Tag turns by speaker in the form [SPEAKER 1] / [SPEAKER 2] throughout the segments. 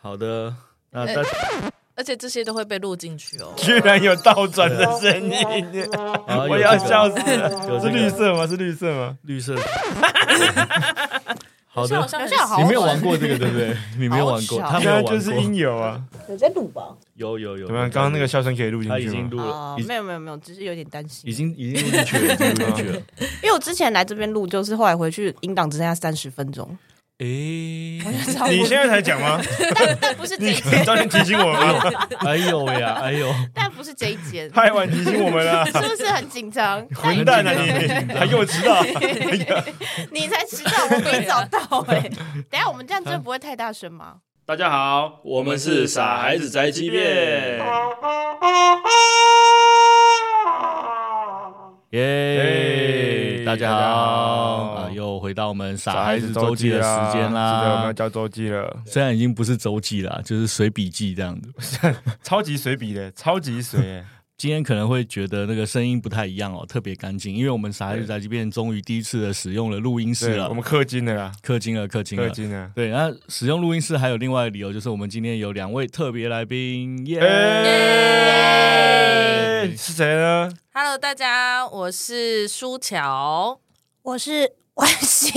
[SPEAKER 1] 好的，那
[SPEAKER 2] 呃
[SPEAKER 1] 大家
[SPEAKER 3] 而且这些都会被录进去哦。
[SPEAKER 4] 居然有倒转的声音，
[SPEAKER 1] 啊
[SPEAKER 4] 我要笑死，
[SPEAKER 1] 有
[SPEAKER 4] 了！
[SPEAKER 1] 这
[SPEAKER 4] 是
[SPEAKER 1] 个
[SPEAKER 4] 绿色吗？是绿色吗？
[SPEAKER 1] 绿色。 好的，
[SPEAKER 3] 像
[SPEAKER 2] 像好
[SPEAKER 1] 你没有玩过这个对不 对？你没有玩过，
[SPEAKER 2] 好巧
[SPEAKER 1] 他没
[SPEAKER 4] 现
[SPEAKER 1] 有玩
[SPEAKER 4] 在就
[SPEAKER 1] 过。
[SPEAKER 4] 是音游啊，
[SPEAKER 5] 有在录吧？
[SPEAKER 1] 有有有，
[SPEAKER 4] 怎么样？刚刚那个笑声可以录进
[SPEAKER 1] 他已
[SPEAKER 4] 去
[SPEAKER 1] 经
[SPEAKER 4] 吗？
[SPEAKER 1] 录了
[SPEAKER 2] 哦，，没有没有没有，只是有点担心，
[SPEAKER 1] 已经已经已经录进去了，已经录进去了。
[SPEAKER 2] 因为我之前来这边录，就是后来回去音档只剩下三十分钟，
[SPEAKER 1] 诶，
[SPEAKER 4] 你现在才讲吗？
[SPEAKER 2] 但但不是这
[SPEAKER 4] 你
[SPEAKER 2] 一间，
[SPEAKER 4] 早点提醒我们 啊，
[SPEAKER 1] 哎呦喂呀，哎呦，
[SPEAKER 2] 但不是这一 间，
[SPEAKER 4] 太晚提醒我们了，
[SPEAKER 2] 是不是很紧张？
[SPEAKER 4] 混蛋啊你！还给我迟到，
[SPEAKER 2] 你才迟到，我比你早到哎、等一下我们这样真的不会太大声吗？
[SPEAKER 6] 大家好，我们是傻孩子宅急便。
[SPEAKER 1] 耶！
[SPEAKER 4] 耶
[SPEAKER 1] 大家
[SPEAKER 4] 大家
[SPEAKER 1] 好
[SPEAKER 4] 好
[SPEAKER 1] 啊，又回到我们傻孩子周记的时间
[SPEAKER 4] 啊是的，我
[SPEAKER 1] 啦
[SPEAKER 4] 们要。教周记了，
[SPEAKER 1] 虽然已经不是周记啦，就是随笔记这样子。
[SPEAKER 4] 超级随笔的，超级随，
[SPEAKER 1] 今天可能会觉得那个声音不太一样哦，特别干净，因为我们傻孩子宅急便终于第一次的使用了录音室
[SPEAKER 4] 对，
[SPEAKER 1] 了
[SPEAKER 4] 我，们氪金的啦，
[SPEAKER 1] 氪金了，氪金
[SPEAKER 4] 氪
[SPEAKER 1] 了。
[SPEAKER 4] 金的。
[SPEAKER 1] 对，那使用录音室还有另外的理由，就是我们今天有两位特别来宾，耶、啊
[SPEAKER 4] 哎，是谁呢？
[SPEAKER 3] Hello，大家，啊我是舒乔。
[SPEAKER 2] 我是婉欣，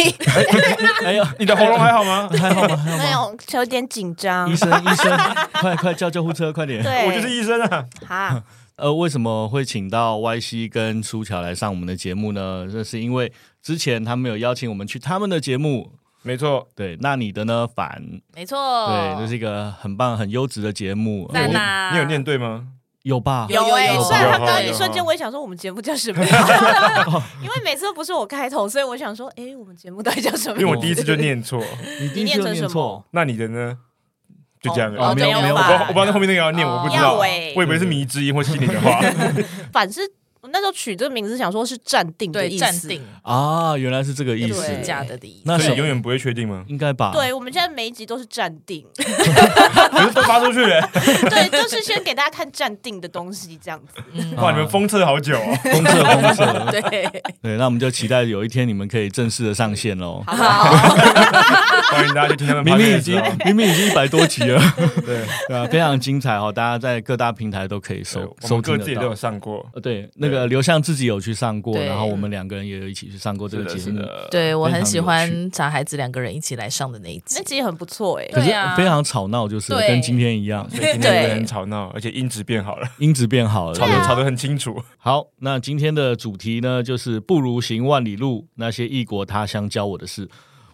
[SPEAKER 1] 哎呀，
[SPEAKER 4] 你的喉咙还 好吗？
[SPEAKER 1] 还好吗？还好
[SPEAKER 2] 没
[SPEAKER 1] 吗？
[SPEAKER 2] 有有点紧 张
[SPEAKER 1] 医，生，医生，快快叫救护车，快点！
[SPEAKER 2] 对，
[SPEAKER 4] 我就是医生啊，
[SPEAKER 2] 哈，
[SPEAKER 1] 呃，为什么会请到 Y C 跟苏乔来上我们的节目呢？这是因为之前他们有邀请我们去他们的节目，
[SPEAKER 4] 没错，
[SPEAKER 1] 对，那你的呢？反
[SPEAKER 3] 没错，
[SPEAKER 2] 哦
[SPEAKER 1] 对，这是一个很棒、很优质的节目，
[SPEAKER 3] 在
[SPEAKER 1] 我
[SPEAKER 3] 哪？
[SPEAKER 4] 你有念对吗？
[SPEAKER 1] 有吧？
[SPEAKER 3] 有哎、
[SPEAKER 2] 哎，
[SPEAKER 3] 有
[SPEAKER 2] 虽然
[SPEAKER 4] 有
[SPEAKER 2] 他刚刚
[SPEAKER 4] 有
[SPEAKER 2] 一
[SPEAKER 4] 有
[SPEAKER 2] 瞬间，我也想说我们节目叫什么， 因为每次都不是我开头，所以我想说，哎，我们节目到底叫什么？
[SPEAKER 4] 因为我第一次就念错，
[SPEAKER 1] 你第一
[SPEAKER 2] 你
[SPEAKER 1] 次
[SPEAKER 2] 念
[SPEAKER 1] 就
[SPEAKER 2] 成
[SPEAKER 1] 念
[SPEAKER 2] 什
[SPEAKER 1] 错
[SPEAKER 2] 么，
[SPEAKER 4] 那你的呢？就这样啊
[SPEAKER 1] 哦
[SPEAKER 4] 了。
[SPEAKER 1] 没有没有
[SPEAKER 4] 我不知道我不知道那后面那个要念，我不知道，
[SPEAKER 2] 要
[SPEAKER 4] 我
[SPEAKER 2] 欸
[SPEAKER 4] 以为是迷之音或心里的话。
[SPEAKER 2] 反是我那时候取这个名字，想说是暂定的
[SPEAKER 3] 对
[SPEAKER 2] 意
[SPEAKER 3] 暂
[SPEAKER 2] 思。
[SPEAKER 3] 定
[SPEAKER 1] 啊？原来是这个意
[SPEAKER 3] 不是
[SPEAKER 1] 思，
[SPEAKER 3] 假的的意思。
[SPEAKER 1] 那
[SPEAKER 4] 所
[SPEAKER 1] 是
[SPEAKER 4] 以永远不会确定吗？
[SPEAKER 1] 应该吧？
[SPEAKER 2] 对，我们现在每一集都是暂定，
[SPEAKER 4] 可是都发出去 了，
[SPEAKER 2] 对，就是先给大家看暂定的东西这样子。
[SPEAKER 3] 嗯
[SPEAKER 4] 哇！你们封测好久哦。
[SPEAKER 1] 公 测公测，
[SPEAKER 3] 对，
[SPEAKER 1] 对，那我们就期待有一天你们可以正式的上线喽。
[SPEAKER 2] 好，
[SPEAKER 4] 欢迎大家去听他们
[SPEAKER 1] 啊明
[SPEAKER 4] podcast 哦。
[SPEAKER 1] 明已经明明已经一百多集了，
[SPEAKER 4] 对，
[SPEAKER 1] 对啊，非常精彩哦！大家在各大平台都可以收
[SPEAKER 4] 我
[SPEAKER 1] 收
[SPEAKER 4] 们各
[SPEAKER 1] 听
[SPEAKER 4] 自
[SPEAKER 1] 得
[SPEAKER 4] 也都有
[SPEAKER 1] 到。
[SPEAKER 4] 上过
[SPEAKER 1] 呃，对，那个刘向自己有去上过，
[SPEAKER 3] 对
[SPEAKER 1] 然后我们两个人也有一起去上过这个节
[SPEAKER 4] 是
[SPEAKER 1] 目，
[SPEAKER 4] 的，
[SPEAKER 3] 对我很喜
[SPEAKER 1] 非常
[SPEAKER 3] 欢傻孩子两个人一起来上的那一
[SPEAKER 2] 那
[SPEAKER 3] 集。
[SPEAKER 2] 集很不错哎。
[SPEAKER 1] 可是
[SPEAKER 3] 对啊
[SPEAKER 1] 非常吵闹，就是了
[SPEAKER 3] 对
[SPEAKER 1] 跟今天一样，
[SPEAKER 4] 所以今天很吵闹，而且音质变好了，
[SPEAKER 1] 音质变好
[SPEAKER 4] 吵
[SPEAKER 1] 了。
[SPEAKER 4] 得吵得很清楚。
[SPEAKER 1] 好，那今天的主题呢，就是不如行万里路，那些异国他乡教我的事。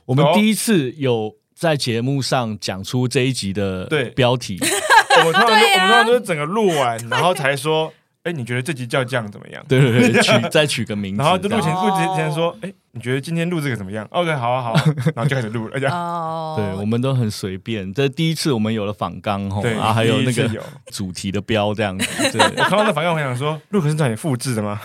[SPEAKER 1] 我们
[SPEAKER 4] 哦
[SPEAKER 1] 第一次有在节目上讲出这一集的
[SPEAKER 4] 对
[SPEAKER 1] 标 题，
[SPEAKER 4] 我们通常都我们通常都是整个录完，然后才说，哎，你觉得这集叫这样怎么样？
[SPEAKER 1] 对对对， 取再取个名字，
[SPEAKER 4] 然后就录
[SPEAKER 1] 这
[SPEAKER 4] 前
[SPEAKER 1] 样
[SPEAKER 4] 录之前说，哎，你觉得今天录这个怎么样？OK，好啊好啊，然后就开始录了，这样
[SPEAKER 3] 哦
[SPEAKER 1] 对，我们都很随便。这第一次我们有了仿纲吼，
[SPEAKER 4] 对
[SPEAKER 1] 啊，还有
[SPEAKER 4] 第
[SPEAKER 1] 那
[SPEAKER 4] 一次
[SPEAKER 1] 个
[SPEAKER 4] 有
[SPEAKER 1] 主题的标这样子。对，
[SPEAKER 4] 我看到那反应，我想说，陆可是找你复制 的吗？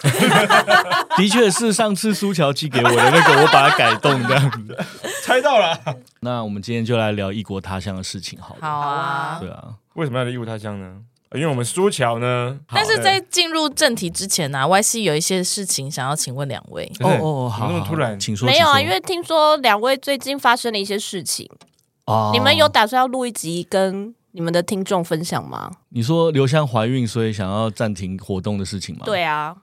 [SPEAKER 1] 的确是上次苏乔寄给我的那个，我把它改动这样子。
[SPEAKER 4] 猜到了，
[SPEAKER 1] 那我们今天就来聊异国他乡的事情好了。
[SPEAKER 3] 好啊。
[SPEAKER 1] 对啊，
[SPEAKER 4] 为什么要来异国他乡呢？呃因为我们苏乔呢，
[SPEAKER 3] 但是
[SPEAKER 4] 好
[SPEAKER 3] 在进入正题之前呢、y C 有一些事情想要请问两位。
[SPEAKER 4] 对
[SPEAKER 1] 哦哦，好，
[SPEAKER 4] 怎么那么
[SPEAKER 1] 好
[SPEAKER 4] 突然
[SPEAKER 1] 请说。
[SPEAKER 2] 没有啊，
[SPEAKER 1] 请
[SPEAKER 2] 因
[SPEAKER 1] 说
[SPEAKER 2] 为听说两位最近发生了一些事情，
[SPEAKER 1] 哦
[SPEAKER 2] 你们有打算要录一集跟你们的听众分享吗？
[SPEAKER 1] 你说刘香怀孕，所以想要暂停活动的事情吗？
[SPEAKER 2] 对啊，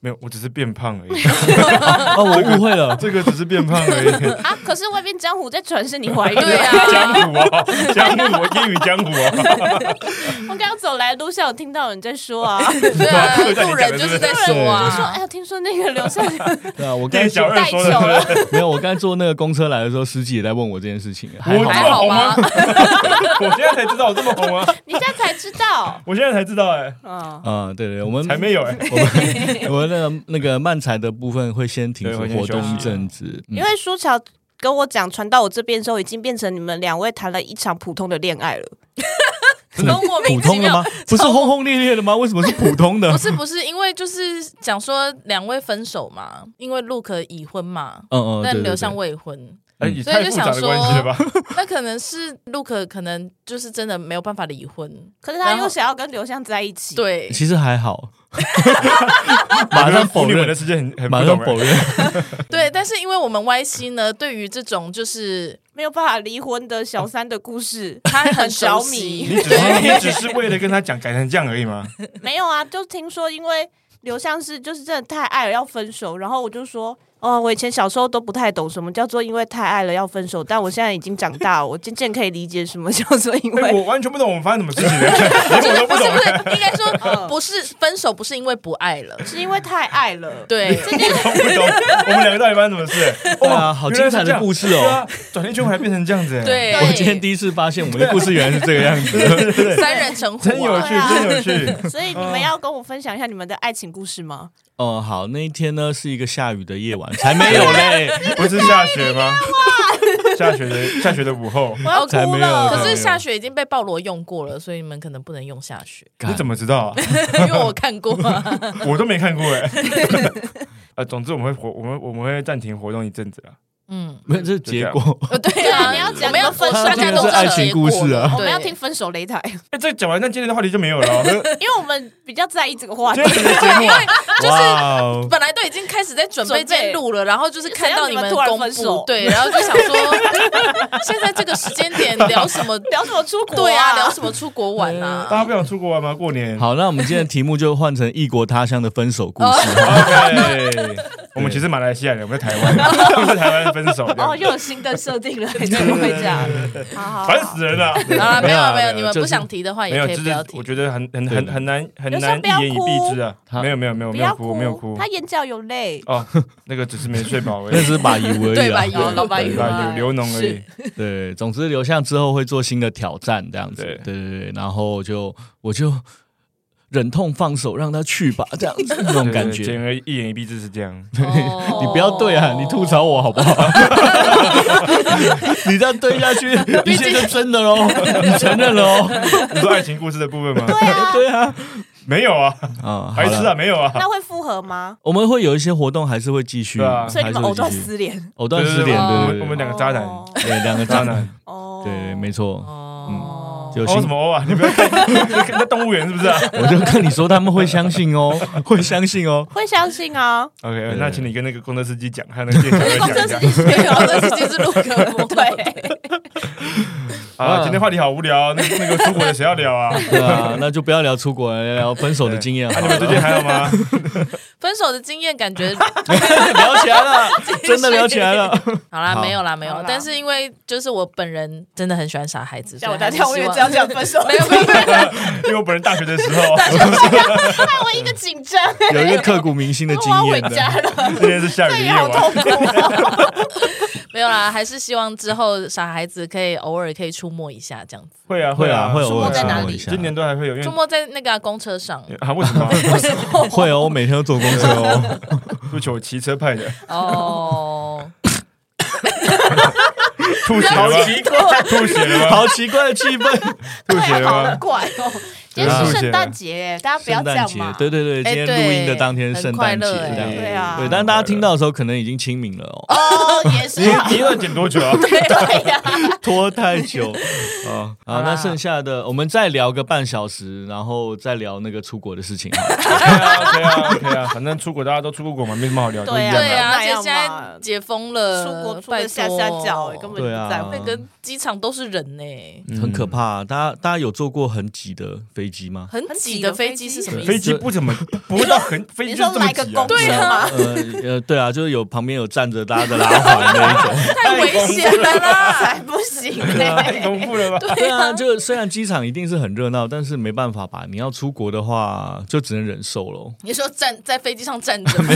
[SPEAKER 4] 没有，我只是变胖而已，
[SPEAKER 1] 哦，我误会了。
[SPEAKER 4] 这个只是变胖 而已。
[SPEAKER 2] 啊，可是外边江湖在传是你怀孕，
[SPEAKER 3] 对啊，
[SPEAKER 4] 江湖啊，江湖，英语江湖啊，
[SPEAKER 2] 我刚刚走来路上有听到有人在说啊，
[SPEAKER 3] 对啊，
[SPEAKER 4] 这个
[SPEAKER 3] 路人就是在
[SPEAKER 2] 对
[SPEAKER 3] 说
[SPEAKER 2] 就说
[SPEAKER 3] 啊，
[SPEAKER 2] 哎呀，听说那个刘胜
[SPEAKER 1] 对啊，我刚才
[SPEAKER 4] 店小二
[SPEAKER 2] 带
[SPEAKER 4] 说
[SPEAKER 2] 球
[SPEAKER 4] 的对不对
[SPEAKER 2] 了，
[SPEAKER 1] 没有，我刚才坐那个公车来的时候，司机也在问我这件事情。还
[SPEAKER 4] 我
[SPEAKER 1] 好
[SPEAKER 4] 这
[SPEAKER 3] 还
[SPEAKER 4] 么
[SPEAKER 3] 好
[SPEAKER 4] 红吗
[SPEAKER 3] 吧？？
[SPEAKER 4] 我现在才知道我这么红吗？
[SPEAKER 2] 你现在才知道，
[SPEAKER 4] 我现在才知道哎，
[SPEAKER 2] 嗯，
[SPEAKER 1] 嗯，对对，我们
[SPEAKER 4] 才没有哎，
[SPEAKER 1] 我们我们那个那个漫才的部分会先停止
[SPEAKER 4] 对会先
[SPEAKER 1] 活
[SPEAKER 4] 休
[SPEAKER 1] 动
[SPEAKER 4] 息
[SPEAKER 1] 一阵子，嗯
[SPEAKER 2] 因为舒乔。跟我讲，传到我这边的时候，已经变成你们两位谈了一场普通的恋爱了。
[SPEAKER 3] 都莫名
[SPEAKER 1] 普
[SPEAKER 3] 其
[SPEAKER 1] 通的哦
[SPEAKER 3] 妙
[SPEAKER 1] 吗？不是轰轰烈烈的吗？为什么是普通的
[SPEAKER 3] 不？是不是，因为就是讲说两位分手嘛，因为 Look 已婚嘛，
[SPEAKER 1] 嗯嗯，对
[SPEAKER 3] 但
[SPEAKER 1] 对
[SPEAKER 3] 刘
[SPEAKER 1] 对
[SPEAKER 3] 向未婚，
[SPEAKER 4] 哎，也太复杂的关系了吧？
[SPEAKER 3] 那可能是 Look 可能就是真的没有办法离婚，
[SPEAKER 2] 可是
[SPEAKER 3] 然
[SPEAKER 2] 他
[SPEAKER 3] 后
[SPEAKER 2] 又想要跟刘翔在一 起，，
[SPEAKER 3] 对，
[SPEAKER 1] 其实还 好，马上否
[SPEAKER 4] 我觉得妇女们的
[SPEAKER 1] 认，
[SPEAKER 4] 世界很很
[SPEAKER 1] 马
[SPEAKER 4] 不
[SPEAKER 1] 上
[SPEAKER 4] 懂
[SPEAKER 1] 否
[SPEAKER 4] 哎。
[SPEAKER 1] 认。
[SPEAKER 3] 对，但是因为我们 Y C 呢，对于这种就是，
[SPEAKER 2] 没有办法离婚的小三的故事
[SPEAKER 3] 他很
[SPEAKER 2] 很
[SPEAKER 3] 熟
[SPEAKER 2] 着
[SPEAKER 3] 悉
[SPEAKER 2] 迷。
[SPEAKER 4] 你只是你只是为了跟他讲改成这样而 已吗？
[SPEAKER 2] 没有啊，就听说因为刘向是就是真的太爱了要分手，然后我就说。哦，我以前小时候都不太懂什么叫做因为太爱了要分手，但我现在已经长大了，我渐渐可以理解什么叫做因
[SPEAKER 4] 哎，
[SPEAKER 2] 为
[SPEAKER 4] 我完全不懂我们发生什么事情了， 连我都不
[SPEAKER 3] 不是
[SPEAKER 4] 懂
[SPEAKER 3] 不。是，应该说
[SPEAKER 2] 嗯
[SPEAKER 3] 不是分手，不是因为不爱了，
[SPEAKER 2] 是因为太爱了。
[SPEAKER 3] 对，
[SPEAKER 4] 我不懂， 我们两个到底发生什么事？
[SPEAKER 1] 对啊好精彩的故事哦
[SPEAKER 4] 原来是这样！对啊转一圈我还变成这样子，，
[SPEAKER 3] 对，
[SPEAKER 1] 我今天第一次发现我们的故 事原来是这个样子。
[SPEAKER 3] 三人成
[SPEAKER 4] 真
[SPEAKER 3] 虎
[SPEAKER 4] 有
[SPEAKER 3] 啊，
[SPEAKER 4] 趣，
[SPEAKER 2] 对啊
[SPEAKER 4] 真有趣。
[SPEAKER 2] 所以你们要跟我分享一下你们的爱情故事吗？
[SPEAKER 1] 哦、好，那一天呢是一个下雨的夜晚，才 没有 嘞，
[SPEAKER 4] 不是下雪吗？下雪的下雪的午后，
[SPEAKER 2] 我要哭
[SPEAKER 1] 才没有
[SPEAKER 2] 了。
[SPEAKER 3] 可是下雪已经被鲍罗用过了，所以你们可能不能用下 雪，
[SPEAKER 1] 干
[SPEAKER 4] 你怎么知道啊？
[SPEAKER 3] 因为我看过啊。
[SPEAKER 4] 我都没看过哎。 呃，总之我们会活，我们我们会暂停活动一阵子啊。
[SPEAKER 3] 嗯，
[SPEAKER 1] 没有这是结果。
[SPEAKER 3] 呃对啊，
[SPEAKER 2] 你要
[SPEAKER 3] 我
[SPEAKER 2] 讲
[SPEAKER 3] 们要
[SPEAKER 2] 分手
[SPEAKER 3] 大家都
[SPEAKER 1] 这
[SPEAKER 3] 知道
[SPEAKER 1] 个是爱情故事啊
[SPEAKER 4] 哦
[SPEAKER 2] 我
[SPEAKER 3] 对
[SPEAKER 2] 们要听分手擂台，
[SPEAKER 4] 哎，这讲完，那今天的话题就没有了 哦。
[SPEAKER 2] 因为我们比较在意这个话题
[SPEAKER 4] 今。天整个节目啊，
[SPEAKER 3] 就是
[SPEAKER 4] 哇哦，
[SPEAKER 3] 本来都已经开始在准备在录了，然后就是看到们
[SPEAKER 2] 谁让你们突然
[SPEAKER 3] 公
[SPEAKER 2] 分
[SPEAKER 3] 布
[SPEAKER 2] 手，
[SPEAKER 3] 对，然后就想说， 现在这个时间点聊什么？
[SPEAKER 2] 聊什么出国、
[SPEAKER 3] 对啊，聊什
[SPEAKER 2] 么？
[SPEAKER 3] 么出国玩啊？
[SPEAKER 4] 大家不想出国玩吗？过年。
[SPEAKER 1] 好，那我们今天的题目就换成异国他乡的分手故事。
[SPEAKER 3] 哦
[SPEAKER 4] OK，我们其实马来西亚人，我们在台湾，我们在台湾分手这样
[SPEAKER 2] 哦，又有新的设定了，怎么会 这样？好好好
[SPEAKER 4] 烦死人了。
[SPEAKER 3] 好 啊啦，没有没有，你们
[SPEAKER 1] 就是
[SPEAKER 3] 不想提的话
[SPEAKER 4] 啊没
[SPEAKER 3] 也
[SPEAKER 4] 有，
[SPEAKER 3] 可
[SPEAKER 4] 就
[SPEAKER 3] 以
[SPEAKER 4] 是
[SPEAKER 3] 不要
[SPEAKER 4] 我
[SPEAKER 3] 提。
[SPEAKER 4] 觉得很很
[SPEAKER 1] 对
[SPEAKER 4] 很
[SPEAKER 1] 的
[SPEAKER 4] 很难很
[SPEAKER 2] 有时候
[SPEAKER 4] 难
[SPEAKER 2] 不要
[SPEAKER 4] 一言以蔽之啊。
[SPEAKER 1] 哭
[SPEAKER 4] 没有没有没有
[SPEAKER 2] 不
[SPEAKER 4] 没有
[SPEAKER 2] 要
[SPEAKER 4] 哭，我没有哭
[SPEAKER 2] 他。眼角有 泪。
[SPEAKER 4] 哦，那个只是没睡饱而
[SPEAKER 1] 那
[SPEAKER 4] 已，
[SPEAKER 1] 只 是把油而
[SPEAKER 3] 对
[SPEAKER 1] 已
[SPEAKER 3] 吧？
[SPEAKER 1] 啊。
[SPEAKER 3] 有老板
[SPEAKER 4] 对
[SPEAKER 3] 有
[SPEAKER 4] 吧？
[SPEAKER 3] 啊
[SPEAKER 4] 有流脓而已
[SPEAKER 3] 是。
[SPEAKER 1] 对，总之刘向之后会做新的挑战，这样子。
[SPEAKER 4] 对
[SPEAKER 1] 对对对，然后就我就忍痛放手，让他去吧，这样子那种感
[SPEAKER 4] 对对
[SPEAKER 1] 觉。
[SPEAKER 4] 简而一言一蔽之是这样。
[SPEAKER 3] 哦
[SPEAKER 1] 你不要对啊，你吐槽我好不好？你这样对下去，一切就真的喽，你承认了哦。
[SPEAKER 4] 你说爱情故事的部分吗？
[SPEAKER 2] 对啊，
[SPEAKER 1] 对啊，
[SPEAKER 4] 没有啊，
[SPEAKER 1] 啊，好
[SPEAKER 4] 白痴啊，
[SPEAKER 1] 了，
[SPEAKER 4] 没有啊。
[SPEAKER 2] 那会复合吗？
[SPEAKER 1] 我们会有一些活动还是会继续，
[SPEAKER 4] 对啊
[SPEAKER 1] 还
[SPEAKER 2] 所以你
[SPEAKER 1] 是
[SPEAKER 2] 们
[SPEAKER 1] 会
[SPEAKER 2] 藕断
[SPEAKER 1] 继续。
[SPEAKER 2] 丝连
[SPEAKER 1] 藕断丝
[SPEAKER 4] 对对对
[SPEAKER 1] 连，
[SPEAKER 4] 我
[SPEAKER 1] 对
[SPEAKER 4] 们
[SPEAKER 1] 对
[SPEAKER 4] 我们
[SPEAKER 1] 对
[SPEAKER 4] 两个渣男，
[SPEAKER 2] 哦
[SPEAKER 1] 对，两个
[SPEAKER 4] 渣
[SPEAKER 1] 渣
[SPEAKER 4] 男
[SPEAKER 1] 男，
[SPEAKER 2] 哦
[SPEAKER 1] 对，没错。
[SPEAKER 3] 哦，
[SPEAKER 1] 就
[SPEAKER 4] 哦
[SPEAKER 1] 新
[SPEAKER 4] 什么哦啊？ 你不要看，你在动物园是不是啊
[SPEAKER 1] 我就跟你说，他们会相信哦，会相信哦。
[SPEAKER 2] 会相信啊。
[SPEAKER 4] ？OK，
[SPEAKER 1] 对
[SPEAKER 4] 那请你跟那个公车司机讲，还有那个电车讲一 下。
[SPEAKER 3] 没有，那是就是陆可夫对，哦
[SPEAKER 4] 啊，今天话题好无聊，那那个出国的谁要聊啊？
[SPEAKER 1] 对啊，那就不要聊出国，聊聊分手的经验
[SPEAKER 4] 啊，
[SPEAKER 1] 好
[SPEAKER 4] 你
[SPEAKER 1] 了。
[SPEAKER 4] 们最近还好吗？
[SPEAKER 3] 分手的经验感觉
[SPEAKER 1] 聊起来了，真的聊起来了。
[SPEAKER 3] 好啦，
[SPEAKER 1] 好
[SPEAKER 3] 没有啦，没
[SPEAKER 2] 好
[SPEAKER 3] 有
[SPEAKER 2] 啦。
[SPEAKER 3] 但是因为就是我本人真的很喜欢傻孩子，
[SPEAKER 2] 吓
[SPEAKER 3] 所
[SPEAKER 2] 我
[SPEAKER 3] 以
[SPEAKER 2] 大
[SPEAKER 3] 还是
[SPEAKER 2] 跳，我以为
[SPEAKER 3] 希
[SPEAKER 2] 只要
[SPEAKER 3] 望
[SPEAKER 2] 讲分手，
[SPEAKER 3] 没有没有没有，
[SPEAKER 4] 因为我本人大学的时候，
[SPEAKER 2] 害我一个紧张，
[SPEAKER 1] 有一个刻骨铭心的经
[SPEAKER 2] 我要回
[SPEAKER 1] 验
[SPEAKER 2] 家
[SPEAKER 1] 的，
[SPEAKER 2] 了，
[SPEAKER 4] 今天是下雨
[SPEAKER 2] 这
[SPEAKER 4] 的
[SPEAKER 2] 也
[SPEAKER 4] 夜
[SPEAKER 2] 好
[SPEAKER 4] 晚，
[SPEAKER 2] 痛苦。
[SPEAKER 3] 没有啦，还是希望之后傻孩子可以偶尔可以出没一下这样子，
[SPEAKER 4] 会啊
[SPEAKER 1] 会啊，会
[SPEAKER 4] 出
[SPEAKER 1] 偶
[SPEAKER 4] 没
[SPEAKER 1] 尔
[SPEAKER 2] 在
[SPEAKER 1] 出
[SPEAKER 2] 哪
[SPEAKER 1] 没
[SPEAKER 2] 里
[SPEAKER 1] 一下
[SPEAKER 4] 今。年都还会有，因
[SPEAKER 3] 出
[SPEAKER 4] 为
[SPEAKER 3] 没在那个啊公车上
[SPEAKER 4] 啊为什么啊？
[SPEAKER 1] 会哦，我每天都坐公车哦。
[SPEAKER 4] 不求骑车派的，
[SPEAKER 3] 哦。
[SPEAKER 4] 吐血了
[SPEAKER 7] 好
[SPEAKER 4] 吗？
[SPEAKER 7] 奇怪，
[SPEAKER 4] 吐血了吗？
[SPEAKER 1] 好奇怪的气氛，
[SPEAKER 4] 吐血了
[SPEAKER 2] 好
[SPEAKER 4] 吗？啊
[SPEAKER 2] 怪哦！今天是圣诞节，大家不要
[SPEAKER 1] 圣
[SPEAKER 2] 这
[SPEAKER 1] 诞
[SPEAKER 2] 样
[SPEAKER 1] 节
[SPEAKER 2] 嘛。，
[SPEAKER 1] 对对对，
[SPEAKER 3] 哎
[SPEAKER 1] 今天录音的
[SPEAKER 3] 对
[SPEAKER 1] 当天
[SPEAKER 3] 很
[SPEAKER 1] 圣诞节，
[SPEAKER 3] 快乐哎
[SPEAKER 1] 这样
[SPEAKER 2] 对啊
[SPEAKER 1] 对，但大家听到的时候，可能已经清明了哦，
[SPEAKER 2] 哦，也是
[SPEAKER 4] 你
[SPEAKER 2] 啊，
[SPEAKER 4] 你要剪多久啊？
[SPEAKER 2] 对呀，
[SPEAKER 1] 拖太久啊。好，
[SPEAKER 3] 好啦
[SPEAKER 1] 那剩下的我们再聊个半小时，然后再聊那个出国的事情好了。
[SPEAKER 4] OK 啊，OK 啊，反正出国大家都出过国嘛，没什么好聊，都一
[SPEAKER 2] 对啊
[SPEAKER 4] 样
[SPEAKER 3] 对啊，
[SPEAKER 2] 那
[SPEAKER 3] 而且
[SPEAKER 2] 样
[SPEAKER 3] 现在
[SPEAKER 2] 嘛
[SPEAKER 3] 解封了，
[SPEAKER 2] 出国出
[SPEAKER 3] 呃拜
[SPEAKER 2] 的下下
[SPEAKER 3] 托
[SPEAKER 2] 脚，欸根本就
[SPEAKER 1] 对啊
[SPEAKER 2] 不在乎
[SPEAKER 3] 那个机场都是人呢、
[SPEAKER 1] 很可怕、啊大家大家有坐过很挤的飞机 吗？
[SPEAKER 3] 很挤的飞机是什么意
[SPEAKER 4] 飞
[SPEAKER 3] 思？
[SPEAKER 4] 机不怎么不会到很，飞机
[SPEAKER 2] 你
[SPEAKER 4] 就
[SPEAKER 2] 说
[SPEAKER 4] 这么
[SPEAKER 2] 来个
[SPEAKER 4] 挤啊
[SPEAKER 2] 公。
[SPEAKER 3] 对
[SPEAKER 2] 车
[SPEAKER 3] 啊
[SPEAKER 2] 吗？
[SPEAKER 1] 呃呃，对啊，就是有旁边有站着大家的拉环那一种。
[SPEAKER 3] 太危险啊了啦！
[SPEAKER 2] 才不 行欸
[SPEAKER 4] 对啊太
[SPEAKER 2] 嘞！
[SPEAKER 4] 恐怖了吧？
[SPEAKER 1] 对啊，就虽然机场一定是很热闹，但是没办法吧？你要出国的话，就只能忍受喽。
[SPEAKER 3] 你说站在飞机上站 着吗，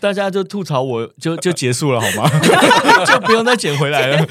[SPEAKER 1] 大家就吐槽我，就就结束了好吗？ 就不用再捡回来了。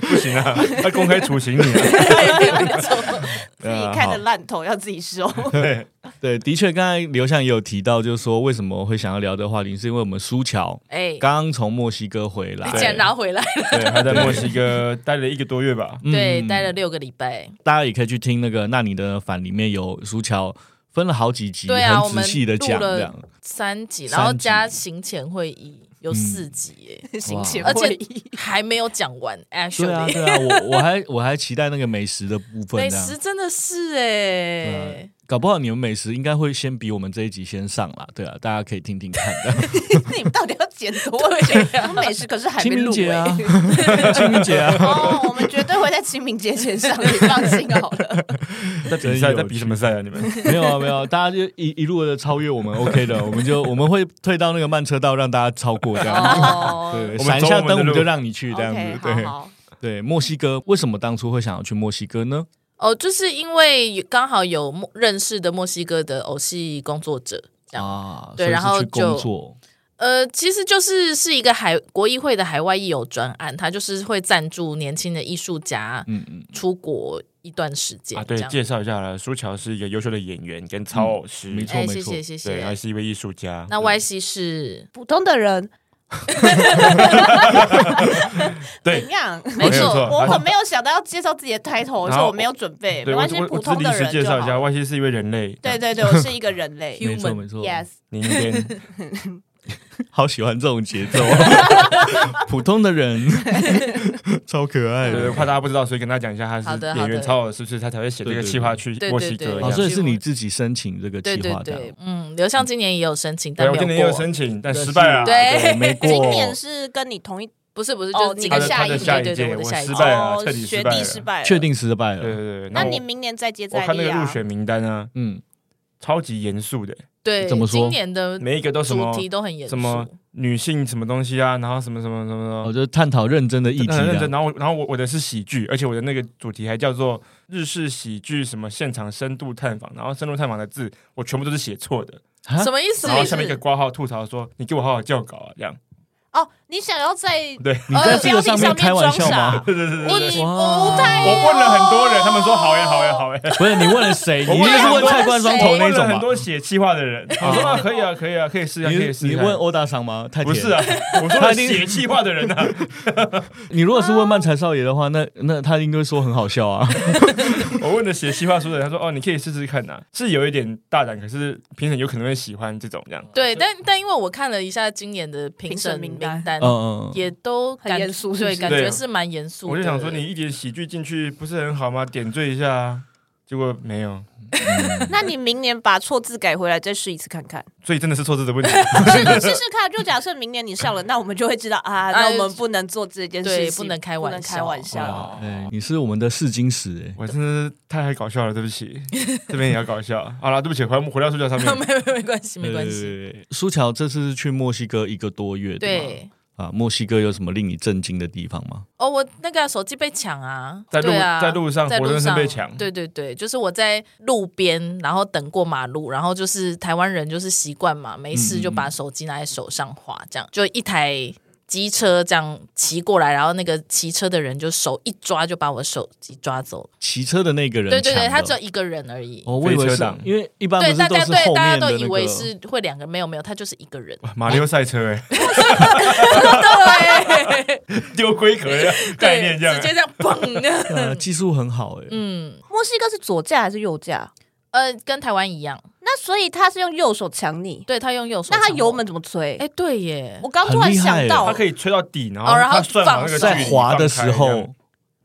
[SPEAKER 4] 不行啊，要公开处刑你啊！
[SPEAKER 2] 自己看的烂头要自己收，
[SPEAKER 4] 对，
[SPEAKER 1] 对，的确，刚才刘向也有提到，就是说为什么会想要聊这个话题，是因为我们苏乔
[SPEAKER 3] 哎、
[SPEAKER 1] 刚刚从墨西哥回来
[SPEAKER 3] 你，竟然拿回来了，
[SPEAKER 4] 对，还在墨西哥待了一个多月吧。
[SPEAKER 1] 嗯
[SPEAKER 3] 对，待了六个礼拜，
[SPEAKER 1] 大家也可以去听那个《那你的反》里面有苏乔分了好几集，
[SPEAKER 3] 对啊
[SPEAKER 1] 很仔细的讲
[SPEAKER 3] 我们录了
[SPEAKER 1] 这样。
[SPEAKER 3] 三集，
[SPEAKER 1] 三集
[SPEAKER 3] 然后加行前会议有四集耶、
[SPEAKER 2] 行前
[SPEAKER 3] 而
[SPEAKER 2] 嗯会
[SPEAKER 3] 且
[SPEAKER 2] 议。
[SPEAKER 3] 还没有讲完
[SPEAKER 1] 对啊，
[SPEAKER 3] ，actually，、
[SPEAKER 1] 对啊，我我还我还期待那个美食的部分
[SPEAKER 3] 美
[SPEAKER 1] 这样
[SPEAKER 3] 食。真的是哎、
[SPEAKER 1] 对搞不好你们美食应该会先比我们这一集先上啦，对啊，大家可以听听看的。
[SPEAKER 2] 你们到底要剪多久？我们美食可是还没
[SPEAKER 1] 清明
[SPEAKER 2] 录
[SPEAKER 1] 节
[SPEAKER 2] 欸
[SPEAKER 1] 啊，清明节啊，
[SPEAKER 2] 哦，我们绝对会在清明节前上，你放心好了。
[SPEAKER 1] 嗯
[SPEAKER 4] 在比赛，在比什么赛啊？你们
[SPEAKER 1] 没有啊，没有啊，大家就一一路的超越我们，OK 的，我们就我们会退到那个慢车道，让大家超过这样子。
[SPEAKER 2] 哦，
[SPEAKER 1] 对，啊
[SPEAKER 4] 们
[SPEAKER 1] 闪一
[SPEAKER 4] 走
[SPEAKER 1] 下
[SPEAKER 4] 我们的
[SPEAKER 1] 灯，我们
[SPEAKER 4] 路
[SPEAKER 1] 就让你去这样子
[SPEAKER 2] OK，。好
[SPEAKER 1] 对
[SPEAKER 2] 好，
[SPEAKER 1] 对，墨西哥为什么当初会想要去墨西哥呢？
[SPEAKER 3] 哦，就是因为有刚好有墨认识的墨西哥的偶戏工作者，这样
[SPEAKER 1] 啊，
[SPEAKER 3] 对
[SPEAKER 1] 所以
[SPEAKER 3] 然
[SPEAKER 1] 是
[SPEAKER 3] 后
[SPEAKER 1] 去
[SPEAKER 3] 就
[SPEAKER 1] 工作
[SPEAKER 3] 呃，其实就是是一个海国议会的海外义友专案，他就是会赞助年轻的艺术家
[SPEAKER 1] 嗯嗯，
[SPEAKER 3] 出国一段时间，
[SPEAKER 4] 啊，
[SPEAKER 3] 这
[SPEAKER 4] 对，
[SPEAKER 3] 样。
[SPEAKER 4] 介绍一下啦，舒乔是一个优秀的演员跟操偶师，
[SPEAKER 1] 没错
[SPEAKER 3] 哎，谢谢谢
[SPEAKER 4] 对，
[SPEAKER 3] 谢
[SPEAKER 4] 然后。是一位艺术家。
[SPEAKER 3] 那 Y C 是
[SPEAKER 2] 普通的人
[SPEAKER 4] 对
[SPEAKER 2] 怎，样？
[SPEAKER 3] 没
[SPEAKER 4] 没有
[SPEAKER 3] 错，
[SPEAKER 4] 错
[SPEAKER 2] 我可没有想到要介绍自己的 title，
[SPEAKER 4] 然
[SPEAKER 2] 而且
[SPEAKER 4] 后
[SPEAKER 2] 我没有准备，没
[SPEAKER 4] 对我
[SPEAKER 2] 关系
[SPEAKER 4] 我，
[SPEAKER 2] 普
[SPEAKER 4] 我只
[SPEAKER 2] 通
[SPEAKER 4] 临
[SPEAKER 2] 的
[SPEAKER 4] 时
[SPEAKER 2] 人
[SPEAKER 4] 介
[SPEAKER 2] 就
[SPEAKER 4] 绍一下，
[SPEAKER 2] 好。
[SPEAKER 4] 外星是一位人类，
[SPEAKER 2] 对对对，我是一个人类。
[SPEAKER 1] 没错
[SPEAKER 3] Human
[SPEAKER 1] 没错
[SPEAKER 2] Yes，
[SPEAKER 4] 您跟
[SPEAKER 1] 好喜欢这种节奏，普通的人超可爱
[SPEAKER 4] 对，
[SPEAKER 1] 的。
[SPEAKER 4] 怕大家不知道，所以跟大家讲一下，他
[SPEAKER 3] 好
[SPEAKER 4] 是
[SPEAKER 3] 的
[SPEAKER 4] 演
[SPEAKER 3] 好
[SPEAKER 4] 员
[SPEAKER 3] 的
[SPEAKER 4] 超偶师，所以他才会写这个
[SPEAKER 1] 对对
[SPEAKER 4] 计划去
[SPEAKER 3] 对
[SPEAKER 4] 墨
[SPEAKER 3] 对
[SPEAKER 4] 西
[SPEAKER 3] 对
[SPEAKER 4] 哥
[SPEAKER 3] 对
[SPEAKER 4] 这
[SPEAKER 1] 哦，
[SPEAKER 4] 样
[SPEAKER 1] 所。以是你自己申请这个
[SPEAKER 3] 对
[SPEAKER 1] 计
[SPEAKER 3] 对
[SPEAKER 1] 划的
[SPEAKER 3] 对，嗯，刘向今年也有申请，但
[SPEAKER 4] 对，我
[SPEAKER 3] 没
[SPEAKER 4] 今
[SPEAKER 3] 有
[SPEAKER 4] 年也有
[SPEAKER 3] 过。
[SPEAKER 4] 申请，但
[SPEAKER 1] 但是
[SPEAKER 4] 失败了。
[SPEAKER 3] 对
[SPEAKER 1] 我没过。
[SPEAKER 8] 今年是跟你同一
[SPEAKER 3] 不是不是，
[SPEAKER 8] 哦
[SPEAKER 3] 就是
[SPEAKER 8] 你
[SPEAKER 3] 今
[SPEAKER 4] 他
[SPEAKER 3] 年
[SPEAKER 4] 的
[SPEAKER 8] 下
[SPEAKER 4] 他
[SPEAKER 8] 一
[SPEAKER 4] 的
[SPEAKER 8] 届
[SPEAKER 3] 届，
[SPEAKER 4] 下
[SPEAKER 3] 对
[SPEAKER 4] 一
[SPEAKER 3] 对，
[SPEAKER 4] 届
[SPEAKER 3] 我的
[SPEAKER 4] 我
[SPEAKER 3] 下一
[SPEAKER 4] 失
[SPEAKER 3] 届。
[SPEAKER 4] 败了，
[SPEAKER 8] 哦
[SPEAKER 4] 彻底失
[SPEAKER 8] 学
[SPEAKER 4] 败
[SPEAKER 8] 弟
[SPEAKER 4] 了。
[SPEAKER 8] 失败了，
[SPEAKER 1] 确。定失败
[SPEAKER 4] 对
[SPEAKER 1] 了。
[SPEAKER 4] 对对，
[SPEAKER 8] 那
[SPEAKER 4] 然后
[SPEAKER 8] 你明年再接
[SPEAKER 4] 我
[SPEAKER 8] 再
[SPEAKER 4] 我看那
[SPEAKER 8] 厉
[SPEAKER 4] 个入
[SPEAKER 8] 啊！
[SPEAKER 4] 选名单啊，
[SPEAKER 1] 嗯，
[SPEAKER 4] 超级严肃的，
[SPEAKER 3] 对，
[SPEAKER 1] 怎么说
[SPEAKER 3] 今年的
[SPEAKER 4] 每一个都什
[SPEAKER 3] 呃主
[SPEAKER 4] 么
[SPEAKER 3] 题都很严肃
[SPEAKER 4] 什，么女性什么东西啊，然后什么什么什么
[SPEAKER 1] 我就探讨认真的议
[SPEAKER 4] 什
[SPEAKER 1] 题
[SPEAKER 4] 么，嗯很认真。
[SPEAKER 1] 啊。
[SPEAKER 4] 然后我然后我我的是喜剧，而且我的那个主题还叫做日式喜剧什么现场深度探访，然后深度探访的字我全部都是写错的，
[SPEAKER 1] 啊
[SPEAKER 3] 什么意思？
[SPEAKER 4] 然后下面一个挂号吐槽说你给我好好校稿啊，这样。
[SPEAKER 2] 哦，你想要在
[SPEAKER 4] 对，
[SPEAKER 1] 你在
[SPEAKER 8] 呃
[SPEAKER 1] 这个
[SPEAKER 2] 呃标题
[SPEAKER 1] 面
[SPEAKER 2] 上
[SPEAKER 1] 开玩笑
[SPEAKER 2] 装
[SPEAKER 1] 吗
[SPEAKER 2] 傻？
[SPEAKER 4] 对对对对对。
[SPEAKER 3] 你
[SPEAKER 1] 哇
[SPEAKER 3] 不太
[SPEAKER 4] 我问了很多人，他们说好呀好呀好呀。
[SPEAKER 1] 不是你问了谁？你
[SPEAKER 4] 我
[SPEAKER 1] 一
[SPEAKER 4] 问
[SPEAKER 1] 定
[SPEAKER 4] 了
[SPEAKER 1] 是
[SPEAKER 4] 很
[SPEAKER 1] 问
[SPEAKER 4] 多
[SPEAKER 1] 蔡冠双头
[SPEAKER 4] 我
[SPEAKER 1] 那
[SPEAKER 4] 问了
[SPEAKER 1] 种
[SPEAKER 4] 很
[SPEAKER 1] 吧？
[SPEAKER 4] 多写气话的人，我说啊可以啊可以啊可以试一下，可以试
[SPEAKER 1] 你
[SPEAKER 4] 一
[SPEAKER 1] 你
[SPEAKER 4] 下。
[SPEAKER 1] 问欧大商吗？太
[SPEAKER 4] 不
[SPEAKER 1] 甜
[SPEAKER 4] 是啊，我说
[SPEAKER 1] 他
[SPEAKER 4] 的
[SPEAKER 1] 一定
[SPEAKER 4] 写气话的人啊，
[SPEAKER 1] 你如果是问漫才少爷的话，那那他应该说很好笑 啊。
[SPEAKER 4] 我问的写气话书的人，他说哦，你可以试试看呐、是有一点大胆，可是评审有可能会喜欢这种这样。
[SPEAKER 3] 对，但但因为我看了一下今年的评审
[SPEAKER 2] 评审
[SPEAKER 3] 名
[SPEAKER 2] 名单
[SPEAKER 3] 单
[SPEAKER 1] 嗯，嗯，嗯
[SPEAKER 3] 也都
[SPEAKER 2] 很
[SPEAKER 3] 感
[SPEAKER 2] 严肃是不
[SPEAKER 3] 对，
[SPEAKER 2] 是
[SPEAKER 3] 感
[SPEAKER 4] 对啊
[SPEAKER 3] 觉是蛮严肃的。
[SPEAKER 4] 我就想 说，你一点喜剧进去不是很好吗？点缀一下啊，结果没有，
[SPEAKER 8] 那你明年把错字改回来再试一次看 看，
[SPEAKER 4] 所以真的是错字的问题。
[SPEAKER 8] 试试试看。就假设明年你上了，那我们就会知道
[SPEAKER 1] 哎
[SPEAKER 8] 啊，那我们不能做这件事
[SPEAKER 3] 对
[SPEAKER 8] 情，
[SPEAKER 3] 不能开
[SPEAKER 8] 不
[SPEAKER 3] 玩
[SPEAKER 8] 能开
[SPEAKER 3] 笑
[SPEAKER 8] 玩笑。
[SPEAKER 4] 哇
[SPEAKER 1] 哎，你是我们的试金石哎。
[SPEAKER 4] 我真的是太爱搞笑了，对不起，这边也要搞笑。好啦，对不起，回我们回到睡觉上面。
[SPEAKER 3] 没没没关系，没关系。
[SPEAKER 1] 系。苏乔这次是去墨西哥一个多月，吗
[SPEAKER 3] 对，
[SPEAKER 1] 啊，墨西哥有什么令你震惊的地方吗？
[SPEAKER 3] 哦，我那个手机被抢啊，
[SPEAKER 4] 在路
[SPEAKER 3] 对啊，
[SPEAKER 4] 在路上
[SPEAKER 3] 在
[SPEAKER 4] 活
[SPEAKER 3] 路
[SPEAKER 4] 生生
[SPEAKER 3] 上
[SPEAKER 4] 被抢
[SPEAKER 3] 对对对，就是我在路边，然后等过马路，然后就是台湾人就是习惯嘛，没
[SPEAKER 4] 嗯
[SPEAKER 3] 事就把手机拿在手上滑，这样就一台。机车这样骑过来，然后那个骑车的人就手一抓就把我手机抓走了。
[SPEAKER 1] 骑车的那个人
[SPEAKER 3] 对对
[SPEAKER 1] 抢
[SPEAKER 3] 对，
[SPEAKER 1] 的
[SPEAKER 3] 他只有一个人而已。
[SPEAKER 1] 哦，我以为
[SPEAKER 4] 飞车
[SPEAKER 1] 是
[SPEAKER 4] 党，
[SPEAKER 1] 因为一般不
[SPEAKER 3] 对，
[SPEAKER 1] 是
[SPEAKER 3] 大
[SPEAKER 1] 都
[SPEAKER 3] 家
[SPEAKER 1] 是
[SPEAKER 3] 对
[SPEAKER 1] 后
[SPEAKER 3] 大家
[SPEAKER 1] 面的
[SPEAKER 3] 都
[SPEAKER 1] 那
[SPEAKER 3] 以为
[SPEAKER 1] 个。
[SPEAKER 3] 是会两个，没有没有，他就是一个 人。
[SPEAKER 4] 马里奥赛车哎、
[SPEAKER 3] 对，
[SPEAKER 4] 丢龟壳的概念这样
[SPEAKER 3] 对，直。接这样嘣。
[SPEAKER 1] 呃，技术很好哎、
[SPEAKER 3] 嗯，
[SPEAKER 2] 墨西哥是左架还是右架？
[SPEAKER 3] 呃，跟台湾一样，
[SPEAKER 2] 那所以他是用右手抢你，
[SPEAKER 3] 对他用右手。
[SPEAKER 2] 那他油门？怎么推？
[SPEAKER 3] 哎，对耶
[SPEAKER 2] 我，刚突然想
[SPEAKER 4] 它
[SPEAKER 2] 到，
[SPEAKER 4] 可以吹到底，然后
[SPEAKER 3] 哦然后
[SPEAKER 4] 它算好那个距
[SPEAKER 3] 放
[SPEAKER 1] 在
[SPEAKER 4] 离
[SPEAKER 1] 滑的
[SPEAKER 4] 放
[SPEAKER 1] 时
[SPEAKER 4] 开这样
[SPEAKER 3] 嗯
[SPEAKER 1] 候，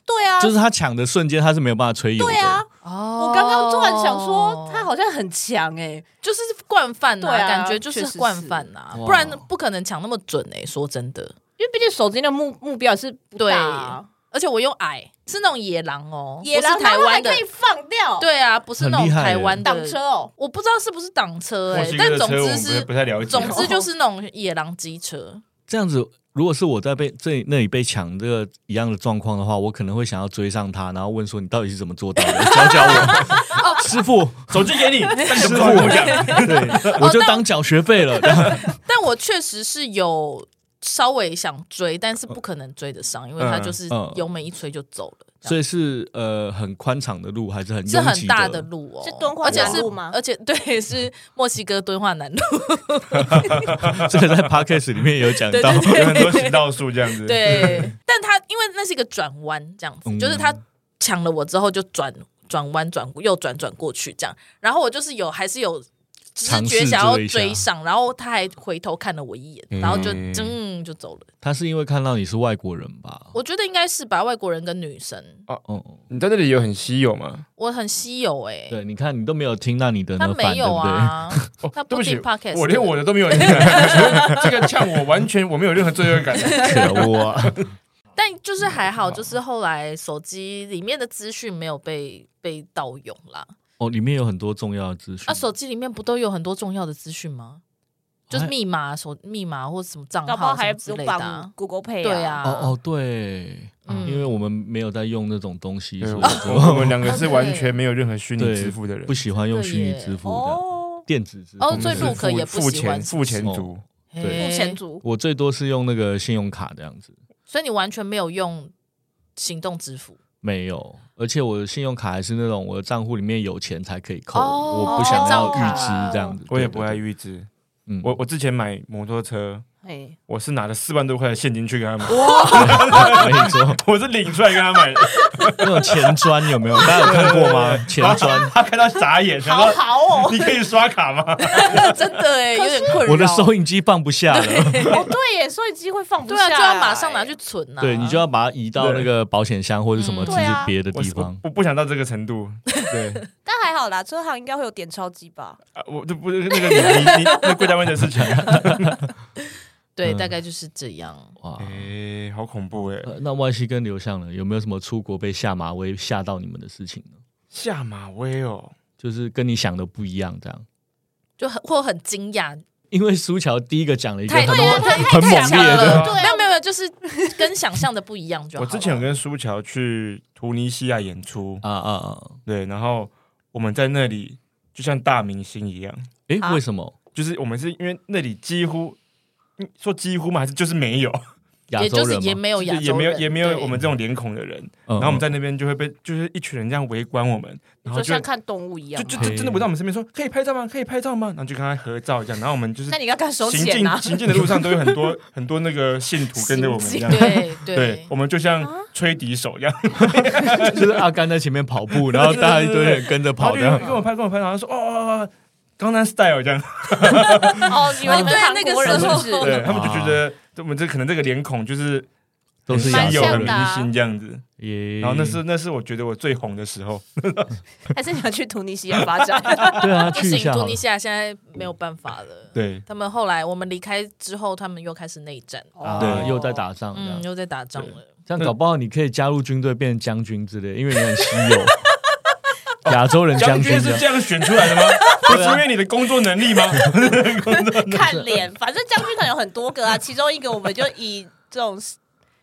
[SPEAKER 2] 对啊，
[SPEAKER 1] 就是他抢的瞬间，他是没有办法吹油的。
[SPEAKER 2] 对啊，
[SPEAKER 3] 哦
[SPEAKER 2] 我刚刚突然想说，他好像很强哎，
[SPEAKER 3] 就是惯犯呐，
[SPEAKER 2] 对啊
[SPEAKER 3] 感觉就
[SPEAKER 2] 确实是
[SPEAKER 3] 惯犯呐，
[SPEAKER 1] 哇
[SPEAKER 3] 不然不可能抢那么准哎。说真的，
[SPEAKER 2] 因为毕竟手机的目目标也是不大啊，
[SPEAKER 3] 而且我又矮，是那种野狼哦，
[SPEAKER 2] 野狼
[SPEAKER 3] 不是台
[SPEAKER 2] 它还
[SPEAKER 3] 湾的
[SPEAKER 2] 可，以放掉，，
[SPEAKER 3] 对啊，不是那种
[SPEAKER 1] 很厉害耶
[SPEAKER 3] 台湾的
[SPEAKER 2] 挡车。哦，
[SPEAKER 3] 我不知道是不是挡车
[SPEAKER 4] 墨
[SPEAKER 3] 哎
[SPEAKER 4] 西，哥
[SPEAKER 3] 但
[SPEAKER 4] 的
[SPEAKER 3] 总
[SPEAKER 4] 车我
[SPEAKER 3] 之
[SPEAKER 4] 们不
[SPEAKER 3] 是
[SPEAKER 4] 不太了解。哦
[SPEAKER 3] 总之就是那种野狼机车。
[SPEAKER 1] 这样子，如果是我在被这那里被抢这个一样的状况的话，我可能会想要追上他，然后问说你到底是怎么做到的？ 教教我，
[SPEAKER 3] 哦
[SPEAKER 1] 师傅，
[SPEAKER 4] 手机给你，但
[SPEAKER 1] 师
[SPEAKER 4] 是
[SPEAKER 1] 傅，
[SPEAKER 4] 不好 我讲。
[SPEAKER 1] 对，我就当缴学费了。
[SPEAKER 3] 但我确实是有稍微想追，但是不可能追得上，因为他就是
[SPEAKER 1] 嗯
[SPEAKER 3] 油门一吹就走了。这样
[SPEAKER 1] 所以是呃很宽敞的路，还是很
[SPEAKER 3] 是
[SPEAKER 1] 拥
[SPEAKER 3] 很
[SPEAKER 1] 挤
[SPEAKER 3] 大的路哦，
[SPEAKER 8] 是敦化
[SPEAKER 3] 而且
[SPEAKER 8] 南
[SPEAKER 3] 是
[SPEAKER 8] 路吗
[SPEAKER 3] 而且对，是墨西哥敦化南路，
[SPEAKER 1] 这个在 podcast 里面也有讲
[SPEAKER 3] 对
[SPEAKER 1] 到。
[SPEAKER 3] 对对
[SPEAKER 4] 有很多行道树这样子。，
[SPEAKER 3] 对。但他因为那是一个转弯，这样子，
[SPEAKER 1] 嗯
[SPEAKER 3] 就是他抢了我之后就转转弯转右转转过去这样，然后我就是有还是有直
[SPEAKER 1] 尝
[SPEAKER 3] 觉
[SPEAKER 1] 试
[SPEAKER 3] 想要
[SPEAKER 1] 做一下
[SPEAKER 3] 追上，然后他还回头看了我一眼，然后就
[SPEAKER 4] 嗯
[SPEAKER 3] 嗯就走了。
[SPEAKER 1] 他是因为看到你是外国人吧？
[SPEAKER 3] 我觉得应该是吧，外国人跟女生，
[SPEAKER 1] 哦，
[SPEAKER 4] 你在这里有很稀有吗？
[SPEAKER 3] 我很稀有哎、
[SPEAKER 1] 对，你看你都没有听到你的
[SPEAKER 3] 他
[SPEAKER 1] 那
[SPEAKER 3] 没
[SPEAKER 1] 反，
[SPEAKER 3] 有啊，
[SPEAKER 4] 哦
[SPEAKER 3] 他，
[SPEAKER 4] 对
[SPEAKER 3] 不
[SPEAKER 4] 不起
[SPEAKER 3] 听 podcast，，
[SPEAKER 4] 我连我的都没 有印 象。这个呛我完全我没有任何罪恶感。
[SPEAKER 1] 对不对？ 可恶啊！
[SPEAKER 3] 但就是还好，就是后来手机里面的资讯没有被被盗用啦。
[SPEAKER 1] 哦，里面有很多重要的资讯
[SPEAKER 3] 啊，手机里面不都有很多重要的资讯吗？
[SPEAKER 4] 哎
[SPEAKER 3] 就是密码、手密码或什么账
[SPEAKER 8] 搞不
[SPEAKER 3] 号
[SPEAKER 8] 好
[SPEAKER 3] 什
[SPEAKER 8] 还
[SPEAKER 3] 么之
[SPEAKER 8] 有
[SPEAKER 3] 类的
[SPEAKER 8] 绑
[SPEAKER 3] 啊。
[SPEAKER 8] Google Pay
[SPEAKER 3] 对
[SPEAKER 8] 啊，
[SPEAKER 3] 啊，
[SPEAKER 1] 哦哦，对，啊
[SPEAKER 3] 嗯
[SPEAKER 1] 因为我们没有在用那种东西，
[SPEAKER 4] 对
[SPEAKER 1] 所以
[SPEAKER 4] 我
[SPEAKER 1] 我
[SPEAKER 4] 我
[SPEAKER 1] 就
[SPEAKER 4] 们两个
[SPEAKER 3] 哦
[SPEAKER 4] 是完全没有任何虚拟
[SPEAKER 1] 对
[SPEAKER 4] 支付的人
[SPEAKER 1] 不，喜欢用虚拟支付的
[SPEAKER 8] 哦，
[SPEAKER 1] 电子支
[SPEAKER 3] 哦
[SPEAKER 1] 付。
[SPEAKER 3] 所以
[SPEAKER 1] 对
[SPEAKER 3] 陆可也不
[SPEAKER 4] 付
[SPEAKER 3] 喜
[SPEAKER 4] 钱
[SPEAKER 3] 欢哦
[SPEAKER 4] 付钱
[SPEAKER 1] 是不是
[SPEAKER 4] 族。
[SPEAKER 3] 嘿
[SPEAKER 1] 对
[SPEAKER 2] 付钱族，
[SPEAKER 1] 我最多是用那个信用卡这样子，
[SPEAKER 3] 所以你完全没有用行动支付
[SPEAKER 1] 没有。而且我的信用卡还是那种我的账户里面有钱才可以扣，
[SPEAKER 3] 哦
[SPEAKER 1] 我不想要预支
[SPEAKER 3] 账卡
[SPEAKER 1] 这样子。
[SPEAKER 4] 我也
[SPEAKER 1] 对
[SPEAKER 4] 不爱，预支。
[SPEAKER 1] 对对嗯，
[SPEAKER 4] 我我之前买摩托车，
[SPEAKER 8] 哎，
[SPEAKER 4] 我是拿了四万多块的现金去给他买，
[SPEAKER 1] 我跟你说，
[SPEAKER 4] 我是领出来给他买的。
[SPEAKER 1] 那种钱砖有没有？大家有看过吗？ 钱 砖，
[SPEAKER 4] 他看到傻眼，
[SPEAKER 2] 哎
[SPEAKER 4] 想
[SPEAKER 8] 好
[SPEAKER 4] 说
[SPEAKER 8] 好 哦，
[SPEAKER 4] 你可以刷卡吗？
[SPEAKER 3] 真的哎、有点困扰。
[SPEAKER 1] 我的收音机放不下了。
[SPEAKER 8] 哦对耶，所以机会放不
[SPEAKER 3] 对
[SPEAKER 8] 下
[SPEAKER 3] 啊，
[SPEAKER 8] 来，欸
[SPEAKER 3] 就要马上拿去存 啊。
[SPEAKER 1] 对你就要把它移到那个保险箱或者什么，
[SPEAKER 3] 嗯
[SPEAKER 1] 只
[SPEAKER 8] 对
[SPEAKER 1] 是
[SPEAKER 8] 啊
[SPEAKER 1] 别的
[SPEAKER 4] 我
[SPEAKER 1] 地方。
[SPEAKER 4] 我不想到这个 程度。对，
[SPEAKER 8] 但还好啦，车行应该会有点钞机吧？
[SPEAKER 4] 啊我这不是那个你你你那贵单位的事情。啊
[SPEAKER 3] 对，
[SPEAKER 1] 嗯
[SPEAKER 3] 大概就是这样。
[SPEAKER 1] 哇，
[SPEAKER 4] 哎，好恐怖哎！
[SPEAKER 1] 呃那万西跟刘向呢，有没有什么出国被下马威吓到你们的事情呢？
[SPEAKER 4] 下马威哦，
[SPEAKER 1] 就是跟你想的不一样，这样。
[SPEAKER 3] 就很或很惊讶，
[SPEAKER 1] 因为苏乔第一个讲了一个
[SPEAKER 3] 太
[SPEAKER 1] 很
[SPEAKER 3] 对啊太
[SPEAKER 1] 很猛
[SPEAKER 3] 强
[SPEAKER 1] 烈
[SPEAKER 3] 了，
[SPEAKER 1] 的，
[SPEAKER 8] 对啊
[SPEAKER 3] 没有没有没有，就是跟想象的不一样就好
[SPEAKER 4] 我
[SPEAKER 3] 了。
[SPEAKER 4] 之前有跟苏乔去图尼西亚演出，
[SPEAKER 1] 啊啊啊！
[SPEAKER 4] 对，然后我们在那里就像大明星一样，
[SPEAKER 1] 诶，
[SPEAKER 8] 啊
[SPEAKER 1] 为什么
[SPEAKER 4] 就是我们是因为那里几乎嗯说几乎嘛，还是就是没有，
[SPEAKER 1] 亚
[SPEAKER 3] 也
[SPEAKER 1] 洲
[SPEAKER 3] 就是
[SPEAKER 1] 人
[SPEAKER 3] 也
[SPEAKER 1] 吗？嗯
[SPEAKER 3] 没有
[SPEAKER 4] 就
[SPEAKER 3] 亚
[SPEAKER 4] 是
[SPEAKER 3] 洲人，
[SPEAKER 4] 也没有也没有
[SPEAKER 3] 对
[SPEAKER 4] 我们这种脸孔的人，
[SPEAKER 1] 然
[SPEAKER 4] 然后我们在那边就会被就是一群人这样围观我们，然后
[SPEAKER 8] 就
[SPEAKER 4] 就
[SPEAKER 8] 像看动物一样
[SPEAKER 4] 就
[SPEAKER 8] 嘛。
[SPEAKER 4] 就就真的围到我们身边说可以拍照吗？可以拍照吗？然后就跟他合照一下，然后我们就是
[SPEAKER 2] 那你要干手
[SPEAKER 4] 行
[SPEAKER 2] 钱啊
[SPEAKER 4] 进？行进的路上都有很多很多那个信徒跟着我们一样。
[SPEAKER 3] 对
[SPEAKER 4] 对
[SPEAKER 3] 对，
[SPEAKER 4] 我们就像吹笛手一样，
[SPEAKER 1] 就是阿甘在前面跑 步，然后大家一堆人跟着
[SPEAKER 4] 然后
[SPEAKER 1] 跑
[SPEAKER 4] 就
[SPEAKER 1] 这样。
[SPEAKER 4] 跟我拍，跟我拍，然后说哦哦哦，江南 style 这样，
[SPEAKER 8] 哦，你们
[SPEAKER 3] 哦对
[SPEAKER 8] 韩国人是
[SPEAKER 3] 那个
[SPEAKER 8] 不
[SPEAKER 3] 时候
[SPEAKER 8] 是？
[SPEAKER 4] 对他们就 觉得我们这可能这个脸孔就是
[SPEAKER 1] 都是
[SPEAKER 4] 稀
[SPEAKER 1] 亚
[SPEAKER 4] 有
[SPEAKER 1] 洲
[SPEAKER 4] 很
[SPEAKER 1] 人
[SPEAKER 4] 明
[SPEAKER 2] 蛮像的，啊
[SPEAKER 4] 星这样子。
[SPEAKER 1] 耶
[SPEAKER 4] 然后那是那是我觉得我最红的时候，
[SPEAKER 8] 还是你要去突尼西亚发展？
[SPEAKER 1] 对啊，
[SPEAKER 3] 不
[SPEAKER 1] 去一
[SPEAKER 3] 行，
[SPEAKER 1] 下好
[SPEAKER 3] 突
[SPEAKER 1] 了
[SPEAKER 3] 尼西亚现在没有办法了。
[SPEAKER 4] 对
[SPEAKER 3] 他们后来我们离开之后，他们又开始内战，
[SPEAKER 4] 哦
[SPEAKER 1] 啊，
[SPEAKER 4] 对
[SPEAKER 1] 又在打仗这样
[SPEAKER 3] 嗯，。又在打仗了。
[SPEAKER 1] 这样搞不好你可以加入军队，变成将军之类的，因为你很稀有。 亚洲人将
[SPEAKER 4] 将
[SPEAKER 1] 军
[SPEAKER 4] 军
[SPEAKER 1] 这
[SPEAKER 4] 是
[SPEAKER 1] 样
[SPEAKER 4] 这样选出来 的吗？不是
[SPEAKER 1] 啊
[SPEAKER 4] 因为你的工作能力吗？
[SPEAKER 8] 看 脸，反正将军可能有很多个啊，其 中一个我们就以这种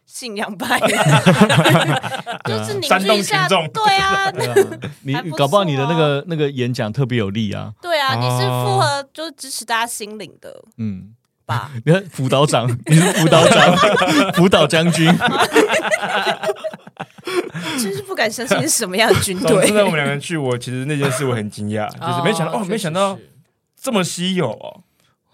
[SPEAKER 8] 信仰 派， 就是凝
[SPEAKER 4] 啊煽
[SPEAKER 8] 聚
[SPEAKER 4] 动
[SPEAKER 8] 一下，
[SPEAKER 4] 群众
[SPEAKER 8] 对啊，
[SPEAKER 1] 对啊，你
[SPEAKER 8] 还不错啊
[SPEAKER 1] 搞不好你的那个那个演讲特别有力啊。
[SPEAKER 8] 对啊，
[SPEAKER 4] 哦
[SPEAKER 8] 你是符合就是支持大家心灵的
[SPEAKER 1] 嗯，
[SPEAKER 8] 吧？
[SPEAKER 1] 你看辅导长，你是辅导长，辅导将军，
[SPEAKER 8] 真是不敢相信是什么样的军
[SPEAKER 4] 总 之呢，我
[SPEAKER 8] 队。
[SPEAKER 4] 们两个去，我其实那件事我很惊 讶，就是没想到
[SPEAKER 3] 确
[SPEAKER 4] 哦，
[SPEAKER 3] 实
[SPEAKER 4] 没想到
[SPEAKER 3] 是
[SPEAKER 4] 这么稀有哦，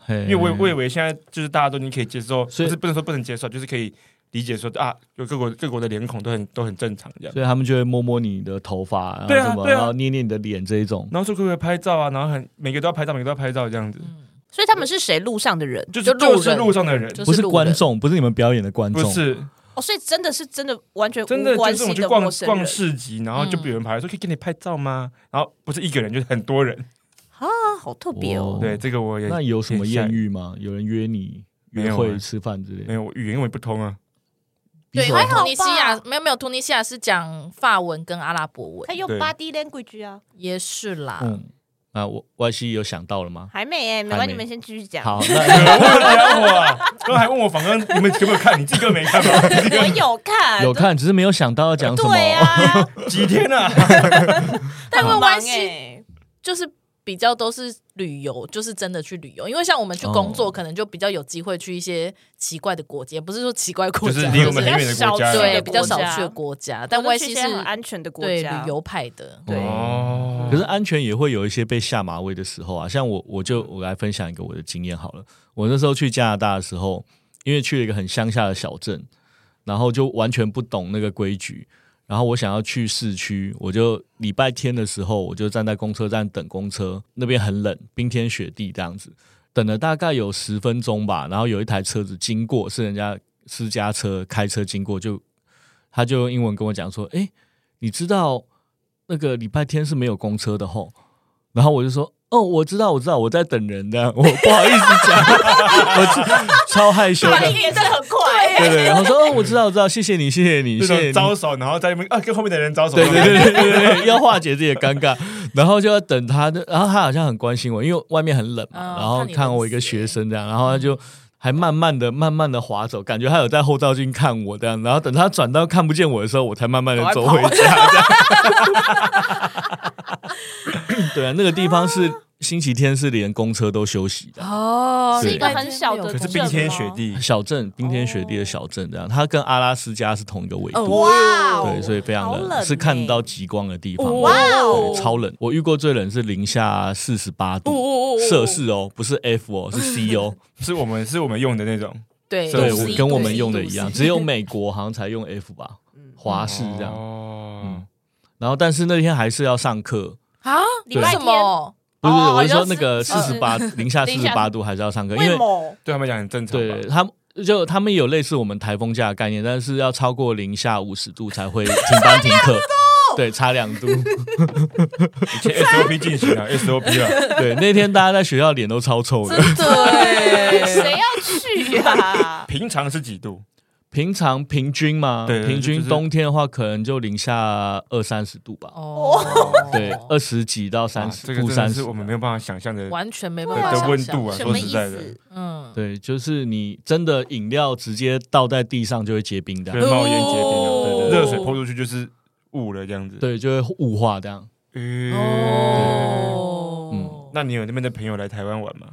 [SPEAKER 1] 因
[SPEAKER 4] 因为我我以为现在就是大家都已经可以接受，
[SPEAKER 1] 所以
[SPEAKER 4] 不是不能说不能接受，就是可以理解说啊，有各国各国的脸孔都很都很正常这样。
[SPEAKER 1] 所以他们就会摸摸你的头发，然后
[SPEAKER 4] 对啊
[SPEAKER 1] 什么，
[SPEAKER 4] 对啊
[SPEAKER 1] 然后捏捏你的脸这一种。
[SPEAKER 4] 然后说可不可以拍照啊？然后很每个都要拍照，每个都要拍照这样子，
[SPEAKER 3] 嗯
[SPEAKER 8] 所以他们是谁？路上的人
[SPEAKER 4] 就是
[SPEAKER 3] 就路人
[SPEAKER 4] 就是路上的人，
[SPEAKER 3] 就
[SPEAKER 1] 不是
[SPEAKER 3] 路人
[SPEAKER 1] 观，众，不是你们表演的观
[SPEAKER 4] 不
[SPEAKER 1] 众，
[SPEAKER 4] 是
[SPEAKER 8] 哦，所以真的是真的完全
[SPEAKER 4] 真的
[SPEAKER 8] 呃无关
[SPEAKER 4] 就是我
[SPEAKER 8] 系
[SPEAKER 4] 们去
[SPEAKER 8] 的
[SPEAKER 4] 逛
[SPEAKER 8] 陌生
[SPEAKER 4] 逛
[SPEAKER 8] 人
[SPEAKER 4] 市集，然后就有人跑来说可以给你拍照吗？然后不是一个人，就是很多人。
[SPEAKER 8] 啊，好特别
[SPEAKER 1] 哦
[SPEAKER 8] 哦。
[SPEAKER 4] 对，这个我也
[SPEAKER 1] 那有什么艳
[SPEAKER 4] 遇？
[SPEAKER 1] 遇吗？有人约你
[SPEAKER 4] 没
[SPEAKER 1] 约
[SPEAKER 4] 有
[SPEAKER 1] 会、
[SPEAKER 4] 啊
[SPEAKER 1] 吃饭之类
[SPEAKER 4] 没
[SPEAKER 1] 的？
[SPEAKER 4] 有，我语言我也不通啊。
[SPEAKER 1] 比
[SPEAKER 3] 对，
[SPEAKER 1] 手
[SPEAKER 3] 还
[SPEAKER 1] 画
[SPEAKER 3] 好突尼西亚
[SPEAKER 8] 好
[SPEAKER 3] 没有没有，突尼西亚是讲法文跟阿拉伯文
[SPEAKER 8] 他，用
[SPEAKER 4] 对
[SPEAKER 8] body language 啊，
[SPEAKER 3] 也是啦。
[SPEAKER 1] 嗯，啊，我 Y C 有想到了吗？
[SPEAKER 8] 还没哎，没
[SPEAKER 1] 还
[SPEAKER 8] 关
[SPEAKER 1] 没
[SPEAKER 8] 系，你们先继续讲。
[SPEAKER 1] 好，
[SPEAKER 4] 可
[SPEAKER 1] 那
[SPEAKER 4] 恶的家伙啊！刚才还问我访刚你们有没有看？你自己根本没看吧？
[SPEAKER 8] 我有看，
[SPEAKER 1] 有看，只是没有想到要讲什么。
[SPEAKER 8] 对啊，
[SPEAKER 4] 几天啊？
[SPEAKER 3] 但因为
[SPEAKER 8] 很忙
[SPEAKER 3] 关系
[SPEAKER 8] 哎，
[SPEAKER 3] 就是比较都是旅游，就是真的去旅游。因为像我们去工作，
[SPEAKER 1] 哦
[SPEAKER 3] 可能就比较有机会去一些奇怪的国家，也不是说奇怪国
[SPEAKER 4] 就是
[SPEAKER 3] 家，
[SPEAKER 4] 离我们很远的
[SPEAKER 8] 比较
[SPEAKER 4] 国家。
[SPEAKER 8] 少
[SPEAKER 3] 对
[SPEAKER 8] 的
[SPEAKER 3] 比较
[SPEAKER 8] 国
[SPEAKER 3] 少
[SPEAKER 8] 家
[SPEAKER 3] 去的国家。但
[SPEAKER 8] 我
[SPEAKER 3] 外
[SPEAKER 8] 就去
[SPEAKER 3] 西
[SPEAKER 8] 一
[SPEAKER 3] 是
[SPEAKER 8] 些很安全的国
[SPEAKER 3] 对
[SPEAKER 8] 家
[SPEAKER 3] 旅游派的，
[SPEAKER 1] 对
[SPEAKER 4] 哦
[SPEAKER 1] 可是安全也会有一些被下马威的时候啊，像我我就我来分享一个我的经验好了。我那时候去加拿大的时候，因为去了一个很乡下的小镇，然后就完全不懂那个规矩。然后我想要去市区，我就礼拜天的时候，我就站在公车站等公车，那边很冷，冰天雪地这样子，等了大概有十分钟吧，然后有一台车子经过，是人家私家车开车经过，就他就用英文跟我讲说：“诶，你知道那个礼拜天是没有公车的吼？”然后我就说：“哦，我知道，我知道，我在等人的，我不好意思讲，我超害羞的。”
[SPEAKER 8] 应的很快，
[SPEAKER 1] 对对，然后说哦，我知道，我知道，谢谢你，谢谢你，谢
[SPEAKER 4] 那
[SPEAKER 1] 谢
[SPEAKER 4] 种
[SPEAKER 1] 你。
[SPEAKER 4] 招手，然后在那边啊跟后面的人招手，
[SPEAKER 1] 对对对对对对，要化解自己的尴尬，然后就要等他，然后他好像很关心我，因为外面很冷嘛，
[SPEAKER 3] 嗯
[SPEAKER 1] 然后看我一个学生这样，然后他就。还慢慢的、慢慢的滑走，感觉他有在后照镜看我这样，然后等他转到看不见我的时候，我才慢慢的走回
[SPEAKER 4] 哦
[SPEAKER 1] 家。这样对啊，那个地方是星期天是连公车都休息的，
[SPEAKER 3] 哦
[SPEAKER 1] 对
[SPEAKER 8] 是一个很小的，
[SPEAKER 4] 可是冰天雪。地，
[SPEAKER 1] 小镇冰天雪地的小镇这样，它跟阿拉斯加是同一个纬度。
[SPEAKER 3] 哦
[SPEAKER 8] 哇
[SPEAKER 1] 对，所以非常
[SPEAKER 8] 好
[SPEAKER 1] 冷，
[SPEAKER 8] 冷
[SPEAKER 1] 是看
[SPEAKER 8] 欸哦
[SPEAKER 1] 到极光的地方，
[SPEAKER 3] 哇
[SPEAKER 2] 哦
[SPEAKER 1] 对超冷。我遇过最冷是零下四十八
[SPEAKER 3] 哦
[SPEAKER 1] 度摄氏哦，不是 F 哦，是 C 哦。
[SPEAKER 4] 是我们是我们用的那种
[SPEAKER 3] 对
[SPEAKER 1] 对，
[SPEAKER 4] 摄
[SPEAKER 1] 我
[SPEAKER 4] 氏
[SPEAKER 1] 跟我们用的一样，只有
[SPEAKER 3] 美。
[SPEAKER 1] 美国好像才用 F 吧，
[SPEAKER 8] 嗯
[SPEAKER 1] 华氏这样。
[SPEAKER 4] 哦
[SPEAKER 1] 嗯，然后但是那天还是要上课，
[SPEAKER 3] 啊？
[SPEAKER 1] 对
[SPEAKER 3] 为什么？
[SPEAKER 1] 不是，
[SPEAKER 8] 哦
[SPEAKER 1] 我是说
[SPEAKER 8] 要哦
[SPEAKER 1] 那个
[SPEAKER 3] 是
[SPEAKER 1] 四十八 零下四
[SPEAKER 8] 零
[SPEAKER 1] 十
[SPEAKER 8] 下
[SPEAKER 1] 八度还是要上课，因
[SPEAKER 8] 为
[SPEAKER 1] 为
[SPEAKER 8] 某
[SPEAKER 4] 对他们讲很正常吧，
[SPEAKER 1] 对他们就他们有类似我们台风假的概念，但是要超过零下五十度才会停班 停课。
[SPEAKER 8] 哦
[SPEAKER 1] 对，差两度。
[SPEAKER 4] 以前 SOP 进行啊了 SOP 了，？
[SPEAKER 1] 对，那天大家在学校脸都超臭的，
[SPEAKER 3] 对，
[SPEAKER 8] 谁要去啊
[SPEAKER 4] 平常是几度？
[SPEAKER 1] 平常平均嘛，
[SPEAKER 4] 对
[SPEAKER 1] 平
[SPEAKER 4] 就
[SPEAKER 1] 均
[SPEAKER 4] 是
[SPEAKER 1] 冬天的话，可能就零下二三十度吧，
[SPEAKER 3] 哦，
[SPEAKER 1] 对，二十几到三
[SPEAKER 4] 啊
[SPEAKER 1] 十
[SPEAKER 4] 这个
[SPEAKER 1] 度，
[SPEAKER 4] 真的
[SPEAKER 1] 三
[SPEAKER 4] 是
[SPEAKER 1] 十
[SPEAKER 4] 我。们没有办法想象的的
[SPEAKER 3] 完全没办法
[SPEAKER 4] 的
[SPEAKER 3] 想
[SPEAKER 4] 温度
[SPEAKER 3] 象。
[SPEAKER 4] 啊，
[SPEAKER 2] 什
[SPEAKER 4] 说
[SPEAKER 2] 么
[SPEAKER 4] 实
[SPEAKER 2] 意
[SPEAKER 4] 在的，
[SPEAKER 2] 思？
[SPEAKER 3] 嗯，
[SPEAKER 1] 对，就是你真的饮料直接倒在地上就会结冰的，
[SPEAKER 4] 对，冒烟结冰啊，
[SPEAKER 3] 哦
[SPEAKER 4] 对对对热水泼出去就是雾了这样子。，
[SPEAKER 1] 对，就会雾化这样。
[SPEAKER 3] 哦，
[SPEAKER 1] 嗯
[SPEAKER 4] 那你有那边的朋友来台湾玩吗？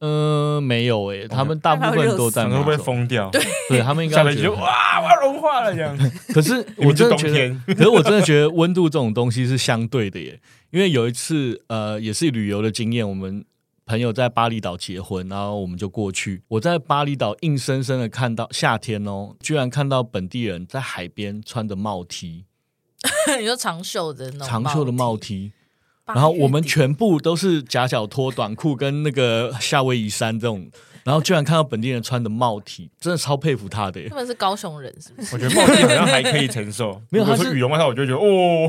[SPEAKER 1] 嗯，没有诶，他们大部分都在
[SPEAKER 4] 哦可能会
[SPEAKER 1] 美
[SPEAKER 4] 不会
[SPEAKER 1] 洲，
[SPEAKER 4] 疯掉？
[SPEAKER 1] 对他们应该
[SPEAKER 4] 下
[SPEAKER 1] 会
[SPEAKER 4] 飞
[SPEAKER 1] 觉
[SPEAKER 4] 机
[SPEAKER 1] 得
[SPEAKER 4] 就哇，我要融化了 这样。
[SPEAKER 1] 可 是
[SPEAKER 4] 你
[SPEAKER 1] 我
[SPEAKER 4] 们
[SPEAKER 1] 真
[SPEAKER 4] 是
[SPEAKER 1] 的
[SPEAKER 4] 冬
[SPEAKER 1] 觉得，
[SPEAKER 4] 天，
[SPEAKER 1] 可是我真的觉得温度这种东西是相对的耶。因为有一次，呃，也是旅游的经验，我们朋友在巴厘岛结婚，然后我们就过去。我在巴厘岛硬生生的看到夏天哦，居然看到本地人在海边穿着帽 T，
[SPEAKER 3] 你说长袖的那种
[SPEAKER 1] 长袖的帽 T，
[SPEAKER 3] 八月
[SPEAKER 1] 然
[SPEAKER 3] 底
[SPEAKER 1] 后我们全部都是夹脚拖、短裤跟那个夏威夷衫这种，然后居然看到本地人穿的帽 T，真的超佩服他的耶
[SPEAKER 3] 他。们是高雄人，是不是？
[SPEAKER 4] 我觉得冒险好像还可以承受。
[SPEAKER 1] 没有
[SPEAKER 4] 如果
[SPEAKER 1] 它是
[SPEAKER 4] 说羽绒外套，我就觉得 哦，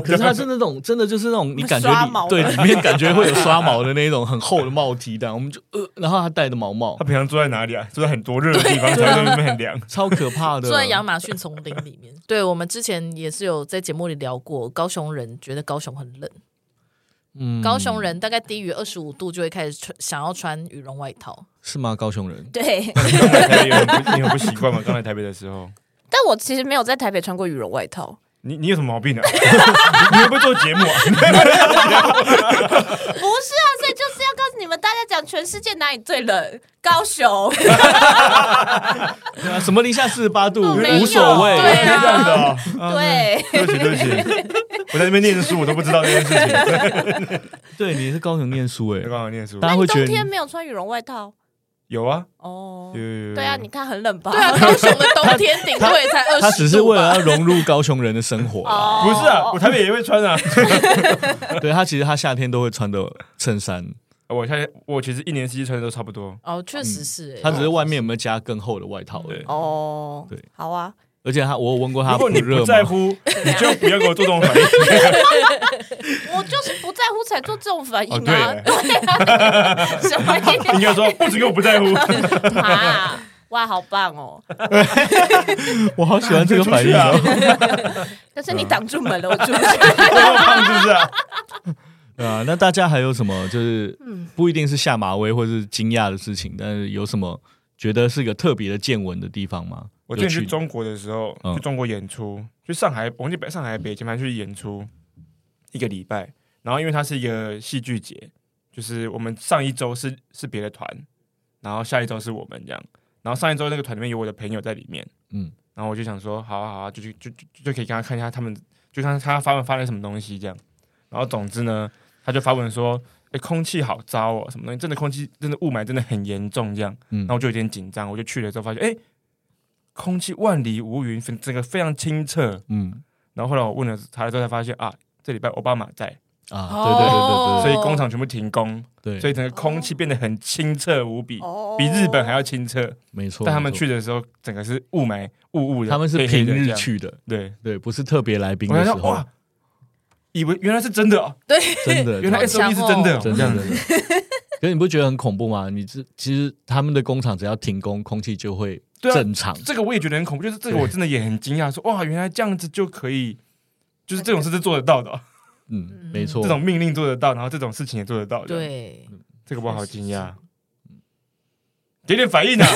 [SPEAKER 1] 可是它是那种真的就是那种你感觉
[SPEAKER 8] 刷
[SPEAKER 1] 里
[SPEAKER 8] 毛的
[SPEAKER 1] 对里面感觉会有刷毛的那种很厚的帽 T 的，我们就呃，然后他戴的毛帽
[SPEAKER 4] 他，平常住在哪里啊？住在很多热的地方，才会那边很 凉。
[SPEAKER 1] 超可怕的。
[SPEAKER 3] 住在亚马逊丛林里面。对，我们之前也是有在节目里聊过，高雄人觉得高雄很冷，
[SPEAKER 1] 嗯
[SPEAKER 3] 高雄人大概低于二十五度就会开始穿，想要穿羽绒外套。
[SPEAKER 1] 是吗？高雄人
[SPEAKER 2] 对，
[SPEAKER 4] 刚来台北很不，你很不习惯吗？刚来台北的时候，
[SPEAKER 2] 但我其实没有在台北穿过羽绒外套，
[SPEAKER 4] 你你有什么毛病啊？ 你你会不会做节目啊？
[SPEAKER 2] 不是啊，所以就是要告诉你们大家，讲全世界哪里最冷，高 雄。
[SPEAKER 1] 对啊，什么零下四十八度
[SPEAKER 2] 没有
[SPEAKER 1] 无所谓，
[SPEAKER 2] 对啊
[SPEAKER 4] 这样的哦。
[SPEAKER 2] 对，
[SPEAKER 4] 对不起，对不 起，我在那边念书，我都不知道这件事情。
[SPEAKER 1] 对，你是高雄念书哎
[SPEAKER 4] 在，刚好念书
[SPEAKER 1] 大，家
[SPEAKER 2] 你
[SPEAKER 1] 会觉
[SPEAKER 2] 冬
[SPEAKER 1] 得你
[SPEAKER 2] 天没有穿羽绒外套
[SPEAKER 4] 有啊，
[SPEAKER 2] 哦
[SPEAKER 4] 有。有有。
[SPEAKER 2] 对啊，你看很冷 吧？
[SPEAKER 3] 对啊，高雄的冬天顶多也才二十度吧
[SPEAKER 1] 他只是为了要融入高雄人的生活啦，
[SPEAKER 2] 哦，
[SPEAKER 4] 不是啊，我台北也会穿啊。
[SPEAKER 1] 对他其实他夏天都会穿的衬衫，
[SPEAKER 4] 我现在我其实一年四季穿的都差不多。
[SPEAKER 3] 哦，确实是、
[SPEAKER 1] 嗯
[SPEAKER 3] 欸，
[SPEAKER 1] 他只是外面有没有加更厚的外套而已
[SPEAKER 4] 对。
[SPEAKER 2] 哦，
[SPEAKER 1] 对，
[SPEAKER 2] 好啊，
[SPEAKER 1] 而且他我有问过他
[SPEAKER 4] 如
[SPEAKER 1] 不
[SPEAKER 4] 果你不
[SPEAKER 1] 热
[SPEAKER 4] 在
[SPEAKER 1] 吗？
[SPEAKER 4] 乎，你就不要给我做这种反 应。
[SPEAKER 2] 我就是不在乎才做这种反应
[SPEAKER 4] 哦，
[SPEAKER 2] 啊，
[SPEAKER 4] 对，
[SPEAKER 2] 什么意
[SPEAKER 4] 应该说不止给我不在 乎，
[SPEAKER 2] 思啊？哇，好棒哦！
[SPEAKER 1] 我好喜欢这个反应哦。
[SPEAKER 4] 啊
[SPEAKER 2] 但是你挡住门了，我出不去。
[SPEAKER 4] 我要胖是不是啊？
[SPEAKER 1] 对啊，那大家还有什么就是不一定是下马威或是惊讶的事情，但是有什么觉得是个特别的见闻的地方吗？
[SPEAKER 4] 我
[SPEAKER 1] 有
[SPEAKER 4] 之前去
[SPEAKER 1] 趣
[SPEAKER 4] 中国的时候，
[SPEAKER 1] 嗯
[SPEAKER 4] 去中国演出，去上海，我忘记北上海、北京，反正去演出一个礼拜。然后因为它是一个戏剧节，就是我们上一周是是别的团，然后下一周是我们这样。然后上一周那个团里面有我的朋友在里面，
[SPEAKER 1] 嗯
[SPEAKER 4] 然后我就想说，好啊好啊，就去就就就可以跟他看一下他们，就看他发文发了什么东西这样。然后总之呢，他就发文说，哎、空气好糟哦，什么东西，真的空气真的雾霾真的很严重这样。
[SPEAKER 1] 嗯
[SPEAKER 4] 然后我就有点紧张，我就去了之后发现，哎、空气万里无云，非整个非常清澈。
[SPEAKER 1] 嗯，
[SPEAKER 4] 然后后来我问了他之后才发现啊，这礼拜奥巴马在，
[SPEAKER 1] 啊，
[SPEAKER 3] 哦
[SPEAKER 1] 对
[SPEAKER 4] 所以工厂全部停工，
[SPEAKER 1] 对对对对，
[SPEAKER 4] 所以整个空气变得很清澈无比，
[SPEAKER 2] 哦
[SPEAKER 4] 比日本还要清澈。
[SPEAKER 1] 没错，
[SPEAKER 4] 但他们
[SPEAKER 1] 没错
[SPEAKER 4] 去的时候，整个是雾霾雾雾的，
[SPEAKER 1] 他们是
[SPEAKER 4] 黑黑
[SPEAKER 1] 平
[SPEAKER 4] 的这
[SPEAKER 1] 日
[SPEAKER 4] 样。
[SPEAKER 1] 去的，
[SPEAKER 4] 对，
[SPEAKER 1] 对，不是特别来宾
[SPEAKER 4] 我
[SPEAKER 1] 的
[SPEAKER 4] 想
[SPEAKER 1] 时
[SPEAKER 4] 想
[SPEAKER 1] 候
[SPEAKER 4] 哇，，以为原来是真的哦，
[SPEAKER 1] 真的，
[SPEAKER 4] 原来
[SPEAKER 1] 真的
[SPEAKER 4] S O E 是真的哦，
[SPEAKER 1] 真
[SPEAKER 4] 这样
[SPEAKER 1] 的
[SPEAKER 4] 子
[SPEAKER 1] 真的。可是你不觉得很恐怖吗？你这其实他们的工厂只要停工，空气就会
[SPEAKER 4] 对啊
[SPEAKER 1] 正常。
[SPEAKER 4] 这个我也觉得很恐怖，就是这个我真的也很惊讶，说哇，原来这样子就可以，就是这种事是做得到的哦，
[SPEAKER 1] 嗯，没错
[SPEAKER 4] 这。种命令做得到，然后这种事情也做得到，这样，
[SPEAKER 3] 对，
[SPEAKER 4] 这个我好惊讶。给点反应啊！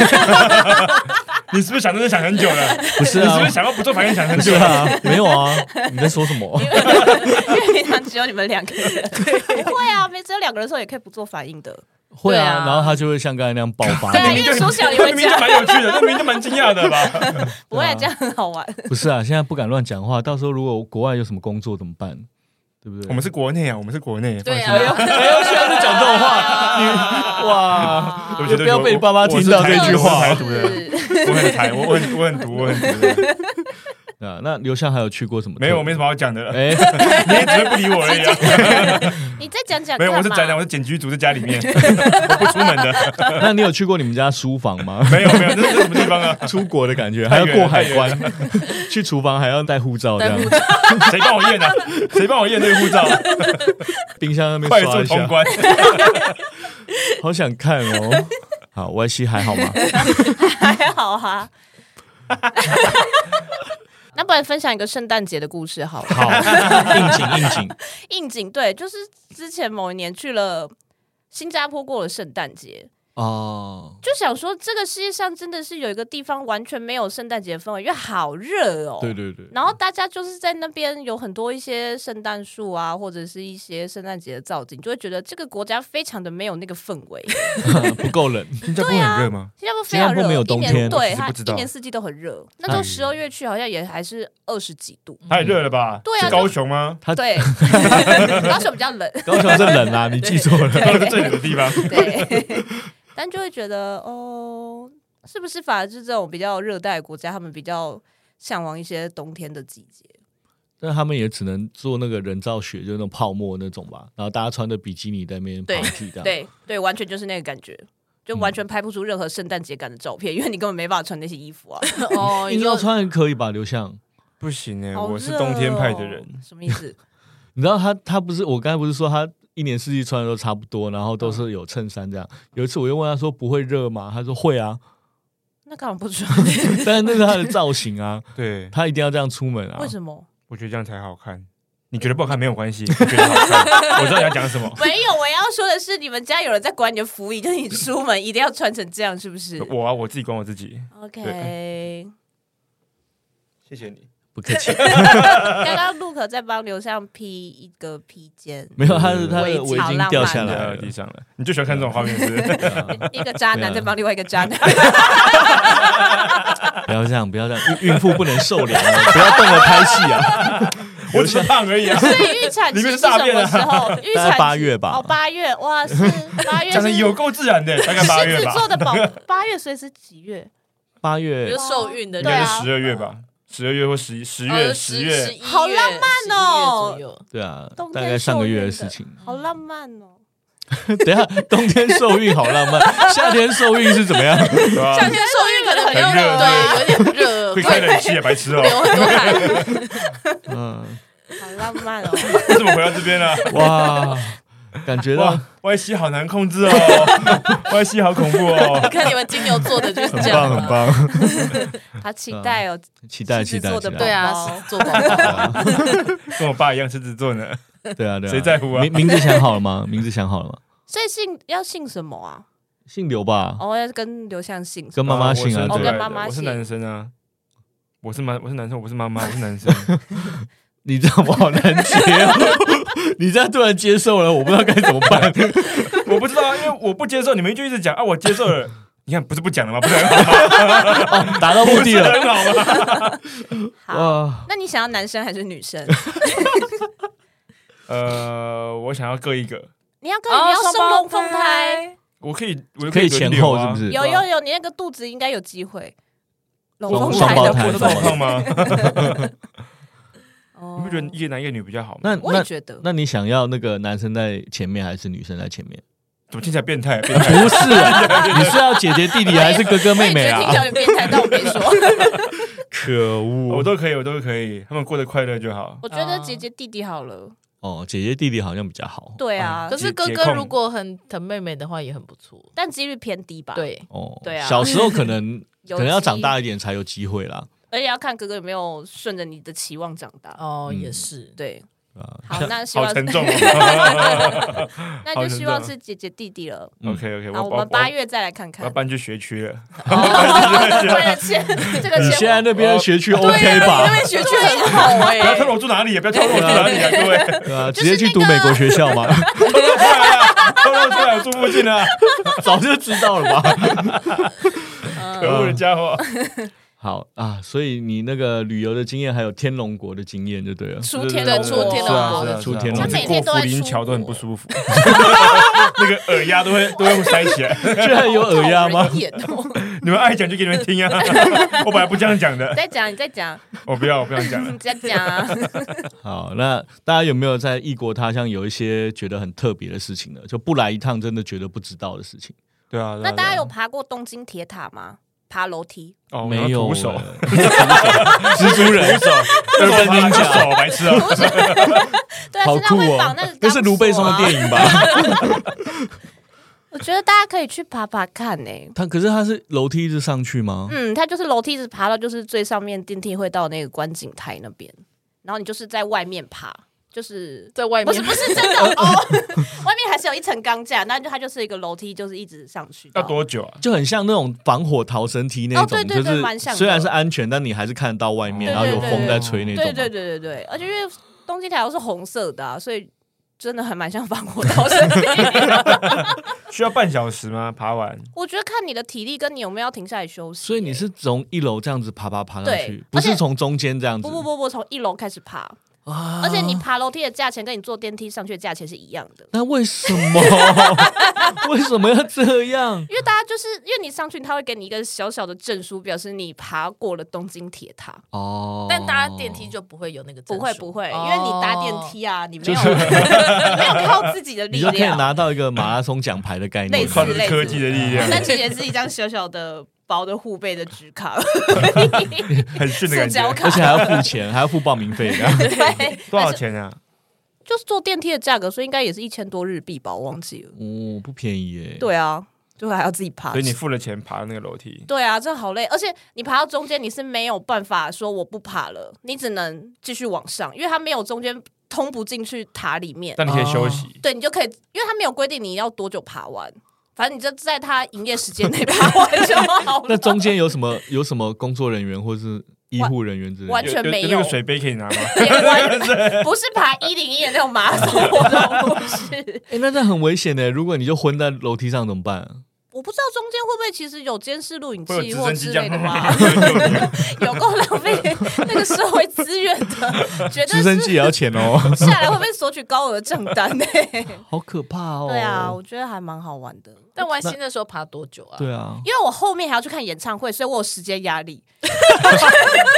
[SPEAKER 4] 你是不是想真的想很久了？
[SPEAKER 1] 不是
[SPEAKER 4] 你
[SPEAKER 1] 啊
[SPEAKER 4] 是不，是想要不做反应想很
[SPEAKER 1] 不 是
[SPEAKER 4] 久了？
[SPEAKER 1] 啊，没有啊，你在说什么？
[SPEAKER 2] 因为平常只有你们两个人，不会啊，没只有两个人的时候也可以不做反应的。
[SPEAKER 1] 会
[SPEAKER 3] 对啊
[SPEAKER 1] 然后他就会像刚才那样爆发。
[SPEAKER 9] 对啊，
[SPEAKER 1] 你
[SPEAKER 9] 因为缩小你
[SPEAKER 4] 那
[SPEAKER 9] 们
[SPEAKER 4] 明明
[SPEAKER 9] 家
[SPEAKER 4] 就蛮有趣的，那明明就蛮惊讶的吧？
[SPEAKER 2] 不会、啊，这样很好
[SPEAKER 4] 哦
[SPEAKER 2] 玩。
[SPEAKER 1] 不是啊，现在不敢乱讲话，到时候如果国外有什么工作怎么办？对不对？
[SPEAKER 4] 我们是国内啊，我们是国内，
[SPEAKER 3] 对
[SPEAKER 4] 放心
[SPEAKER 3] 啊，
[SPEAKER 1] 哎呦，现在是讲这种话，你 哇，
[SPEAKER 4] 对不起，
[SPEAKER 1] 不要被
[SPEAKER 4] 对不起我
[SPEAKER 1] 爸妈听到
[SPEAKER 4] 我是台
[SPEAKER 1] 这句话
[SPEAKER 4] 我是台独的，我很台，我很我很毒，我很毒的。
[SPEAKER 1] 啊，那刘翔还有去过什么？
[SPEAKER 4] 没有，我没什么好讲的了，
[SPEAKER 1] 哎，
[SPEAKER 4] 你也只是不理我而已啊。
[SPEAKER 9] 你再讲讲
[SPEAKER 4] 没
[SPEAKER 9] 看
[SPEAKER 4] 有，
[SPEAKER 9] 嘛。
[SPEAKER 4] 我是宅男，我是简居族，在家里 面，我不出门的。
[SPEAKER 1] 那你有去过你们家书房吗？
[SPEAKER 4] 没有没有，这是什么地方啊？
[SPEAKER 1] 出国的感觉，还
[SPEAKER 4] 太
[SPEAKER 1] 要
[SPEAKER 4] 远
[SPEAKER 1] 过海关， 去厨房还要带护照，这样
[SPEAKER 3] 带 护
[SPEAKER 4] 谁帮我验啊？谁帮我验那个护 照？
[SPEAKER 1] 冰箱那
[SPEAKER 4] 快
[SPEAKER 1] 边刷
[SPEAKER 4] 速
[SPEAKER 1] 一
[SPEAKER 4] 通
[SPEAKER 1] 下，
[SPEAKER 4] 关。
[SPEAKER 1] 好想看 哦。好，Y C 还好 吗？
[SPEAKER 2] 还好啊。 那不然分享一个圣诞节的故事好了。
[SPEAKER 1] 好，应景应景，
[SPEAKER 2] 应景对，就是之前某一年去了新加坡过了圣诞节，
[SPEAKER 1] 哦，
[SPEAKER 2] 就想说这个世界上真的是有一个地方完全没有圣诞节氛围，因为好热哦。
[SPEAKER 1] 对对对，
[SPEAKER 2] 然后大家就是在那边有很多一些圣诞树啊，或者是一些圣诞节的造景，就会觉得这个国家非常的没有那个氛围。
[SPEAKER 1] 不够冷，
[SPEAKER 4] 新加坡很热吗？
[SPEAKER 2] 新加坡非
[SPEAKER 1] 新
[SPEAKER 2] 常
[SPEAKER 1] 加
[SPEAKER 2] 热，
[SPEAKER 1] 坡没有
[SPEAKER 2] 一
[SPEAKER 1] 冬
[SPEAKER 2] 年
[SPEAKER 1] 天
[SPEAKER 4] 我
[SPEAKER 2] 对
[SPEAKER 4] 其实
[SPEAKER 2] 它
[SPEAKER 4] 不知
[SPEAKER 2] 一
[SPEAKER 4] 道
[SPEAKER 2] 年四季都很热。那
[SPEAKER 1] 哎
[SPEAKER 2] 时候十二月去好像也还是二十几度，
[SPEAKER 4] 太热了吧？
[SPEAKER 2] 对啊
[SPEAKER 4] 是高雄吗？
[SPEAKER 1] 它
[SPEAKER 2] 对， 高雄比较冷，
[SPEAKER 1] 高雄是冷 啊，你记错了。
[SPEAKER 4] 高雄是最冷的地方。
[SPEAKER 2] 对，但就会觉得哦，是不是反而是这种比较热带的国家，他们比较向往一些冬天的季节？
[SPEAKER 1] 那他们也只能做那个人造雪，就那种泡沫那种吧。然后大家穿着比基尼在那边 party 这样。
[SPEAKER 2] 对对，完全就是那个感觉。就完全拍不出任何圣诞节感的照片，因为你根本没办法穿那些衣服啊！
[SPEAKER 3] 哦，
[SPEAKER 1] 硬
[SPEAKER 3] 你
[SPEAKER 1] 要
[SPEAKER 3] 说
[SPEAKER 1] 穿也可以吧，刘向。
[SPEAKER 4] 不行哎，
[SPEAKER 2] 好
[SPEAKER 4] 我是
[SPEAKER 2] 热
[SPEAKER 4] 冬天派的
[SPEAKER 2] 哦
[SPEAKER 4] 人。
[SPEAKER 2] 什么意思？
[SPEAKER 1] 你知道他他不是我刚才不是说他一年四季穿的都差不多，然后都是有衬衫这样。有一次我就问他说不会热吗？他说会啊，
[SPEAKER 2] 那干嘛不 穿？
[SPEAKER 1] 但是那是他的造型啊，
[SPEAKER 4] 对，
[SPEAKER 1] 他一定要这样出门啊。
[SPEAKER 2] 为什么？
[SPEAKER 4] 我觉得这样才好看。你觉得不好看没有关系，我觉得好看。我知道你要讲什么。
[SPEAKER 2] 没有，我要说的是，你们家有人在管你的服仪，就是你出门一定要穿成这样，是不 是
[SPEAKER 4] 我啊，我自己管我自己。
[SPEAKER 2] ？OK，
[SPEAKER 4] 谢谢你。
[SPEAKER 1] 不客气，
[SPEAKER 2] 刚刚陆可在帮刘向披一个披肩，
[SPEAKER 1] 没有，他的他的
[SPEAKER 2] 围
[SPEAKER 1] 围
[SPEAKER 2] 巾好浪
[SPEAKER 1] 巾
[SPEAKER 2] 漫
[SPEAKER 1] 掉下
[SPEAKER 4] 掉
[SPEAKER 1] 来
[SPEAKER 4] 到
[SPEAKER 1] 了。
[SPEAKER 4] 呃地上了。你就喜欢看这种画面是不 是？
[SPEAKER 2] 一个渣
[SPEAKER 1] 啊
[SPEAKER 2] 男在帮另外一个渣 男。
[SPEAKER 1] 不要这样，不要这样，孕孕妇不能受凉啊，不要动了拍戏啊。
[SPEAKER 4] 我只是胖而已啊。
[SPEAKER 2] 所以预产期
[SPEAKER 4] 里面
[SPEAKER 2] 是
[SPEAKER 4] 是
[SPEAKER 2] 什
[SPEAKER 4] 大便
[SPEAKER 2] 么
[SPEAKER 4] 啊
[SPEAKER 2] 时 候？预
[SPEAKER 1] 大
[SPEAKER 2] 产
[SPEAKER 1] 概
[SPEAKER 2] 期
[SPEAKER 1] 八月吧
[SPEAKER 2] 哦，八月，哇，是八 月
[SPEAKER 4] 讲的
[SPEAKER 2] 是
[SPEAKER 4] 有够自然的，大概八
[SPEAKER 2] 狮
[SPEAKER 4] 月
[SPEAKER 2] 子
[SPEAKER 4] 吧，
[SPEAKER 2] 座的宝，八月所以是几月？
[SPEAKER 1] 八
[SPEAKER 3] 你
[SPEAKER 1] 月
[SPEAKER 3] 就受孕的
[SPEAKER 4] 应
[SPEAKER 3] 人
[SPEAKER 4] 该
[SPEAKER 2] 啊呃
[SPEAKER 4] 是十二月吧，十二月或十一十月
[SPEAKER 3] 哦
[SPEAKER 4] 十
[SPEAKER 3] 十十
[SPEAKER 4] 月。
[SPEAKER 3] 一
[SPEAKER 2] 好浪漫哦
[SPEAKER 3] 11月左右
[SPEAKER 1] 对啊
[SPEAKER 2] 冬，天
[SPEAKER 1] 大概上个月的事情。
[SPEAKER 2] 好浪漫哦！
[SPEAKER 1] 等一下，冬天受孕好浪 漫，夏天受孕是怎么样？
[SPEAKER 4] 对吧
[SPEAKER 3] 夏天受孕可能很
[SPEAKER 4] 很热
[SPEAKER 3] 对，有点热，
[SPEAKER 4] 会开冷气啊，白痴哦！
[SPEAKER 3] 流很多汗。
[SPEAKER 1] 嗯，啊
[SPEAKER 2] 好浪漫 哦！
[SPEAKER 4] 为什么回到这边了？
[SPEAKER 1] 哇，感觉到
[SPEAKER 4] 哇，Y C 好难控 制哦，Y C 好恐怖
[SPEAKER 3] 你
[SPEAKER 4] 哦！
[SPEAKER 3] 看你们金牛座的就是
[SPEAKER 1] 很
[SPEAKER 3] 这
[SPEAKER 1] 棒，
[SPEAKER 3] 样
[SPEAKER 1] 很
[SPEAKER 3] 啊，
[SPEAKER 1] 棒，
[SPEAKER 2] 好期待哦！
[SPEAKER 1] 期待
[SPEAKER 2] 狮
[SPEAKER 1] 期
[SPEAKER 2] 子
[SPEAKER 1] 待
[SPEAKER 2] 座
[SPEAKER 1] 期
[SPEAKER 2] 的
[SPEAKER 1] 待。
[SPEAKER 3] 对
[SPEAKER 2] 宝宝
[SPEAKER 3] 啊，做 广告
[SPEAKER 4] 跟我爸一样狮子座呢，
[SPEAKER 1] 对啊，对啊，
[SPEAKER 4] 谁在乎啊
[SPEAKER 1] 名名字想好了吗？名字想好了吗？
[SPEAKER 2] 所以姓要姓什么啊？
[SPEAKER 1] 姓刘吧，
[SPEAKER 2] 哦，要跟刘向姓什
[SPEAKER 1] 跟
[SPEAKER 2] 么。
[SPEAKER 1] 妈妈姓啊
[SPEAKER 4] 我是
[SPEAKER 2] 哦
[SPEAKER 1] 对
[SPEAKER 2] 跟
[SPEAKER 1] 啊。
[SPEAKER 2] 妈妈姓
[SPEAKER 4] 我是男生啊，我是妈，我是男生，我不是妈妈，我是男生。
[SPEAKER 1] 你这样我好难接哦， 你这样突然接受了，我不知道该怎么办。
[SPEAKER 4] 我不知道啊，因为我不接受，你们就一直讲啊，我接受了。你看，不是不讲了吗？不是 很好吗？
[SPEAKER 1] 哦，达到目的
[SPEAKER 4] 不是
[SPEAKER 1] 了，
[SPEAKER 4] 很好吗？
[SPEAKER 2] 好，
[SPEAKER 1] 哇，
[SPEAKER 2] 那你想要男生还是女生？
[SPEAKER 4] 呃，我想要各一个，
[SPEAKER 2] 你要跟你
[SPEAKER 3] 哦
[SPEAKER 2] 要生龙凤胎，，
[SPEAKER 4] 我可以，我
[SPEAKER 1] 可以
[SPEAKER 4] 轮
[SPEAKER 1] 前
[SPEAKER 4] 流
[SPEAKER 1] 后
[SPEAKER 4] 啊
[SPEAKER 1] 是不是？
[SPEAKER 2] 有有有，你那个肚子应该有机会。龙
[SPEAKER 1] 双
[SPEAKER 2] 凤
[SPEAKER 1] 双
[SPEAKER 2] 胎
[SPEAKER 1] 胞
[SPEAKER 2] 的
[SPEAKER 1] 胎
[SPEAKER 2] 部
[SPEAKER 4] 我
[SPEAKER 1] 的
[SPEAKER 4] 是
[SPEAKER 1] 双
[SPEAKER 4] 宝
[SPEAKER 1] 胞
[SPEAKER 2] 分
[SPEAKER 1] 胎
[SPEAKER 4] 胖吗？你不觉得一个男一个女比较好吗？
[SPEAKER 1] 那
[SPEAKER 2] 哦我也
[SPEAKER 1] 那
[SPEAKER 2] 觉得，
[SPEAKER 1] 那你想要那个男生在前面还是女生在前 面？
[SPEAKER 4] 怎么听起来变态？变
[SPEAKER 1] 不
[SPEAKER 4] 态
[SPEAKER 1] 是啊， 你是要姐姐弟弟还是哥哥妹妹
[SPEAKER 2] 我也觉得听起来
[SPEAKER 1] 啊？
[SPEAKER 2] 有点变态，但我没说。
[SPEAKER 1] 可
[SPEAKER 4] 我
[SPEAKER 1] 恶！
[SPEAKER 4] 都可以，我都可以，他们过得快乐就好。
[SPEAKER 2] 我觉得姐姐弟弟好了，
[SPEAKER 1] 哦，姐姐弟弟好像比较好。
[SPEAKER 2] 对啊
[SPEAKER 3] 可，是
[SPEAKER 4] 解
[SPEAKER 3] 哥
[SPEAKER 4] 解
[SPEAKER 3] 哥
[SPEAKER 4] 控
[SPEAKER 3] 如果很疼妹妹的话，也很不错。
[SPEAKER 2] 但几率偏低吧？，
[SPEAKER 3] 对，
[SPEAKER 1] 哦，
[SPEAKER 2] 对啊
[SPEAKER 1] 小时候可 能
[SPEAKER 2] 有
[SPEAKER 1] 可能要
[SPEAKER 2] 机
[SPEAKER 1] 长大，一点才有机会啦。
[SPEAKER 2] 而且要看哥哥有没有顺着你的期望长大。
[SPEAKER 3] 哦，
[SPEAKER 1] 嗯
[SPEAKER 3] 也是。
[SPEAKER 2] 对，
[SPEAKER 1] 啊，
[SPEAKER 2] 好， 那希
[SPEAKER 4] 嗯好
[SPEAKER 2] 望
[SPEAKER 4] 沉重哦。
[SPEAKER 2] 那就希望是姐姐弟弟了。
[SPEAKER 1] 嗯
[SPEAKER 4] OK OK，
[SPEAKER 2] 好，
[SPEAKER 4] 我
[SPEAKER 2] 我们八月再来看
[SPEAKER 4] 我
[SPEAKER 2] 看
[SPEAKER 4] 要。搬去学区了。
[SPEAKER 2] 为 了钱，这个
[SPEAKER 1] 你现在
[SPEAKER 2] 钱
[SPEAKER 1] 那边的学区
[SPEAKER 2] 啊
[SPEAKER 1] OK 吧？
[SPEAKER 3] 学区很好哎
[SPEAKER 4] 不
[SPEAKER 2] 欸
[SPEAKER 4] 要透露我住哪里，不要透露我住哪里 啊，各位！
[SPEAKER 1] 对啊，直接去读美国学校嘛，
[SPEAKER 4] 透露出来了，透露出来，我住附近啊，
[SPEAKER 1] 早就知道了吧？
[SPEAKER 2] 嗯
[SPEAKER 4] 可恶的家伙！
[SPEAKER 1] 好啊，所以你那个旅游的经验，还有天龙国的经验就对 了。
[SPEAKER 2] 出天龙
[SPEAKER 3] 对出天
[SPEAKER 4] 是啊，
[SPEAKER 3] 龙
[SPEAKER 4] 是啊，
[SPEAKER 1] 出天龙
[SPEAKER 4] 我
[SPEAKER 1] 他
[SPEAKER 4] 们
[SPEAKER 2] 每
[SPEAKER 4] 过
[SPEAKER 2] 天都
[SPEAKER 4] 福
[SPEAKER 2] 在
[SPEAKER 4] 林
[SPEAKER 2] 出嗯
[SPEAKER 4] 桥都很不
[SPEAKER 2] 国
[SPEAKER 4] 舒服， 那个耳压都会都会塞起来。
[SPEAKER 2] 啊
[SPEAKER 1] 居然有耳压吗？
[SPEAKER 2] 眼哦！
[SPEAKER 4] 你们爱讲就给你们听啊， 我本来不这样讲的
[SPEAKER 2] 你，再讲，你再讲，
[SPEAKER 4] 我不要，我不想讲了
[SPEAKER 2] 你。再讲。啊
[SPEAKER 1] 好，那大家有没有在异国他乡有一些觉得很特别的事情呢？就不来一趟真的觉得不知道的事情？
[SPEAKER 4] 对啊，对啊
[SPEAKER 2] 那大家
[SPEAKER 4] 对啊
[SPEAKER 2] 有爬过东京铁塔吗？爬楼梯？
[SPEAKER 4] 哦
[SPEAKER 1] 没有
[SPEAKER 4] 徒
[SPEAKER 1] 欸，
[SPEAKER 4] 手，
[SPEAKER 1] 蜘蛛人， 手，
[SPEAKER 4] 二
[SPEAKER 1] 二
[SPEAKER 4] 分
[SPEAKER 1] 分
[SPEAKER 4] 音
[SPEAKER 1] 音
[SPEAKER 4] 手
[SPEAKER 1] 甲，，
[SPEAKER 4] 白痴啊！
[SPEAKER 2] 对啊，
[SPEAKER 1] 好
[SPEAKER 2] 现在
[SPEAKER 1] 酷
[SPEAKER 2] 会绑
[SPEAKER 1] 哦
[SPEAKER 2] 那个， 啊
[SPEAKER 1] 那是卢贝松的电
[SPEAKER 2] 影。
[SPEAKER 1] 影吧？
[SPEAKER 2] 我觉得大家可以去爬爬看欸呢、
[SPEAKER 1] 他可是他是楼梯一直上去吗？
[SPEAKER 2] 嗯，它就是楼梯一直爬到就是最上面，电梯会到那个观景台那边，然后你就是在外面爬，就是
[SPEAKER 3] 在外面
[SPEAKER 2] 不是不 是真的哦，外面还是有一层钢架，那就它就是一个楼梯，就是一直上去到。
[SPEAKER 4] 要多久啊？
[SPEAKER 1] 就很像那种防火逃生梯那种，
[SPEAKER 2] 哦对对对蛮
[SPEAKER 1] 就
[SPEAKER 2] 像
[SPEAKER 1] 是
[SPEAKER 2] 的
[SPEAKER 1] 虽然是安全，但你还是看得到外面，
[SPEAKER 4] 对
[SPEAKER 1] 然后有
[SPEAKER 2] 对对
[SPEAKER 1] 风在吹那
[SPEAKER 2] 对
[SPEAKER 1] 种
[SPEAKER 2] 对
[SPEAKER 1] 嘛。
[SPEAKER 2] 对对对，而且因为东京塔都是红色的、啊，所以真的还蛮像防火逃生梯。
[SPEAKER 4] 需要半小时吗？爬完？
[SPEAKER 2] 我觉得看你的体力跟你有没有要停下来休息欸、
[SPEAKER 1] 所以你是从一楼这样子爬爬爬上去
[SPEAKER 2] 对，
[SPEAKER 1] 不
[SPEAKER 2] 而
[SPEAKER 1] 是
[SPEAKER 2] 且
[SPEAKER 1] 从中间这样子。
[SPEAKER 2] 欸不不不不，从一楼开始爬，
[SPEAKER 1] 不啊
[SPEAKER 2] 而且你爬楼梯的价钱跟你坐电梯上去的价钱是一样的。
[SPEAKER 1] 那为什 么为什么要这样？
[SPEAKER 2] 因为大家就是因为你上去，他会给你一个小小的证书，表示你爬过了东京铁塔。
[SPEAKER 1] 哦，
[SPEAKER 3] 但搭电梯就不会有那个证
[SPEAKER 2] 不
[SPEAKER 3] 书，
[SPEAKER 2] 会不会，
[SPEAKER 3] 哦
[SPEAKER 2] 因为你搭电梯啊，你没有、
[SPEAKER 1] 就是
[SPEAKER 2] 没有靠自己的
[SPEAKER 1] 你
[SPEAKER 2] 力
[SPEAKER 1] 就可以
[SPEAKER 2] 量，
[SPEAKER 1] 拿到一个马拉松奖牌的概念
[SPEAKER 2] 类
[SPEAKER 1] 嘛。
[SPEAKER 2] 似
[SPEAKER 4] 靠的是科技的力量，
[SPEAKER 2] 但其实也是一张小小的薄的护背的纸卡，
[SPEAKER 4] 很逊的
[SPEAKER 2] 塑
[SPEAKER 4] 感
[SPEAKER 2] 胶
[SPEAKER 4] 觉。
[SPEAKER 2] 卡
[SPEAKER 1] 而，且还要付 钱，还要付报名费这样
[SPEAKER 2] 对，
[SPEAKER 4] 多少
[SPEAKER 2] 但是
[SPEAKER 4] 钱啊？
[SPEAKER 2] 就是坐电梯的价格，所以应该也是一千多日币吧，我忘记了。
[SPEAKER 1] 哦，不便宜耶。，
[SPEAKER 2] 对啊，就啊还要自己爬，
[SPEAKER 4] 所以你付了钱爬那个楼梯，
[SPEAKER 2] 对啊，这好累，而且你爬到中间，你是没有办法说我不爬了，你只能继续往上，因为它没有中间通不进去塔里面。
[SPEAKER 4] 但你可以休息。
[SPEAKER 2] 对你就可以，因为它没有规定你要多久爬完，反正你就在它营业时间内爬完就好了。
[SPEAKER 1] 那中间有什么有什么工作人员或是医护人员之类的？
[SPEAKER 2] 完全没
[SPEAKER 4] 有
[SPEAKER 2] 有
[SPEAKER 4] 那个水杯可以拿吗？
[SPEAKER 2] 也完不是爬一零一的那种马拉松活动，不是。
[SPEAKER 1] 哎、那这样很危险的。如果你就昏在楼梯上怎么办、
[SPEAKER 2] 我不知道中间会不会其实有监视录影
[SPEAKER 4] 会有直
[SPEAKER 2] 器或
[SPEAKER 4] 升机
[SPEAKER 2] 之
[SPEAKER 4] 这
[SPEAKER 2] 类
[SPEAKER 4] 样
[SPEAKER 2] 的吧， 有够浪费那个社会资源的，绝
[SPEAKER 1] 直
[SPEAKER 2] 对
[SPEAKER 1] 升
[SPEAKER 2] 是
[SPEAKER 1] 机也要钱哦，
[SPEAKER 2] 下来会被索取高额账单 呢、
[SPEAKER 1] 好可怕哦。
[SPEAKER 2] 对啊，我觉得还蛮好玩的。
[SPEAKER 3] 但玩新的时候爬多久啊？
[SPEAKER 1] 对啊，
[SPEAKER 2] 因为我后面还要去看演唱会，所以我有时间压力。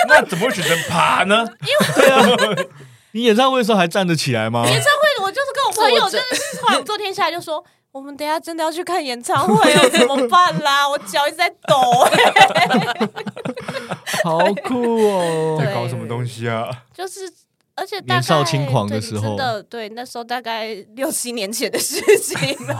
[SPEAKER 4] 那怎么会选择爬呢？
[SPEAKER 2] 啊
[SPEAKER 1] 你演唱会的时候还站得起来 吗？
[SPEAKER 2] 演唱会，我就是跟我朋友，
[SPEAKER 3] 坐
[SPEAKER 2] 就
[SPEAKER 3] 着
[SPEAKER 2] 是突然昨天下来就说，我们等一下真的要去看演唱 会了，怎么办啦？我脚一直在抖、欸，
[SPEAKER 1] 好酷哦！
[SPEAKER 4] 在搞什么东西啊？
[SPEAKER 2] 就是。而且大概
[SPEAKER 1] 年少轻狂的
[SPEAKER 2] 对
[SPEAKER 1] 时候
[SPEAKER 2] 真的对，那时候大概六七年前的 事情了。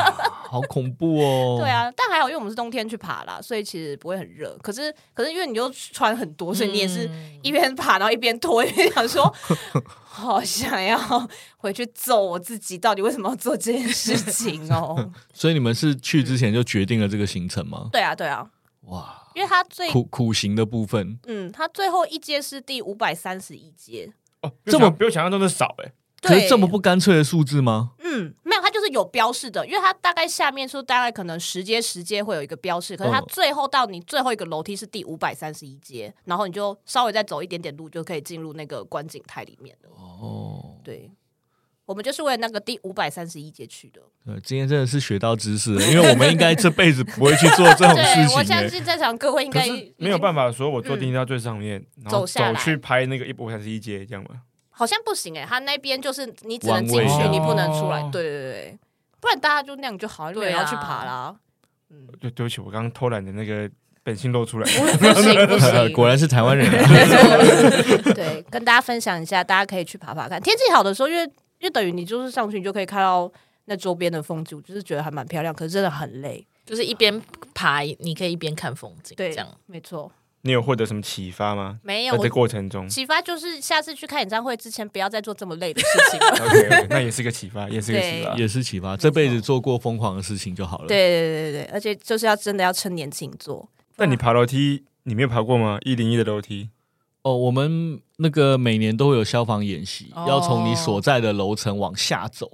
[SPEAKER 1] 好恐怖哦！
[SPEAKER 2] 对，啊，但还好，因为我们是冬天去爬啦，所以其实不会很热。可是，可是因为你又穿很多，所以你也是
[SPEAKER 3] 嗯
[SPEAKER 2] 一边爬，然后一边拖，一边想说， 好想要回去揍我自己，到底为什么要做这件事情哦？
[SPEAKER 1] 所以你们是去之前就决定了这个行程吗？
[SPEAKER 2] 对啊，对啊，
[SPEAKER 1] 哇，
[SPEAKER 2] 因为他最
[SPEAKER 1] 苦苦行的部分，
[SPEAKER 2] 嗯，他最后一阶是第五百三十一阶，
[SPEAKER 4] 哦，
[SPEAKER 1] 这
[SPEAKER 4] 这
[SPEAKER 1] 么
[SPEAKER 4] 么比我想象中的少哎。
[SPEAKER 1] 可
[SPEAKER 2] 对
[SPEAKER 1] 是这么不干脆的数字吗？
[SPEAKER 2] 嗯，没有，它就是有标示的，因为它大概下面说大概可能十阶十阶会有一个标示，可是它
[SPEAKER 1] 嗯
[SPEAKER 2] 最后到你最后一个楼梯是第五百三十一阶，然后你就稍微再走一点点路就可以进入那个观景台里面了。
[SPEAKER 1] 哦，
[SPEAKER 2] 对，我们就是为了那个第五百三十一阶去的。
[SPEAKER 1] 对，今天真的是学到知识了，因为我们应该这辈子不会去做这种事
[SPEAKER 2] 对，
[SPEAKER 1] 情欸
[SPEAKER 2] 我相
[SPEAKER 1] 耶。
[SPEAKER 2] 信在场各位应
[SPEAKER 4] 可
[SPEAKER 2] 该嗯
[SPEAKER 4] 是没有办法说，我坐电梯到最上面，然后
[SPEAKER 2] 走下
[SPEAKER 4] 走
[SPEAKER 2] 来
[SPEAKER 4] 去拍那个一百三十一阶这样嘛？
[SPEAKER 2] 好像不行哎、他那边就是你只
[SPEAKER 1] 玩
[SPEAKER 2] 能进
[SPEAKER 1] 味
[SPEAKER 2] 去，
[SPEAKER 1] 的
[SPEAKER 2] 你不能出来
[SPEAKER 4] 哦。
[SPEAKER 2] 对对对对，不然大家就那样就好，就没人
[SPEAKER 3] 对啊
[SPEAKER 2] 要去爬啦。嗯，
[SPEAKER 4] 对，对不起，我刚刚偷懒的那个本性露出 来。
[SPEAKER 2] 不行不 行，
[SPEAKER 1] 果然是台湾人、啊。
[SPEAKER 2] 对，跟大家分享一下，大家可以去爬爬看。天气好的时候，因为因为等于你就是上去，你就可以看到那周边的风景，我就是觉得还蛮漂亮，可是真的很累。
[SPEAKER 3] 就是一边爬，你可以一边看风景，
[SPEAKER 2] 对，
[SPEAKER 3] 这 样。
[SPEAKER 2] 没错，
[SPEAKER 4] 你有获得什么启发吗？
[SPEAKER 2] 没有
[SPEAKER 4] 在这
[SPEAKER 2] 我
[SPEAKER 4] 过程中
[SPEAKER 2] 启发就是下次去看演唱会之前，不要再做这么累的事 情了。
[SPEAKER 4] ，OK，, o 那也是个启发，也是个启发。
[SPEAKER 1] 也是启发，这辈子做过疯狂的事情就好了。，
[SPEAKER 2] 对对对对，而且就是要真的要趁年轻做。
[SPEAKER 4] 那你爬楼梯，你没有爬过吗？一零一的楼梯，
[SPEAKER 1] 哦，我们那个每年都会有消防演习，
[SPEAKER 3] 哦
[SPEAKER 1] 要从你所在的楼层往下走，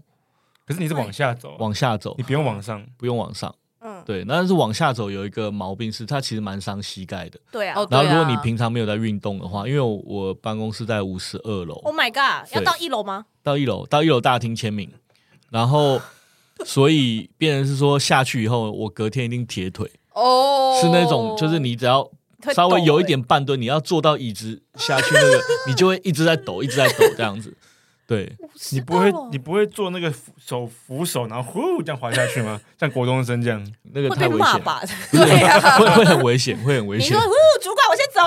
[SPEAKER 4] 可是你是
[SPEAKER 2] 哎
[SPEAKER 4] 往下走，啊
[SPEAKER 1] 往下走
[SPEAKER 4] 哦你，不用往上。
[SPEAKER 1] 不用往上。
[SPEAKER 2] 嗯，
[SPEAKER 1] 对，但是往下走有一个毛病是，它其实蛮伤膝盖的。
[SPEAKER 2] 对啊。
[SPEAKER 3] 哦
[SPEAKER 1] 然后，如果
[SPEAKER 3] 对啊
[SPEAKER 1] 你平常没有在运动的话，因为我我办公室在五十二楼，
[SPEAKER 2] Oh my god！
[SPEAKER 1] 对
[SPEAKER 2] 要到一楼吗？
[SPEAKER 1] 到一楼，到一楼大厅签名，然后，所以变成是说下去以后，我隔天一定铁腿，
[SPEAKER 2] 哦
[SPEAKER 1] 是那种就是你只要
[SPEAKER 2] 会
[SPEAKER 1] 稍微
[SPEAKER 2] 抖
[SPEAKER 1] 有一
[SPEAKER 2] 欸
[SPEAKER 1] 点半蹲，你要坐到椅子下去那个，你就会一直在抖，一直在抖这样子。对，
[SPEAKER 4] 你不会，你不会做那个扶手扶手，然后呼这样滑下去 吗？像国中生这样？
[SPEAKER 1] 那个
[SPEAKER 2] 会
[SPEAKER 1] 太
[SPEAKER 2] 被
[SPEAKER 1] 危
[SPEAKER 2] 骂
[SPEAKER 1] 险了，
[SPEAKER 2] 吧？
[SPEAKER 1] 对、 会会很危险，会很危
[SPEAKER 2] 你
[SPEAKER 1] 险
[SPEAKER 2] 说，。呜，主管，我先走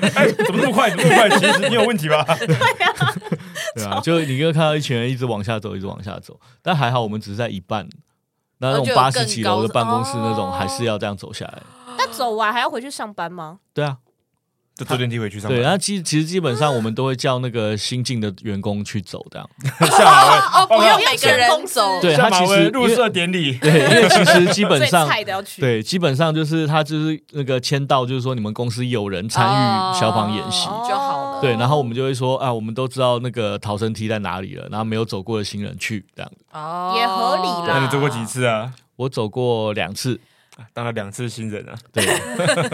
[SPEAKER 2] 了。
[SPEAKER 4] 哎，怎么那么快？怎么那么快？其实你有问题吧？
[SPEAKER 1] 对啊，就你就看到一群人一直往下走，一直往下走，但还好我们只是在一半。那那
[SPEAKER 3] 哦
[SPEAKER 1] 种
[SPEAKER 3] 就有
[SPEAKER 1] 八十
[SPEAKER 3] 更
[SPEAKER 1] 几
[SPEAKER 3] 高
[SPEAKER 1] 楼的
[SPEAKER 3] 的
[SPEAKER 1] 办公室那种，
[SPEAKER 3] 哦
[SPEAKER 1] 还是要这样走下来。
[SPEAKER 2] 那走完还要回去上班吗？
[SPEAKER 1] 对啊，
[SPEAKER 4] 就坐电梯回去上
[SPEAKER 1] 对，然啊
[SPEAKER 4] 班。
[SPEAKER 1] 后其其实基本上我们都会叫那个新进的员工去走这样。
[SPEAKER 4] 下马
[SPEAKER 3] 哦，不
[SPEAKER 4] 哦
[SPEAKER 3] 用
[SPEAKER 2] 不用
[SPEAKER 3] 每个
[SPEAKER 2] 全
[SPEAKER 3] 人
[SPEAKER 2] 公司
[SPEAKER 3] 走，
[SPEAKER 1] 对
[SPEAKER 4] 威，
[SPEAKER 1] 他
[SPEAKER 4] 下马
[SPEAKER 1] 其
[SPEAKER 4] 威
[SPEAKER 1] 实
[SPEAKER 4] 入
[SPEAKER 1] 因为
[SPEAKER 4] 社典礼。
[SPEAKER 1] 对，因为其实基本
[SPEAKER 2] 最
[SPEAKER 1] 上
[SPEAKER 2] 菜的要去。
[SPEAKER 1] 对，基本上就是他就是那个签到，就是说你们公司有人参与消防演习。
[SPEAKER 3] 哦哦就好了
[SPEAKER 1] 对，然后我们就会说啊，我们都知道那个逃生梯在哪里了，然后没有走过的新人去这样子。
[SPEAKER 3] 哦
[SPEAKER 2] 也合理啦
[SPEAKER 4] 那你做过几？次啊？
[SPEAKER 1] 我走过两 次，
[SPEAKER 4] 当了两次新人啊，
[SPEAKER 1] 对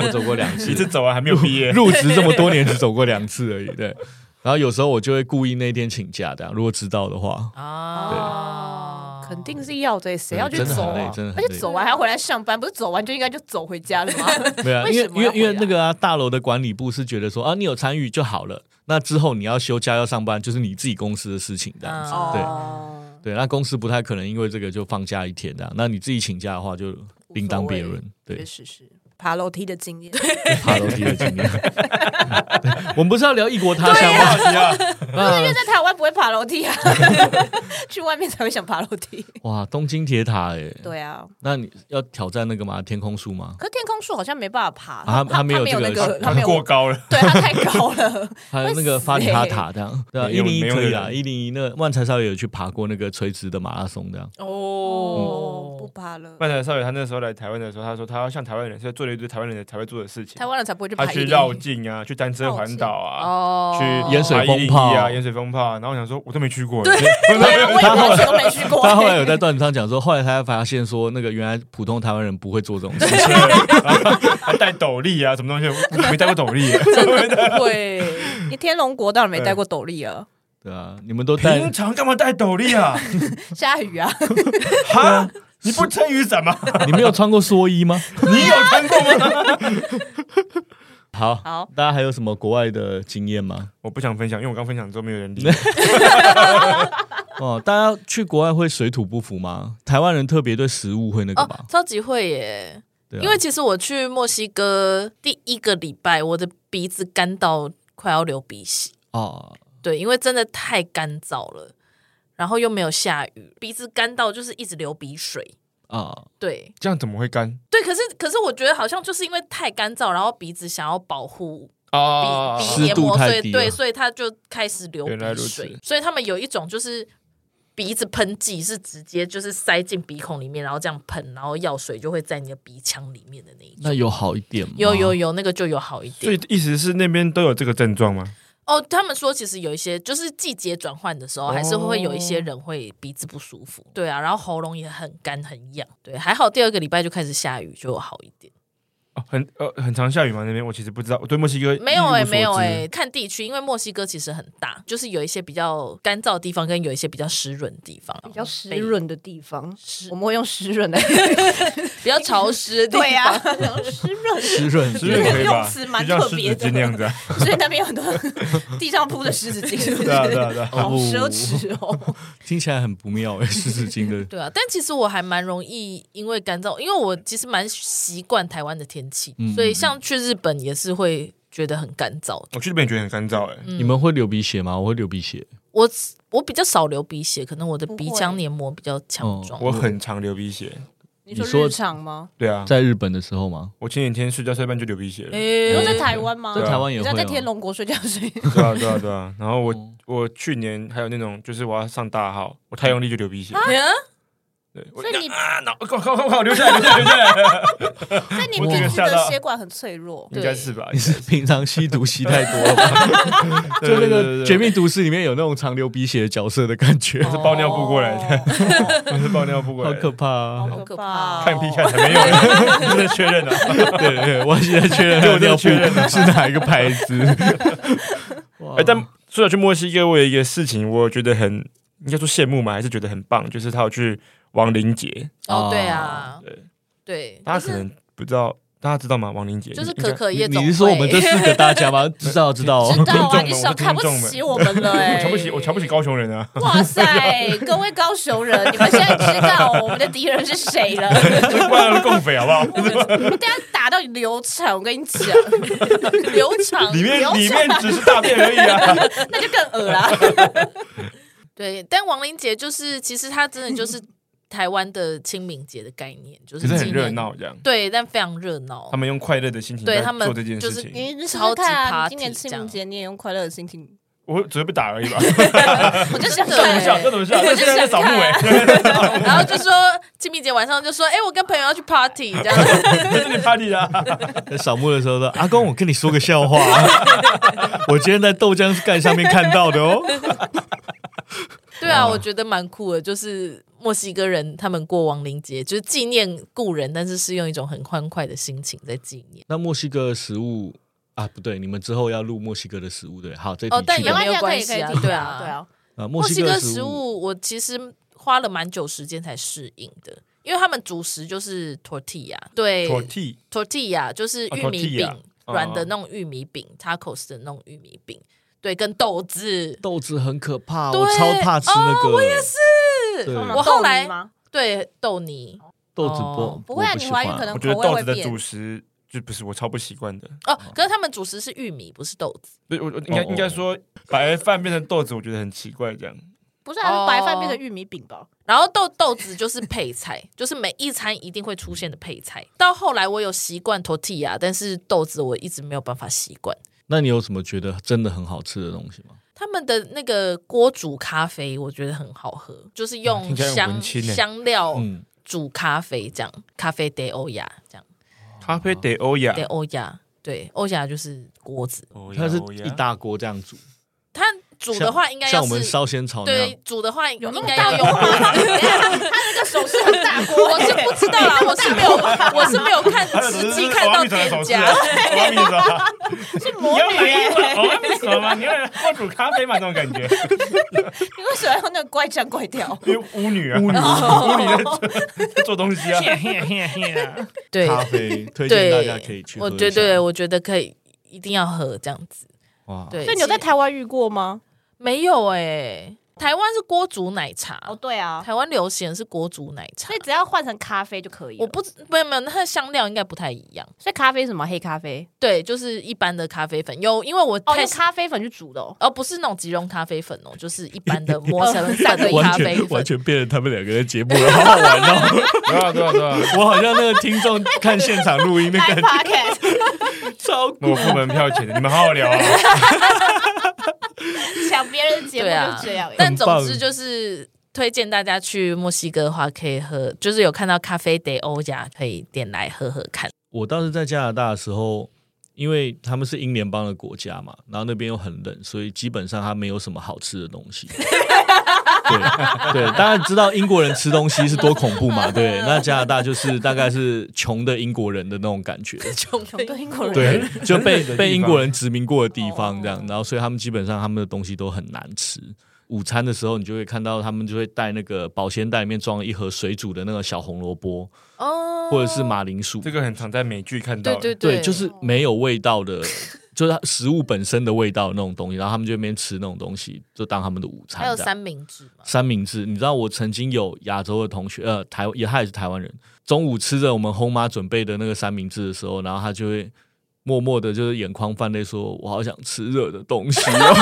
[SPEAKER 1] 我走过两次
[SPEAKER 4] 一， 次走完啊还没有毕业。
[SPEAKER 1] 入职这么多年只走过两次而已。对， 然后有时候我就会故意那天请假，这样如果知道的话，
[SPEAKER 3] 哦，
[SPEAKER 2] 肯定是要的，谁
[SPEAKER 1] 对
[SPEAKER 2] 要去
[SPEAKER 1] 真的很
[SPEAKER 2] 走
[SPEAKER 1] 累
[SPEAKER 2] 啊
[SPEAKER 1] 真的？很
[SPEAKER 2] 而
[SPEAKER 1] 累
[SPEAKER 2] 且走完还要回来上班，不是走完就应该就走回家了吗？
[SPEAKER 1] 对啊，因为
[SPEAKER 2] 为什
[SPEAKER 1] 因
[SPEAKER 2] 么要
[SPEAKER 1] 为因为
[SPEAKER 2] 回来
[SPEAKER 1] 那个啊，大楼的管理部是觉得说啊，你有参与就好了，那之后你要休假要上班就是你自己公司的事情这样子。对
[SPEAKER 2] 哦，
[SPEAKER 1] 对，那公司不太可能因为这个就放假一天这样。那你自己请假的话，就另当别论。
[SPEAKER 2] 确
[SPEAKER 1] 对，
[SPEAKER 2] 实是爬楼梯的 经验。
[SPEAKER 1] 爬楼梯的经 验。我们不是要聊异国他乡吗？
[SPEAKER 4] 对 啊，
[SPEAKER 2] 因为在台湾不会爬楼梯啊，去外面才会想爬楼梯。
[SPEAKER 1] 哇，东京铁塔哎，
[SPEAKER 2] 对啊，
[SPEAKER 1] 那你要挑战那个吗？天空树吗？
[SPEAKER 2] 可是天空树好像没办法爬，
[SPEAKER 1] 啊他他没有
[SPEAKER 2] 没有
[SPEAKER 1] 这
[SPEAKER 2] 那
[SPEAKER 1] 个
[SPEAKER 2] 个，他
[SPEAKER 4] 他
[SPEAKER 2] 没
[SPEAKER 4] 们
[SPEAKER 2] 有
[SPEAKER 4] 过，高了。
[SPEAKER 2] 对他太高 了。
[SPEAKER 1] 还有那个法里哈
[SPEAKER 3] 欸
[SPEAKER 1] 塔这样，对啊，
[SPEAKER 4] 没
[SPEAKER 1] 一
[SPEAKER 4] 有
[SPEAKER 1] 零一
[SPEAKER 4] 没有
[SPEAKER 1] 可以
[SPEAKER 4] 那
[SPEAKER 1] 啦，
[SPEAKER 4] 个
[SPEAKER 1] 一零一那万财少爷有去爬过那个垂直的马拉松这样，
[SPEAKER 2] 哦，
[SPEAKER 1] 嗯
[SPEAKER 2] 不爬了，
[SPEAKER 4] 曼才少爷他那时候来台湾的时候，他说他要像台湾人，所以做了一堆台湾人才会做的事情
[SPEAKER 2] 台。湾人才不会去爬
[SPEAKER 4] 他
[SPEAKER 2] 一零
[SPEAKER 4] 去
[SPEAKER 2] 一。
[SPEAKER 4] 绕境啊，去单车环岛啊，
[SPEAKER 3] 哦，
[SPEAKER 4] 去
[SPEAKER 1] 盐水风炮
[SPEAKER 4] 爬101啊，盐水风炮啊。然后我想说，我都没去过。
[SPEAKER 2] 对啊，我也完全都没去过。
[SPEAKER 1] 他后来有在段子上讲说，后来他发现说，那个原来普通台湾人不会做这种事情，
[SPEAKER 4] 还带斗笠啊，什么东西？我没带过斗笠， 啊
[SPEAKER 2] 对， 你天龙国当然没带过斗笠啊，
[SPEAKER 1] 对啊，你们都带
[SPEAKER 4] 平常干嘛带斗笠啊？
[SPEAKER 2] 下雨啊，
[SPEAKER 4] 哈，你不撑雨伞吗？
[SPEAKER 1] 你没有穿过蓑衣 吗？
[SPEAKER 4] 你有撑过吗？
[SPEAKER 1] 好，
[SPEAKER 2] 好，
[SPEAKER 1] 大家还有什么国外的经验吗？
[SPEAKER 4] 我不想分享，因为我刚分享之后没有人理我。
[SPEAKER 1] 哦，大家去国外会水土不服吗？台湾人特别对食物会那个
[SPEAKER 3] 哦
[SPEAKER 1] 吧？，
[SPEAKER 3] 超级会耶！
[SPEAKER 1] 对啊，
[SPEAKER 3] 因为其实我去墨西哥第一个礼拜，我的鼻子干到快要流鼻血。
[SPEAKER 1] 哦，
[SPEAKER 3] 对，因为真的太干燥了，然后又没有下雨，鼻子干到就是一直流鼻水。
[SPEAKER 1] 啊，
[SPEAKER 3] 对
[SPEAKER 4] 这样怎么会干？
[SPEAKER 3] 对，可是可是我觉得好像就是因为太干燥，然后鼻子想要保护
[SPEAKER 4] 哦
[SPEAKER 3] 鼻鼻
[SPEAKER 1] 湿
[SPEAKER 3] 黏
[SPEAKER 1] 度
[SPEAKER 3] 膜，
[SPEAKER 1] 太
[SPEAKER 3] 所以
[SPEAKER 1] 低
[SPEAKER 3] 对，
[SPEAKER 1] 了
[SPEAKER 3] 所以它就开始流
[SPEAKER 4] 原来
[SPEAKER 3] 鼻
[SPEAKER 4] 如
[SPEAKER 3] 水
[SPEAKER 4] 此。
[SPEAKER 3] 所以他们有一种就是鼻子喷剂是直接就是塞进鼻孔里面，然后这样喷，然后药水就会在你的鼻腔里面的那一种。
[SPEAKER 1] 那有好一点吗？
[SPEAKER 3] 有有有，那个就有好一
[SPEAKER 4] 所
[SPEAKER 3] 点
[SPEAKER 4] 以意思是那边都有这个症状吗？
[SPEAKER 3] 哦。他们说，其实有一些就是季节转换的时候，还是会有一些人会鼻子不舒服。对啊，然后喉咙也很干很痒。对，还好第二个礼拜就开始下雨，就有好一点。
[SPEAKER 4] 哦，很呃很常下雨吗？那边我其实不知道，我对墨西哥
[SPEAKER 3] 没有
[SPEAKER 4] 哎、
[SPEAKER 3] 哎、没有哎、看地区，因为墨西哥其实很大，就是有一些比较干燥的地方，跟有一些比较湿润的地方，啊
[SPEAKER 4] 哦
[SPEAKER 2] 比较湿润的地方，
[SPEAKER 3] 湿
[SPEAKER 2] 我们会用湿润 来
[SPEAKER 3] 比较潮湿的地方。
[SPEAKER 2] 对哎呀、
[SPEAKER 8] 湿润，
[SPEAKER 1] 湿润
[SPEAKER 4] 其实
[SPEAKER 8] 这
[SPEAKER 4] 可
[SPEAKER 8] 个
[SPEAKER 1] 对
[SPEAKER 4] 以吧
[SPEAKER 8] 用词蛮
[SPEAKER 4] 就像
[SPEAKER 8] 特
[SPEAKER 4] 湿
[SPEAKER 8] 别
[SPEAKER 4] 纸
[SPEAKER 8] 的
[SPEAKER 4] 巾那样子、啊，
[SPEAKER 2] 所以那边有很多 地上铺的湿纸巾，是不是
[SPEAKER 4] 对啊对啊对啊，
[SPEAKER 2] 好
[SPEAKER 1] 哦
[SPEAKER 2] 奢侈哦！
[SPEAKER 1] 听起来很不 妙哎、湿纸巾的。
[SPEAKER 3] 对啊，但其实我还蛮容易因为干燥，因为我其实蛮习惯台湾的天气，
[SPEAKER 1] 嗯
[SPEAKER 3] 所以像去日本也是会觉得很干燥。
[SPEAKER 4] 我去那边也觉得很干燥哎、
[SPEAKER 1] 你们会流鼻血吗？我会流鼻血，
[SPEAKER 3] 我我比较少流鼻血，可能我的
[SPEAKER 2] 不会
[SPEAKER 3] 鼻腔黏膜比较
[SPEAKER 1] 哦
[SPEAKER 3] 强壮。
[SPEAKER 4] 我很常流鼻血。
[SPEAKER 2] 你
[SPEAKER 1] 说
[SPEAKER 2] 说日常吗？
[SPEAKER 4] 对啊，
[SPEAKER 1] 嗯在日本的时候吗？
[SPEAKER 4] 我前几天睡觉睡到一半就流鼻血了。
[SPEAKER 3] 诶
[SPEAKER 2] 你说
[SPEAKER 1] 嗯
[SPEAKER 2] 在台湾吗？
[SPEAKER 1] 在
[SPEAKER 4] 对啊
[SPEAKER 1] 台湾也
[SPEAKER 2] 你
[SPEAKER 1] 会、
[SPEAKER 2] 知
[SPEAKER 1] 哦
[SPEAKER 2] 道在天龙国睡觉 睡，
[SPEAKER 4] 对啊，对啊，对啊。然后我、
[SPEAKER 1] 哦
[SPEAKER 4] 我去年还有那种，就是我要上大号，我太用力就流鼻血。
[SPEAKER 3] 嗯
[SPEAKER 4] 对，我
[SPEAKER 2] 所以你
[SPEAKER 4] 啊，脑，快快快快，流下来，流下来，流下来，
[SPEAKER 2] 所以你
[SPEAKER 4] 我这个
[SPEAKER 2] 鼻子
[SPEAKER 4] 吓
[SPEAKER 2] 的
[SPEAKER 4] 到
[SPEAKER 2] 血管很脆 弱。
[SPEAKER 4] 应该是吧？
[SPEAKER 1] 你是平常吸毒吸太多了 吧？
[SPEAKER 4] 对
[SPEAKER 1] 就那个《绝，
[SPEAKER 4] 对对对对
[SPEAKER 1] 命毒师》里面有那种常流鼻血的角色的感觉，
[SPEAKER 3] 哦
[SPEAKER 4] 我是包尿布过来的，我是包尿布过
[SPEAKER 1] 好
[SPEAKER 4] 来
[SPEAKER 1] 可
[SPEAKER 4] 的。
[SPEAKER 1] 怕、 啊！
[SPEAKER 3] 好可怕
[SPEAKER 2] 哦
[SPEAKER 4] 看屁看才没有人，
[SPEAKER 3] 哦
[SPEAKER 4] 真的确认 了、啊。
[SPEAKER 1] 对 对，我现在确认
[SPEAKER 4] 对我
[SPEAKER 1] 那个
[SPEAKER 4] 真的确认
[SPEAKER 1] 尿布是哪一个牌子。 哇
[SPEAKER 4] 哎、但说到去墨西哥，我有一个事情，我觉得很应该说羡慕嘛，还是觉得很棒，就是他有去亡灵节，
[SPEAKER 3] 哦，
[SPEAKER 1] 哦
[SPEAKER 3] 对啊，
[SPEAKER 4] 对
[SPEAKER 3] 对，
[SPEAKER 4] 大
[SPEAKER 3] 就
[SPEAKER 4] 家可
[SPEAKER 3] 是
[SPEAKER 4] 能不知道，大家知道吗？亡灵节
[SPEAKER 3] 就是
[SPEAKER 4] 应该
[SPEAKER 3] 可可
[SPEAKER 1] 你
[SPEAKER 3] 夜总
[SPEAKER 1] 你
[SPEAKER 3] 会。
[SPEAKER 1] 是说我们这四个大家吗？知道知 道，哦
[SPEAKER 2] 知道啊，
[SPEAKER 4] 听众们
[SPEAKER 2] 你少看不起我们 了哎、
[SPEAKER 4] 我瞧不起，我瞧不起。高雄人啊！
[SPEAKER 2] 哇塞，各位高雄人，你们现在知道我们的敌人是谁 了？
[SPEAKER 4] 就怪他们共匪好 不好？
[SPEAKER 2] 我们等下打到你流产，我跟你讲，
[SPEAKER 3] 流场
[SPEAKER 4] 里面
[SPEAKER 3] 流
[SPEAKER 4] 里面只是大便而已啊！
[SPEAKER 2] 那就更 恶啦。
[SPEAKER 3] 对，但亡灵节就是其实它真的就是台湾的清明节的概念， 就
[SPEAKER 4] 可是很
[SPEAKER 3] 纪
[SPEAKER 4] 热
[SPEAKER 3] 念，
[SPEAKER 4] 闹，这样
[SPEAKER 3] 对，但非常热闹
[SPEAKER 4] 他。们用快乐的心情
[SPEAKER 3] 对
[SPEAKER 4] 在
[SPEAKER 3] 他们
[SPEAKER 4] 做这件
[SPEAKER 3] 就
[SPEAKER 4] 事
[SPEAKER 3] 是
[SPEAKER 4] 情，
[SPEAKER 2] 你你
[SPEAKER 3] 超级
[SPEAKER 2] 看啊，你
[SPEAKER 3] party
[SPEAKER 2] 今年清明节你也用快乐的心情，
[SPEAKER 4] 我只会被打 而已吧？
[SPEAKER 2] 我就想
[SPEAKER 3] 真的
[SPEAKER 2] 看
[SPEAKER 4] 不像，这怎么像？那现在在扫墓哎，
[SPEAKER 3] 然后就说清明节晚上就说，哎、我跟朋友要去 party 这样。
[SPEAKER 4] 在 这里 party 啊！
[SPEAKER 1] 在扫墓的时候说：“阿公，我跟你说个笑 话，我今天在豆浆盖上面看到的哦。
[SPEAKER 3] 对啊，我觉得蛮酷的，就是墨西哥人他们过亡灵节，就是纪念故人，但是是用一种很欢快的心情在纪念”。
[SPEAKER 1] 那墨西哥的食物啊，不对，你们之后要录墨西哥的食物对？好，这一
[SPEAKER 3] 哦
[SPEAKER 1] 题
[SPEAKER 3] 但
[SPEAKER 1] 去
[SPEAKER 3] 有
[SPEAKER 1] 掉
[SPEAKER 3] 没有
[SPEAKER 2] 没
[SPEAKER 3] 关系啊
[SPEAKER 2] 对
[SPEAKER 3] 对啊
[SPEAKER 2] 对啊，
[SPEAKER 1] 啊，墨
[SPEAKER 3] 墨西
[SPEAKER 1] 哥
[SPEAKER 3] 哥
[SPEAKER 1] 的
[SPEAKER 3] 食
[SPEAKER 1] 物
[SPEAKER 3] 物我其实花了蛮久时间才适应的。因为他们主食就是 tortilla，对
[SPEAKER 4] 妥替
[SPEAKER 3] tortilla 就是
[SPEAKER 4] 哦
[SPEAKER 3] 玉米饼
[SPEAKER 4] tortilla，，哦
[SPEAKER 3] 软的那种玉米饼，tacos 的那种玉米饼，对，跟豆子。
[SPEAKER 1] 豆子很可怕，
[SPEAKER 3] 对哦
[SPEAKER 1] 我超怕吃那个。我也是，对，
[SPEAKER 3] 我后来
[SPEAKER 2] 豆泥吗
[SPEAKER 3] 对豆泥
[SPEAKER 1] 豆子不
[SPEAKER 3] 哦
[SPEAKER 2] 不会啊，
[SPEAKER 1] 我
[SPEAKER 2] 你
[SPEAKER 1] 喜
[SPEAKER 2] 怀孕
[SPEAKER 1] 欢
[SPEAKER 2] 可能
[SPEAKER 4] 我
[SPEAKER 2] 口
[SPEAKER 4] 觉得
[SPEAKER 2] 味
[SPEAKER 4] 豆
[SPEAKER 2] 会
[SPEAKER 4] 子的主
[SPEAKER 2] 变。
[SPEAKER 4] 食就不是我超不习惯的，
[SPEAKER 3] 哦，可是他们主食是玉米，不是豆子。
[SPEAKER 4] 对我我应该
[SPEAKER 1] 哦哦
[SPEAKER 4] 应该说白饭变成豆子，我觉得很奇怪这样。
[SPEAKER 2] 不是啊，是白饭
[SPEAKER 3] 哦
[SPEAKER 2] 变成玉米饼吧？
[SPEAKER 3] 然后豆豆子就是配菜，就是每一餐一定会出现的配菜。到后来我有习惯 tortilla，但是豆子我一直没有办法习惯。
[SPEAKER 1] 那你有什么觉得真的很好吃的东西吗？
[SPEAKER 3] 他们的那个锅煮咖啡，我觉得很好喝，就是用
[SPEAKER 4] 听起来很
[SPEAKER 3] 香
[SPEAKER 4] 文青欸
[SPEAKER 3] 香料
[SPEAKER 1] 嗯，
[SPEAKER 3] 煮咖啡这样，咖啡 de 欧亚这样
[SPEAKER 4] 咖啡得欧亚
[SPEAKER 3] de，欧亚，对，欧亚就是锅子。
[SPEAKER 4] 欧亚
[SPEAKER 1] 它是
[SPEAKER 4] 欧亚
[SPEAKER 1] 一大锅这样煮，
[SPEAKER 3] 它煮的话应该
[SPEAKER 1] 像
[SPEAKER 3] 要
[SPEAKER 1] 我们
[SPEAKER 3] 是
[SPEAKER 1] 烧仙草那样
[SPEAKER 3] 对。煮的话
[SPEAKER 2] 有那
[SPEAKER 3] 应
[SPEAKER 2] 么
[SPEAKER 3] 该
[SPEAKER 2] 大
[SPEAKER 3] 要
[SPEAKER 2] 锅
[SPEAKER 3] 用
[SPEAKER 2] 吗？ 他那个手是很 大锅，
[SPEAKER 3] 我是不知道啦，我是没 有，我是没有看实际看到店
[SPEAKER 4] 啊
[SPEAKER 3] 家。
[SPEAKER 1] 啊
[SPEAKER 4] 我 要米什么？
[SPEAKER 2] 是魔
[SPEAKER 4] 啊你要
[SPEAKER 2] 女
[SPEAKER 4] 来
[SPEAKER 2] 耶。
[SPEAKER 4] 我要米什么吗？你要来锅煮咖啡吗？这种感觉，
[SPEAKER 2] 你为什么要那个怪腔怪调？
[SPEAKER 4] 因为巫女 啊，巫女巫女在做做东西 啊。
[SPEAKER 3] 对
[SPEAKER 1] 咖啡推荐大
[SPEAKER 3] 对
[SPEAKER 1] 家可以去喝
[SPEAKER 3] 我
[SPEAKER 1] 一下。
[SPEAKER 3] 觉对，我觉得可以，一定要喝这样子。
[SPEAKER 1] 哇，
[SPEAKER 3] 对，
[SPEAKER 2] 所以你有在
[SPEAKER 3] 其实
[SPEAKER 2] 台湾遇过吗？
[SPEAKER 3] 没有哎、台湾是锅煮奶茶，
[SPEAKER 2] 哦，对啊，
[SPEAKER 3] 台湾流行的是锅煮奶茶
[SPEAKER 2] 所以。只要换成咖啡就可以了。
[SPEAKER 3] 我不知没有没有，那它的香料应该不太一样。
[SPEAKER 2] 所以咖啡是什么黑咖啡？
[SPEAKER 3] 对，就是一般的咖啡粉有，因为我
[SPEAKER 2] 哦，
[SPEAKER 3] 太
[SPEAKER 2] 用咖啡粉去煮的哦。
[SPEAKER 3] 哦，不是那种即溶咖 啡粉哦，就是一般的磨成散的咖
[SPEAKER 1] 完
[SPEAKER 3] 啡
[SPEAKER 1] 全
[SPEAKER 3] 粉
[SPEAKER 1] 完。全变成他们两个人的节目了，好好玩哦！
[SPEAKER 4] 对啊对啊对啊！
[SPEAKER 1] 我好像那个听众看现场录音那
[SPEAKER 2] 爱
[SPEAKER 1] 感
[SPEAKER 2] podcast
[SPEAKER 1] 超
[SPEAKER 2] 啊
[SPEAKER 4] 我付门票钱的，你们好好聊啊。
[SPEAKER 2] 抢别人的节目
[SPEAKER 3] 对啊
[SPEAKER 2] 就这样耶。
[SPEAKER 3] 但总
[SPEAKER 1] 棒
[SPEAKER 3] 之就是推荐大家去墨西哥的话，可以喝，就是有看到咖啡 de 欧亚，可以点来喝喝 看。
[SPEAKER 1] 我当时在加拿大的时候，因为他们是英联邦的国家嘛，然后那边又很冷，所以基本上它没有什么好吃的东西。对对，当然知道英国人吃东西是多恐怖嘛，对。那加拿大就是大概是穷的英国人的那种感觉，
[SPEAKER 3] 穷
[SPEAKER 2] 穷的英国人
[SPEAKER 1] 对，就被
[SPEAKER 4] 很冷的地方
[SPEAKER 1] 被英国人殖民过的地方这样，然后所以他们基本上他们的东西都很难吃。午餐的时候，你就会看到他们就会带那个保鲜袋里面装一盒水煮的那个小红萝卜，
[SPEAKER 3] 哦，
[SPEAKER 1] 或者是马铃薯，
[SPEAKER 4] 这个很常在美剧看到
[SPEAKER 3] 对
[SPEAKER 4] 的，
[SPEAKER 3] 对
[SPEAKER 1] 对，
[SPEAKER 3] 哦
[SPEAKER 1] 就是没有味道 的，就是它食物本身的味道的那种东西，然后他们就在那边吃那种东西，就当他们的午餐。
[SPEAKER 3] 还有
[SPEAKER 1] 这样
[SPEAKER 3] 三明治嘛，
[SPEAKER 1] 三明治，你知道我曾经有亚洲的同学，呃，台也他也是台湾人，中午吃着我们后妈准备的那个三明治的时候，然后他就会默默的，就是眼眶泛泪，说：“我好想吃热的东西 哦。”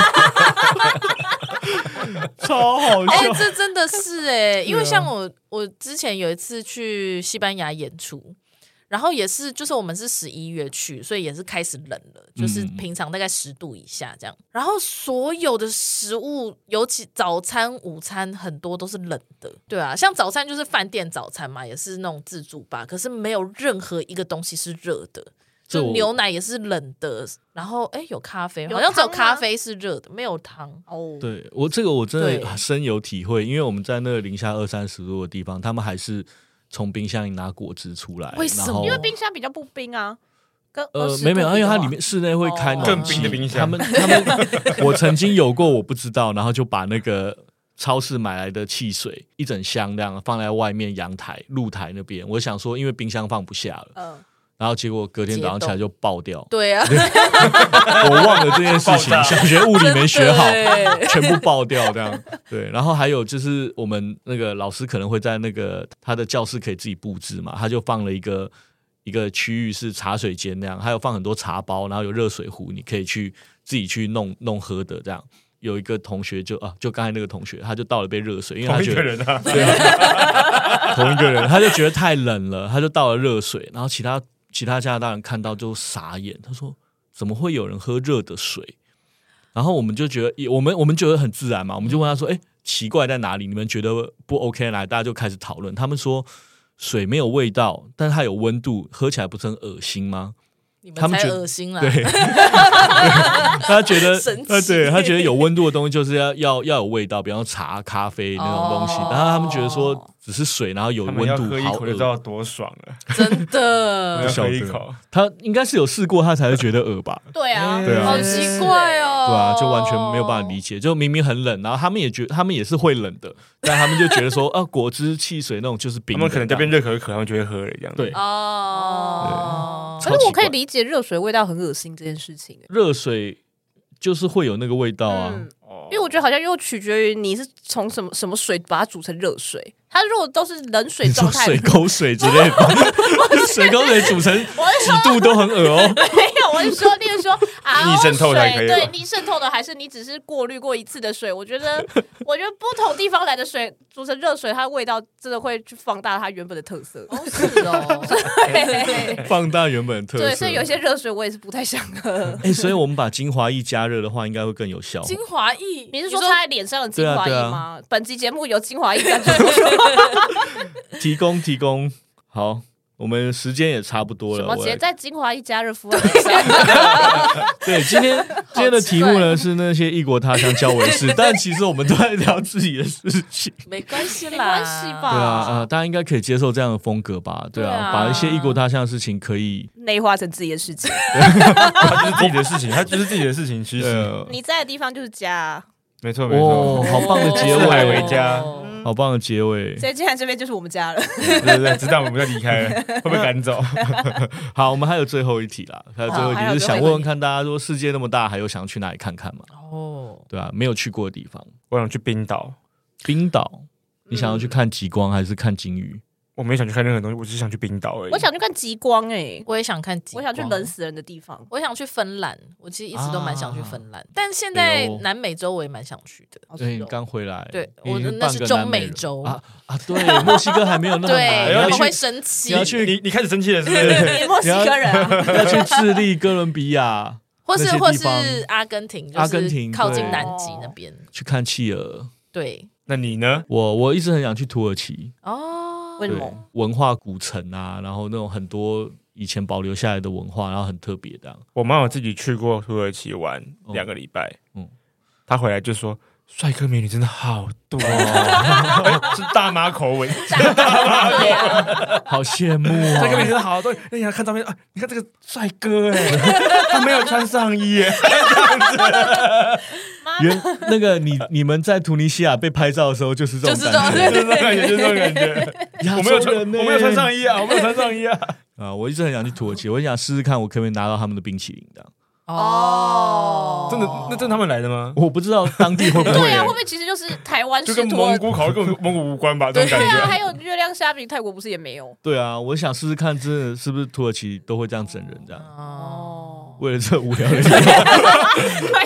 [SPEAKER 1] 超好
[SPEAKER 3] 哎、
[SPEAKER 1] 笑，
[SPEAKER 3] 这真的 是哎、因为
[SPEAKER 1] 啊
[SPEAKER 3] 像我，我之前有一次去西班牙演出，然后也是，就是我们是十一月去，所以也是开始冷了，就是
[SPEAKER 1] 嗯
[SPEAKER 3] 平常大概十度以下这样。然后所有的食物，尤其早餐、午餐，很多都是冷的，对啊，像早餐就是饭店早餐嘛，也是那种自助吧，可是没有任何一个东西是热的。
[SPEAKER 1] 这
[SPEAKER 3] 就
[SPEAKER 1] 我
[SPEAKER 3] 牛奶也是冷的，然后哎、有咖啡，
[SPEAKER 2] 有
[SPEAKER 3] 好像只有
[SPEAKER 2] 汤
[SPEAKER 3] 咖
[SPEAKER 2] 吗
[SPEAKER 3] 啡是热的，没有汤。
[SPEAKER 2] 哦，
[SPEAKER 1] 对我这个我真的
[SPEAKER 3] 对
[SPEAKER 1] 深有体会，因为我们在那个零下二三十度的地方，他们还是从冰箱里拿果汁出来，
[SPEAKER 3] 为什么
[SPEAKER 1] 然后
[SPEAKER 2] 因为冰箱比较不冰啊，跟
[SPEAKER 1] 呃
[SPEAKER 2] 20，
[SPEAKER 1] 没有没有，
[SPEAKER 2] 度比
[SPEAKER 1] 因为它
[SPEAKER 2] 的
[SPEAKER 1] 里
[SPEAKER 2] 话
[SPEAKER 1] 面室内会开
[SPEAKER 3] 哦
[SPEAKER 1] 暖
[SPEAKER 3] 更
[SPEAKER 1] 气
[SPEAKER 4] 冰的冰箱
[SPEAKER 1] 他们他们， 我曾经有过，我不知道，然后就把那个超市买来的汽水一整箱这样放在外面阳台露台那边，我想说因为冰箱放不下了，
[SPEAKER 2] 嗯，
[SPEAKER 1] 然后结果隔天早上起来就爆掉，
[SPEAKER 3] 对啊，
[SPEAKER 1] 我忘了这件事情，
[SPEAKER 4] 爆炸
[SPEAKER 1] 小学物理没学好。
[SPEAKER 3] 对
[SPEAKER 1] 全部爆掉这样，对，然后还有就是我们那个老师可能会在那个他的教室可以自己布置嘛，他就放了一个一个区域是茶水间那样，还有放很多茶包，然后有热水壶，你可以去自己去弄弄喝的这样。有一个同学就啊，就刚才那个同学，他就倒了杯热水，因为他
[SPEAKER 4] 同一
[SPEAKER 1] 觉
[SPEAKER 4] 个
[SPEAKER 1] 得
[SPEAKER 4] 人啊，
[SPEAKER 1] 同一个人，他就觉得太冷了，他就倒了热水，然后其他其他加拿大人看到就傻眼，他说怎么会有人喝热的水？然后我们就觉得，也我们我们觉得很自然嘛，我们就问他说，哎、奇怪在哪里？你们觉得不 OK 来，大家就开始讨论。他们说水没有味道，但它有温度，喝起来不是很恶心吗？
[SPEAKER 3] 你
[SPEAKER 1] 他
[SPEAKER 3] 们
[SPEAKER 1] 们
[SPEAKER 3] 才
[SPEAKER 1] 觉得
[SPEAKER 3] 恶心啊啦！
[SPEAKER 1] 对，他觉得
[SPEAKER 3] 神，奇
[SPEAKER 1] 呃，对他觉得有温度的东西就是要要要有味道，比方说茶、咖啡那种东西。
[SPEAKER 3] 哦
[SPEAKER 1] 然后他们觉得说只是水，然后有
[SPEAKER 4] 他
[SPEAKER 1] 温
[SPEAKER 4] 们要
[SPEAKER 1] 度
[SPEAKER 4] 喝，一
[SPEAKER 1] 好
[SPEAKER 4] 口就知
[SPEAKER 1] 恶。
[SPEAKER 4] 道多爽了，
[SPEAKER 3] 真的，
[SPEAKER 4] 要
[SPEAKER 1] 晓得
[SPEAKER 4] 喝一口，
[SPEAKER 1] 他应该是有试过，他才会觉得恶吧？
[SPEAKER 3] 对 啊
[SPEAKER 1] 对啊
[SPEAKER 3] 好奇怪哦，
[SPEAKER 1] 对啊，就完全没有办法理解。就明明很冷，然后他们也觉他们也是会冷的，但他们就觉得 说，啊，果汁、汽水那种就是冰
[SPEAKER 4] 他
[SPEAKER 1] 的，
[SPEAKER 4] 们可能在变热可可，他们就会喝了这样。
[SPEAKER 1] 对
[SPEAKER 3] 哦。
[SPEAKER 1] 对
[SPEAKER 2] 可是
[SPEAKER 1] 超
[SPEAKER 2] 我
[SPEAKER 1] 奇怪
[SPEAKER 2] 可以理解热水味道很恶心这件事情、欸，
[SPEAKER 1] 热水就是会有那个味道啊。
[SPEAKER 2] 嗯
[SPEAKER 4] 哦，
[SPEAKER 2] 因为我觉得好像又取决于你是从什么什么水把它煮成热水，它如果都是冷水
[SPEAKER 1] 你
[SPEAKER 2] 状
[SPEAKER 1] 说
[SPEAKER 2] 态，
[SPEAKER 1] 水沟水之类 的，水沟水煮成几度都很恶哦。
[SPEAKER 2] 没有，我是说，例 如说啊，
[SPEAKER 4] 逆渗透的还可以吧
[SPEAKER 2] 对逆渗透的，还是你只是过滤过一次的水？我 觉得，我觉得不同地方来的水煮成热水，它的味道真的会去放大它原本的特 色。
[SPEAKER 3] 哦是哦，
[SPEAKER 2] 对，
[SPEAKER 1] 放大原本的特色。
[SPEAKER 2] 对，所以有些热水我也是不太想喝。
[SPEAKER 1] 哎、所以我们把精华液加热的话，应该会更有效。
[SPEAKER 3] 精华液，
[SPEAKER 2] 你是说擦在脸上的精华液
[SPEAKER 1] 对啊对
[SPEAKER 2] 吗？本集节目由精华液啊赞助。
[SPEAKER 1] 提供提供，好，我们时间也差不多
[SPEAKER 2] 什
[SPEAKER 1] 了。
[SPEAKER 2] 么？
[SPEAKER 1] 我
[SPEAKER 2] 直
[SPEAKER 1] 来
[SPEAKER 2] 接在精华液加热敷在脸 上？
[SPEAKER 1] 对今天今天的题目呢是那些异国他乡教我的事，但其实我们都在聊自己的事情。
[SPEAKER 3] 没关系啦，
[SPEAKER 2] 没关系吧
[SPEAKER 1] 对啊，呃，大家应该可以接受这样的风格吧？对啊，
[SPEAKER 3] 对啊
[SPEAKER 1] 把一些异国他乡的事情可以
[SPEAKER 2] 内化成自己的事情，
[SPEAKER 4] 他就是自己的事情，他就是自己的事情。其实
[SPEAKER 1] 呃，
[SPEAKER 2] 你在的地方就是家啊。
[SPEAKER 4] 没错没
[SPEAKER 1] 哦，
[SPEAKER 4] 错，
[SPEAKER 1] 好棒的结
[SPEAKER 4] 四海
[SPEAKER 1] 尾
[SPEAKER 4] 为
[SPEAKER 1] 哦，
[SPEAKER 4] 家
[SPEAKER 3] 哦
[SPEAKER 1] 好棒的结尾。
[SPEAKER 2] 所以现在这边就是我们家了。
[SPEAKER 4] 对对对，知道我们要离开 了，会被赶走。
[SPEAKER 1] 好，我们还有最后一题啦，还有最后一
[SPEAKER 2] 好还有
[SPEAKER 1] 题是
[SPEAKER 2] 最后
[SPEAKER 1] 想
[SPEAKER 2] 一题
[SPEAKER 1] 问问看大家说世界那么大，还有想去哪里看看吗？
[SPEAKER 3] 哦，
[SPEAKER 1] 对啊，没有去过的地方，
[SPEAKER 4] 我想去冰岛，
[SPEAKER 1] 冰岛，你想要去看极光还是看鲸鱼？
[SPEAKER 4] 我没想去看任何东西，我只是想去冰岛而已。
[SPEAKER 2] 我想去看极光哎、
[SPEAKER 3] 我也想看极
[SPEAKER 2] 我
[SPEAKER 3] 光，
[SPEAKER 2] 想去冷死人的地方。
[SPEAKER 3] 我想去芬兰，我其实一直都蛮想去芬兰，但现
[SPEAKER 1] 哎
[SPEAKER 3] 在
[SPEAKER 1] 呦
[SPEAKER 3] 南美洲我也蛮想去的。
[SPEAKER 2] 哦
[SPEAKER 1] 对，你刚回来，
[SPEAKER 3] 对
[SPEAKER 1] 你
[SPEAKER 3] 我
[SPEAKER 1] 是
[SPEAKER 3] 那
[SPEAKER 1] 半
[SPEAKER 3] 是
[SPEAKER 1] 个
[SPEAKER 3] 中
[SPEAKER 1] 南美
[SPEAKER 3] 美
[SPEAKER 1] 人
[SPEAKER 3] 洲
[SPEAKER 1] 啊啊，对，墨西哥还没有 那么
[SPEAKER 3] 对，
[SPEAKER 1] 难，
[SPEAKER 3] 他
[SPEAKER 1] 你
[SPEAKER 3] 们
[SPEAKER 1] 要
[SPEAKER 3] 会
[SPEAKER 1] 去
[SPEAKER 3] 生气
[SPEAKER 1] 你，要去
[SPEAKER 4] 你你开始生气了是不是？
[SPEAKER 2] 你墨西哥人啊，
[SPEAKER 1] 要去智利、哥伦比亚
[SPEAKER 3] 或是
[SPEAKER 1] 那些地
[SPEAKER 3] 或是
[SPEAKER 1] 方
[SPEAKER 3] 阿根廷，
[SPEAKER 1] 阿根
[SPEAKER 3] 就是
[SPEAKER 1] 廷
[SPEAKER 3] 靠近
[SPEAKER 1] 对
[SPEAKER 3] 南极那边，
[SPEAKER 1] 去看企鹅。
[SPEAKER 3] 对
[SPEAKER 4] 那你呢？
[SPEAKER 1] 我我一直很想去土耳其，
[SPEAKER 3] 哦，
[SPEAKER 2] 为什
[SPEAKER 1] 对
[SPEAKER 2] 么？
[SPEAKER 1] 文化古城啊，然后那种很多以前保留下来的文化，然后很特别的啊。
[SPEAKER 4] 我妈我自己去过土耳其玩两个礼拜，
[SPEAKER 1] 嗯
[SPEAKER 4] 嗯，她回来就说帅哥美女真的好 多、哦，是大妈口吻。
[SPEAKER 1] 好羡慕
[SPEAKER 4] 帅哥
[SPEAKER 1] 啊！
[SPEAKER 4] 美女真的好多，那你要看照片啊，你看这个帅哥哎、他没有穿上衣哎、
[SPEAKER 1] 原那个你你们在突尼西亚被拍照的时候就是这
[SPEAKER 3] 就
[SPEAKER 1] 种
[SPEAKER 3] 是这种
[SPEAKER 1] 感觉，
[SPEAKER 4] 就是这种感觉，就是这种感觉。
[SPEAKER 1] 亚
[SPEAKER 4] 我没有
[SPEAKER 1] 洲
[SPEAKER 4] 穿，我
[SPEAKER 1] 人呢欸
[SPEAKER 4] 没有穿上衣啊，我没有穿 上衣啊。
[SPEAKER 1] 啊！我一直很想去土耳其，我想试试看我可不可以拿到他们的冰淇淋的。
[SPEAKER 3] 哦，
[SPEAKER 4] 真的，那真的他们来的吗？
[SPEAKER 1] 我不知道当地会不
[SPEAKER 2] 对
[SPEAKER 1] 会
[SPEAKER 2] 啊，会不会其实就是台湾
[SPEAKER 4] 就是跟
[SPEAKER 2] 土耳
[SPEAKER 4] 蒙古烤肉跟蒙古无关吧，这
[SPEAKER 3] 对
[SPEAKER 4] 种感
[SPEAKER 2] 对啊，
[SPEAKER 4] 觉。
[SPEAKER 2] 还有月亮虾饼，泰国不是也没有？
[SPEAKER 1] 对啊，我想试试看，真的是不是土耳其都会这样整人这样？
[SPEAKER 2] 哦，
[SPEAKER 1] 为了这无 聊的理由，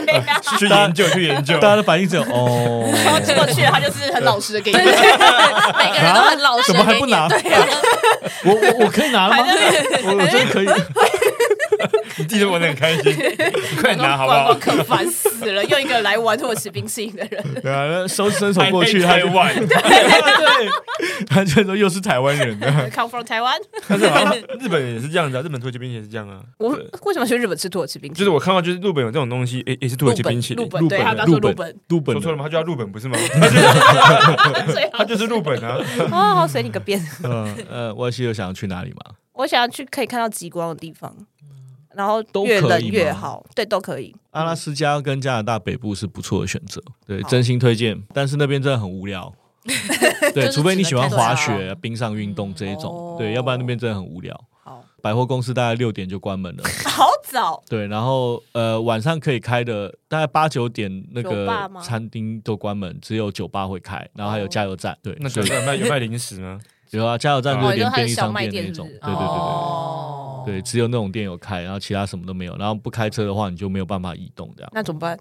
[SPEAKER 2] 对啊，
[SPEAKER 4] 去研究，去研究
[SPEAKER 1] 大。家的反应只有哦，
[SPEAKER 2] 然后结果去了，他就是很老实的给你。
[SPEAKER 3] 每个人都很老实
[SPEAKER 1] 怎
[SPEAKER 3] 给
[SPEAKER 1] 么
[SPEAKER 3] 你，
[SPEAKER 1] 还不拿？
[SPEAKER 3] 对
[SPEAKER 1] 我我我可以拿了吗？ 我我真的可以。
[SPEAKER 4] 你弟弟玩的很开心，你快点拿好不
[SPEAKER 2] 观
[SPEAKER 4] 好
[SPEAKER 2] 光？客烦死了，又一个来玩土耳其冰淇淋的人，
[SPEAKER 1] 对啊，那手伸手过去，他
[SPEAKER 4] 还
[SPEAKER 1] 就
[SPEAKER 4] 玩，
[SPEAKER 1] 对，他就说又是台湾人的。
[SPEAKER 2] come from 台湾。
[SPEAKER 4] 但是 好像日本也是这样子啊，日本土耳其冰淇淋也是这样啊。
[SPEAKER 2] 我
[SPEAKER 4] 对
[SPEAKER 2] 为什么去日本吃土耳其冰淇
[SPEAKER 4] 就
[SPEAKER 2] 淋？
[SPEAKER 4] 是我看到就是日本有这种东西，也也是土耳其冰淇
[SPEAKER 2] 日
[SPEAKER 4] 淋。
[SPEAKER 2] 本，对，他刚说
[SPEAKER 1] 日
[SPEAKER 2] 日
[SPEAKER 1] 本
[SPEAKER 2] 本，，
[SPEAKER 1] 日本
[SPEAKER 4] 说错了
[SPEAKER 1] 吗？
[SPEAKER 4] 吗？他就叫日本不 是吗？他就是
[SPEAKER 2] 最
[SPEAKER 4] 他
[SPEAKER 2] 好
[SPEAKER 4] 就是日本啊。
[SPEAKER 2] 啊，好随你个便。
[SPEAKER 1] 嗯呃，我是有想要去哪里吗？
[SPEAKER 8] 我想要去可以看到极光的地方，然后
[SPEAKER 1] 都
[SPEAKER 8] 越
[SPEAKER 1] 可
[SPEAKER 8] 冷
[SPEAKER 1] 以
[SPEAKER 8] 越
[SPEAKER 1] 吗
[SPEAKER 8] 好，对，都可以。
[SPEAKER 1] 阿拉斯加跟加拿大北部是不错的选择，对，真心推荐。但是那边真的很无聊，对，
[SPEAKER 3] 就是
[SPEAKER 1] 除非你喜欢滑
[SPEAKER 3] 只能
[SPEAKER 1] 雪、啊冰上运动这一种
[SPEAKER 2] 哦，
[SPEAKER 1] 对，要不然那边真的很无聊。
[SPEAKER 2] 好，
[SPEAKER 1] 百货公司大概六点就关门了，
[SPEAKER 2] 好早，
[SPEAKER 1] 对，然后呃晚上可以开的大概八九点那
[SPEAKER 2] 酒吧
[SPEAKER 1] 个
[SPEAKER 2] 吗哦
[SPEAKER 1] 餐厅都关门，只有酒吧会开，然后还有加油站，对，
[SPEAKER 4] 那
[SPEAKER 1] 所
[SPEAKER 4] 酒
[SPEAKER 1] 以
[SPEAKER 4] 店有卖有卖零食吗？
[SPEAKER 1] 有啊，加油站就是
[SPEAKER 2] 哦
[SPEAKER 1] 连
[SPEAKER 2] 就它
[SPEAKER 1] 便
[SPEAKER 2] 的
[SPEAKER 1] 利
[SPEAKER 2] 小
[SPEAKER 1] 商
[SPEAKER 2] 卖
[SPEAKER 1] 店
[SPEAKER 2] 店
[SPEAKER 1] 那
[SPEAKER 2] 是
[SPEAKER 1] 种
[SPEAKER 2] 不是，
[SPEAKER 1] 对对对对
[SPEAKER 3] 哦
[SPEAKER 1] 对，只有那种店有开，然后其他什么都没有，然后不开车的话你就没有办法移动这样。
[SPEAKER 2] 那怎么办？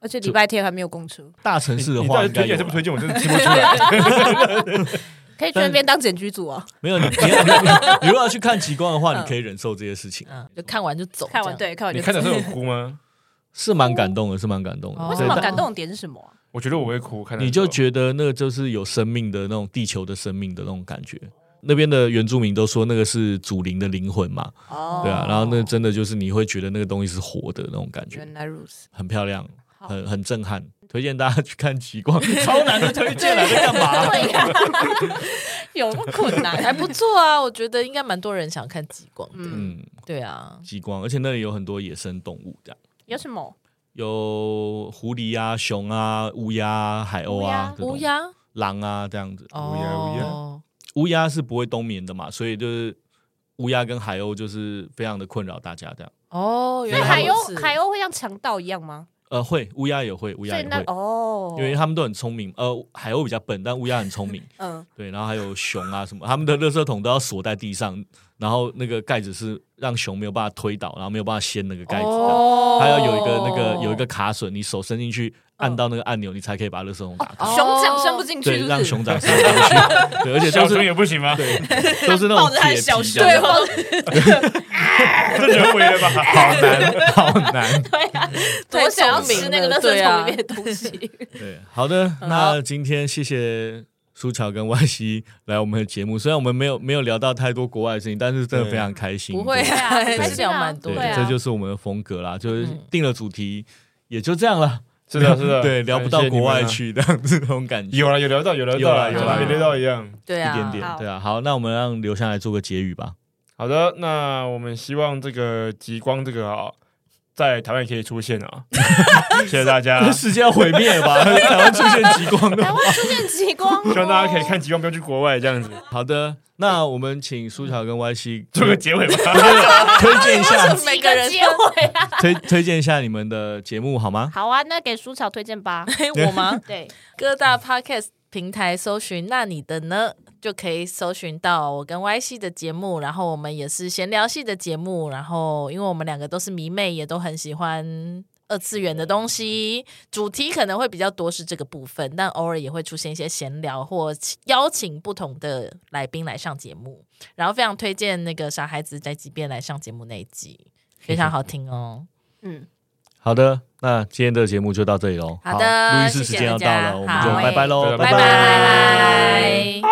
[SPEAKER 2] 而且礼拜天还没有公车，
[SPEAKER 1] 大城市的
[SPEAKER 4] 你
[SPEAKER 1] 话
[SPEAKER 4] 到底
[SPEAKER 1] 应该
[SPEAKER 4] 推
[SPEAKER 1] 有啊
[SPEAKER 4] 荐是
[SPEAKER 1] 啦
[SPEAKER 4] 不推荐？我真的听不出来。
[SPEAKER 2] 可以去那边当检居组 啊。
[SPEAKER 1] 没有你，你要你 要你如果要去看极光的话，你可以忍受这些事情，
[SPEAKER 3] 嗯，就看完就走，
[SPEAKER 2] 看完
[SPEAKER 3] 这样，
[SPEAKER 2] 对，看完
[SPEAKER 4] 你
[SPEAKER 2] 就
[SPEAKER 4] 看的时候有哭吗？
[SPEAKER 1] 是蛮感动的，是蛮感动的。
[SPEAKER 3] 哦
[SPEAKER 2] 嗯为什么
[SPEAKER 1] 对
[SPEAKER 2] 感动的点是什么啊？
[SPEAKER 4] 我觉得我会哭，看
[SPEAKER 1] 但
[SPEAKER 4] 的时候
[SPEAKER 1] 你就觉得那个就是有生命的那种地球的生命的那种感觉。那边的原住民都说那个是祖灵的灵魂嘛，
[SPEAKER 2] 哦
[SPEAKER 1] 对啊，然后那真的就是你会觉得那个东西是活的那种感觉，
[SPEAKER 2] 原来 如此，
[SPEAKER 1] 很漂亮，
[SPEAKER 2] 好
[SPEAKER 1] 很很震撼，推荐大家去看极光， 超难的推荐了，在干嘛？
[SPEAKER 2] 有那么困难，哎
[SPEAKER 3] 还
[SPEAKER 2] 还
[SPEAKER 3] 不错啊，我觉得应该蛮多人想看极光的，
[SPEAKER 2] 嗯，
[SPEAKER 1] 嗯，
[SPEAKER 3] 对啊，
[SPEAKER 1] 极光，而且那里有很多野生动物，这样
[SPEAKER 2] 有什么？
[SPEAKER 1] 有狐狸啊、熊啊、乌鸦啊、海鸥啊、这种
[SPEAKER 3] 乌鸦
[SPEAKER 1] 狼啊这样子。
[SPEAKER 4] 乌鸦
[SPEAKER 3] 哦，
[SPEAKER 1] 乌鸦是不会冬眠的嘛，所以就是乌鸦跟海鸥就是非常的困扰大家这样。
[SPEAKER 3] 哦，
[SPEAKER 2] 所
[SPEAKER 3] 原
[SPEAKER 2] 以
[SPEAKER 3] 来
[SPEAKER 2] 海
[SPEAKER 3] 如此
[SPEAKER 2] 鸥海鸥会像强盗一样吗？
[SPEAKER 1] 呃，会乌鸦也会，乌
[SPEAKER 2] 所
[SPEAKER 1] 鸦
[SPEAKER 2] 以
[SPEAKER 1] 也
[SPEAKER 2] 那
[SPEAKER 1] 会，
[SPEAKER 2] 哦，
[SPEAKER 1] 因为他们都很聪明。呃，海鸥比较笨，但乌鸦很聪 明。
[SPEAKER 2] 嗯，
[SPEAKER 1] 对，然后还有熊啊什么，他们的垃圾桶都要锁在地上，然后那个盖子是让熊没有办法推倒，然后没有办法掀那个盖子这样。
[SPEAKER 3] 哦
[SPEAKER 1] 还要有一个那个有一个卡榫，你手伸进去按到那个按钮，你才可以把垃圾桶打开。
[SPEAKER 3] 哦
[SPEAKER 2] 熊掌伸不进去，
[SPEAKER 1] 对，
[SPEAKER 2] 是
[SPEAKER 1] 让
[SPEAKER 2] 不是
[SPEAKER 1] 熊掌伸进去。对，而且
[SPEAKER 4] 小
[SPEAKER 1] 都
[SPEAKER 4] 熊
[SPEAKER 1] 是
[SPEAKER 4] 也不行吗？
[SPEAKER 1] 对，都是那种
[SPEAKER 2] 抱着他
[SPEAKER 1] 铁
[SPEAKER 2] 的小
[SPEAKER 1] 皮
[SPEAKER 2] 熊，
[SPEAKER 1] 这样子
[SPEAKER 2] 对，抱着
[SPEAKER 4] 这人为了吧？好难，好难。
[SPEAKER 2] 对啊，
[SPEAKER 3] 对
[SPEAKER 2] 我想要
[SPEAKER 3] 聪明
[SPEAKER 2] 吃那个
[SPEAKER 3] 了
[SPEAKER 2] 垃圾
[SPEAKER 3] 对啊
[SPEAKER 2] 桶里面的 东西。
[SPEAKER 1] 对，好的，那今天谢谢苏乔跟万茜来我们的节目，虽然我们没有没有聊到太多国外的事情，但是真的非常开心。
[SPEAKER 3] 不会
[SPEAKER 1] 对
[SPEAKER 3] 啊，
[SPEAKER 2] 对
[SPEAKER 3] 还是聊蛮多
[SPEAKER 1] 对，
[SPEAKER 2] 对
[SPEAKER 3] 的
[SPEAKER 2] 啊。
[SPEAKER 1] 这就是我们的风格啦，就是定了主题。也就这样了，
[SPEAKER 4] 是的，是 的，
[SPEAKER 1] 对，聊不到国外
[SPEAKER 4] 感谢
[SPEAKER 1] 去的这种感
[SPEAKER 4] 你
[SPEAKER 1] 觉，
[SPEAKER 4] 们啊。有了，有聊到，有聊到啦，
[SPEAKER 1] 有
[SPEAKER 4] 有
[SPEAKER 1] 啦
[SPEAKER 4] 啦，
[SPEAKER 3] 有啦
[SPEAKER 4] 没聊到一样。
[SPEAKER 3] 对
[SPEAKER 1] 一
[SPEAKER 3] 啊，
[SPEAKER 1] 点点，对啊。好，那我们让留下来做个结语 吧。
[SPEAKER 4] 好的，那我们希望这个极光这个啊、在台湾也可以出现 啊！谢谢大家，
[SPEAKER 1] 这
[SPEAKER 4] 希
[SPEAKER 1] 世界要毁灭了 吧？台湾出现极光了
[SPEAKER 2] 台。湾出现极光，
[SPEAKER 4] 望大家可以看极光，不要去国外这样子。
[SPEAKER 1] 好的，那我们请苏乔跟 Y C
[SPEAKER 4] 做个结尾吧。
[SPEAKER 1] 推荐一下，
[SPEAKER 3] 每个人
[SPEAKER 2] 几结尾啊。
[SPEAKER 1] 推推荐一下你们的节目好吗？
[SPEAKER 8] 好啊，那给舒乔推荐吧。
[SPEAKER 2] 哎
[SPEAKER 3] 我吗？
[SPEAKER 8] 对，
[SPEAKER 3] 各大 podcast 平台搜寻“那你的呢”，就可以搜寻到我跟 Y 系的节目，然后我们也是闲聊系的节目，然后因为我们两个都是迷妹，也都很喜欢。二次元的东西，主题可能会比较多是这个部分，但偶尔也会出现一些闲聊或邀请不同的来宾来上节目，然后非常推荐那个傻孩子宅急便来上节目那一集，非常好听哦。
[SPEAKER 2] 嗯，
[SPEAKER 1] 好的，那今天的节目就到这里喽。
[SPEAKER 3] 好的
[SPEAKER 1] 录音室
[SPEAKER 3] 谢
[SPEAKER 1] 时
[SPEAKER 3] 谢
[SPEAKER 1] 间要到
[SPEAKER 3] 大家哎
[SPEAKER 1] 了，我们就
[SPEAKER 3] 好
[SPEAKER 1] 拜拜喽，
[SPEAKER 4] 拜
[SPEAKER 3] 拜
[SPEAKER 1] 拜
[SPEAKER 3] 拜。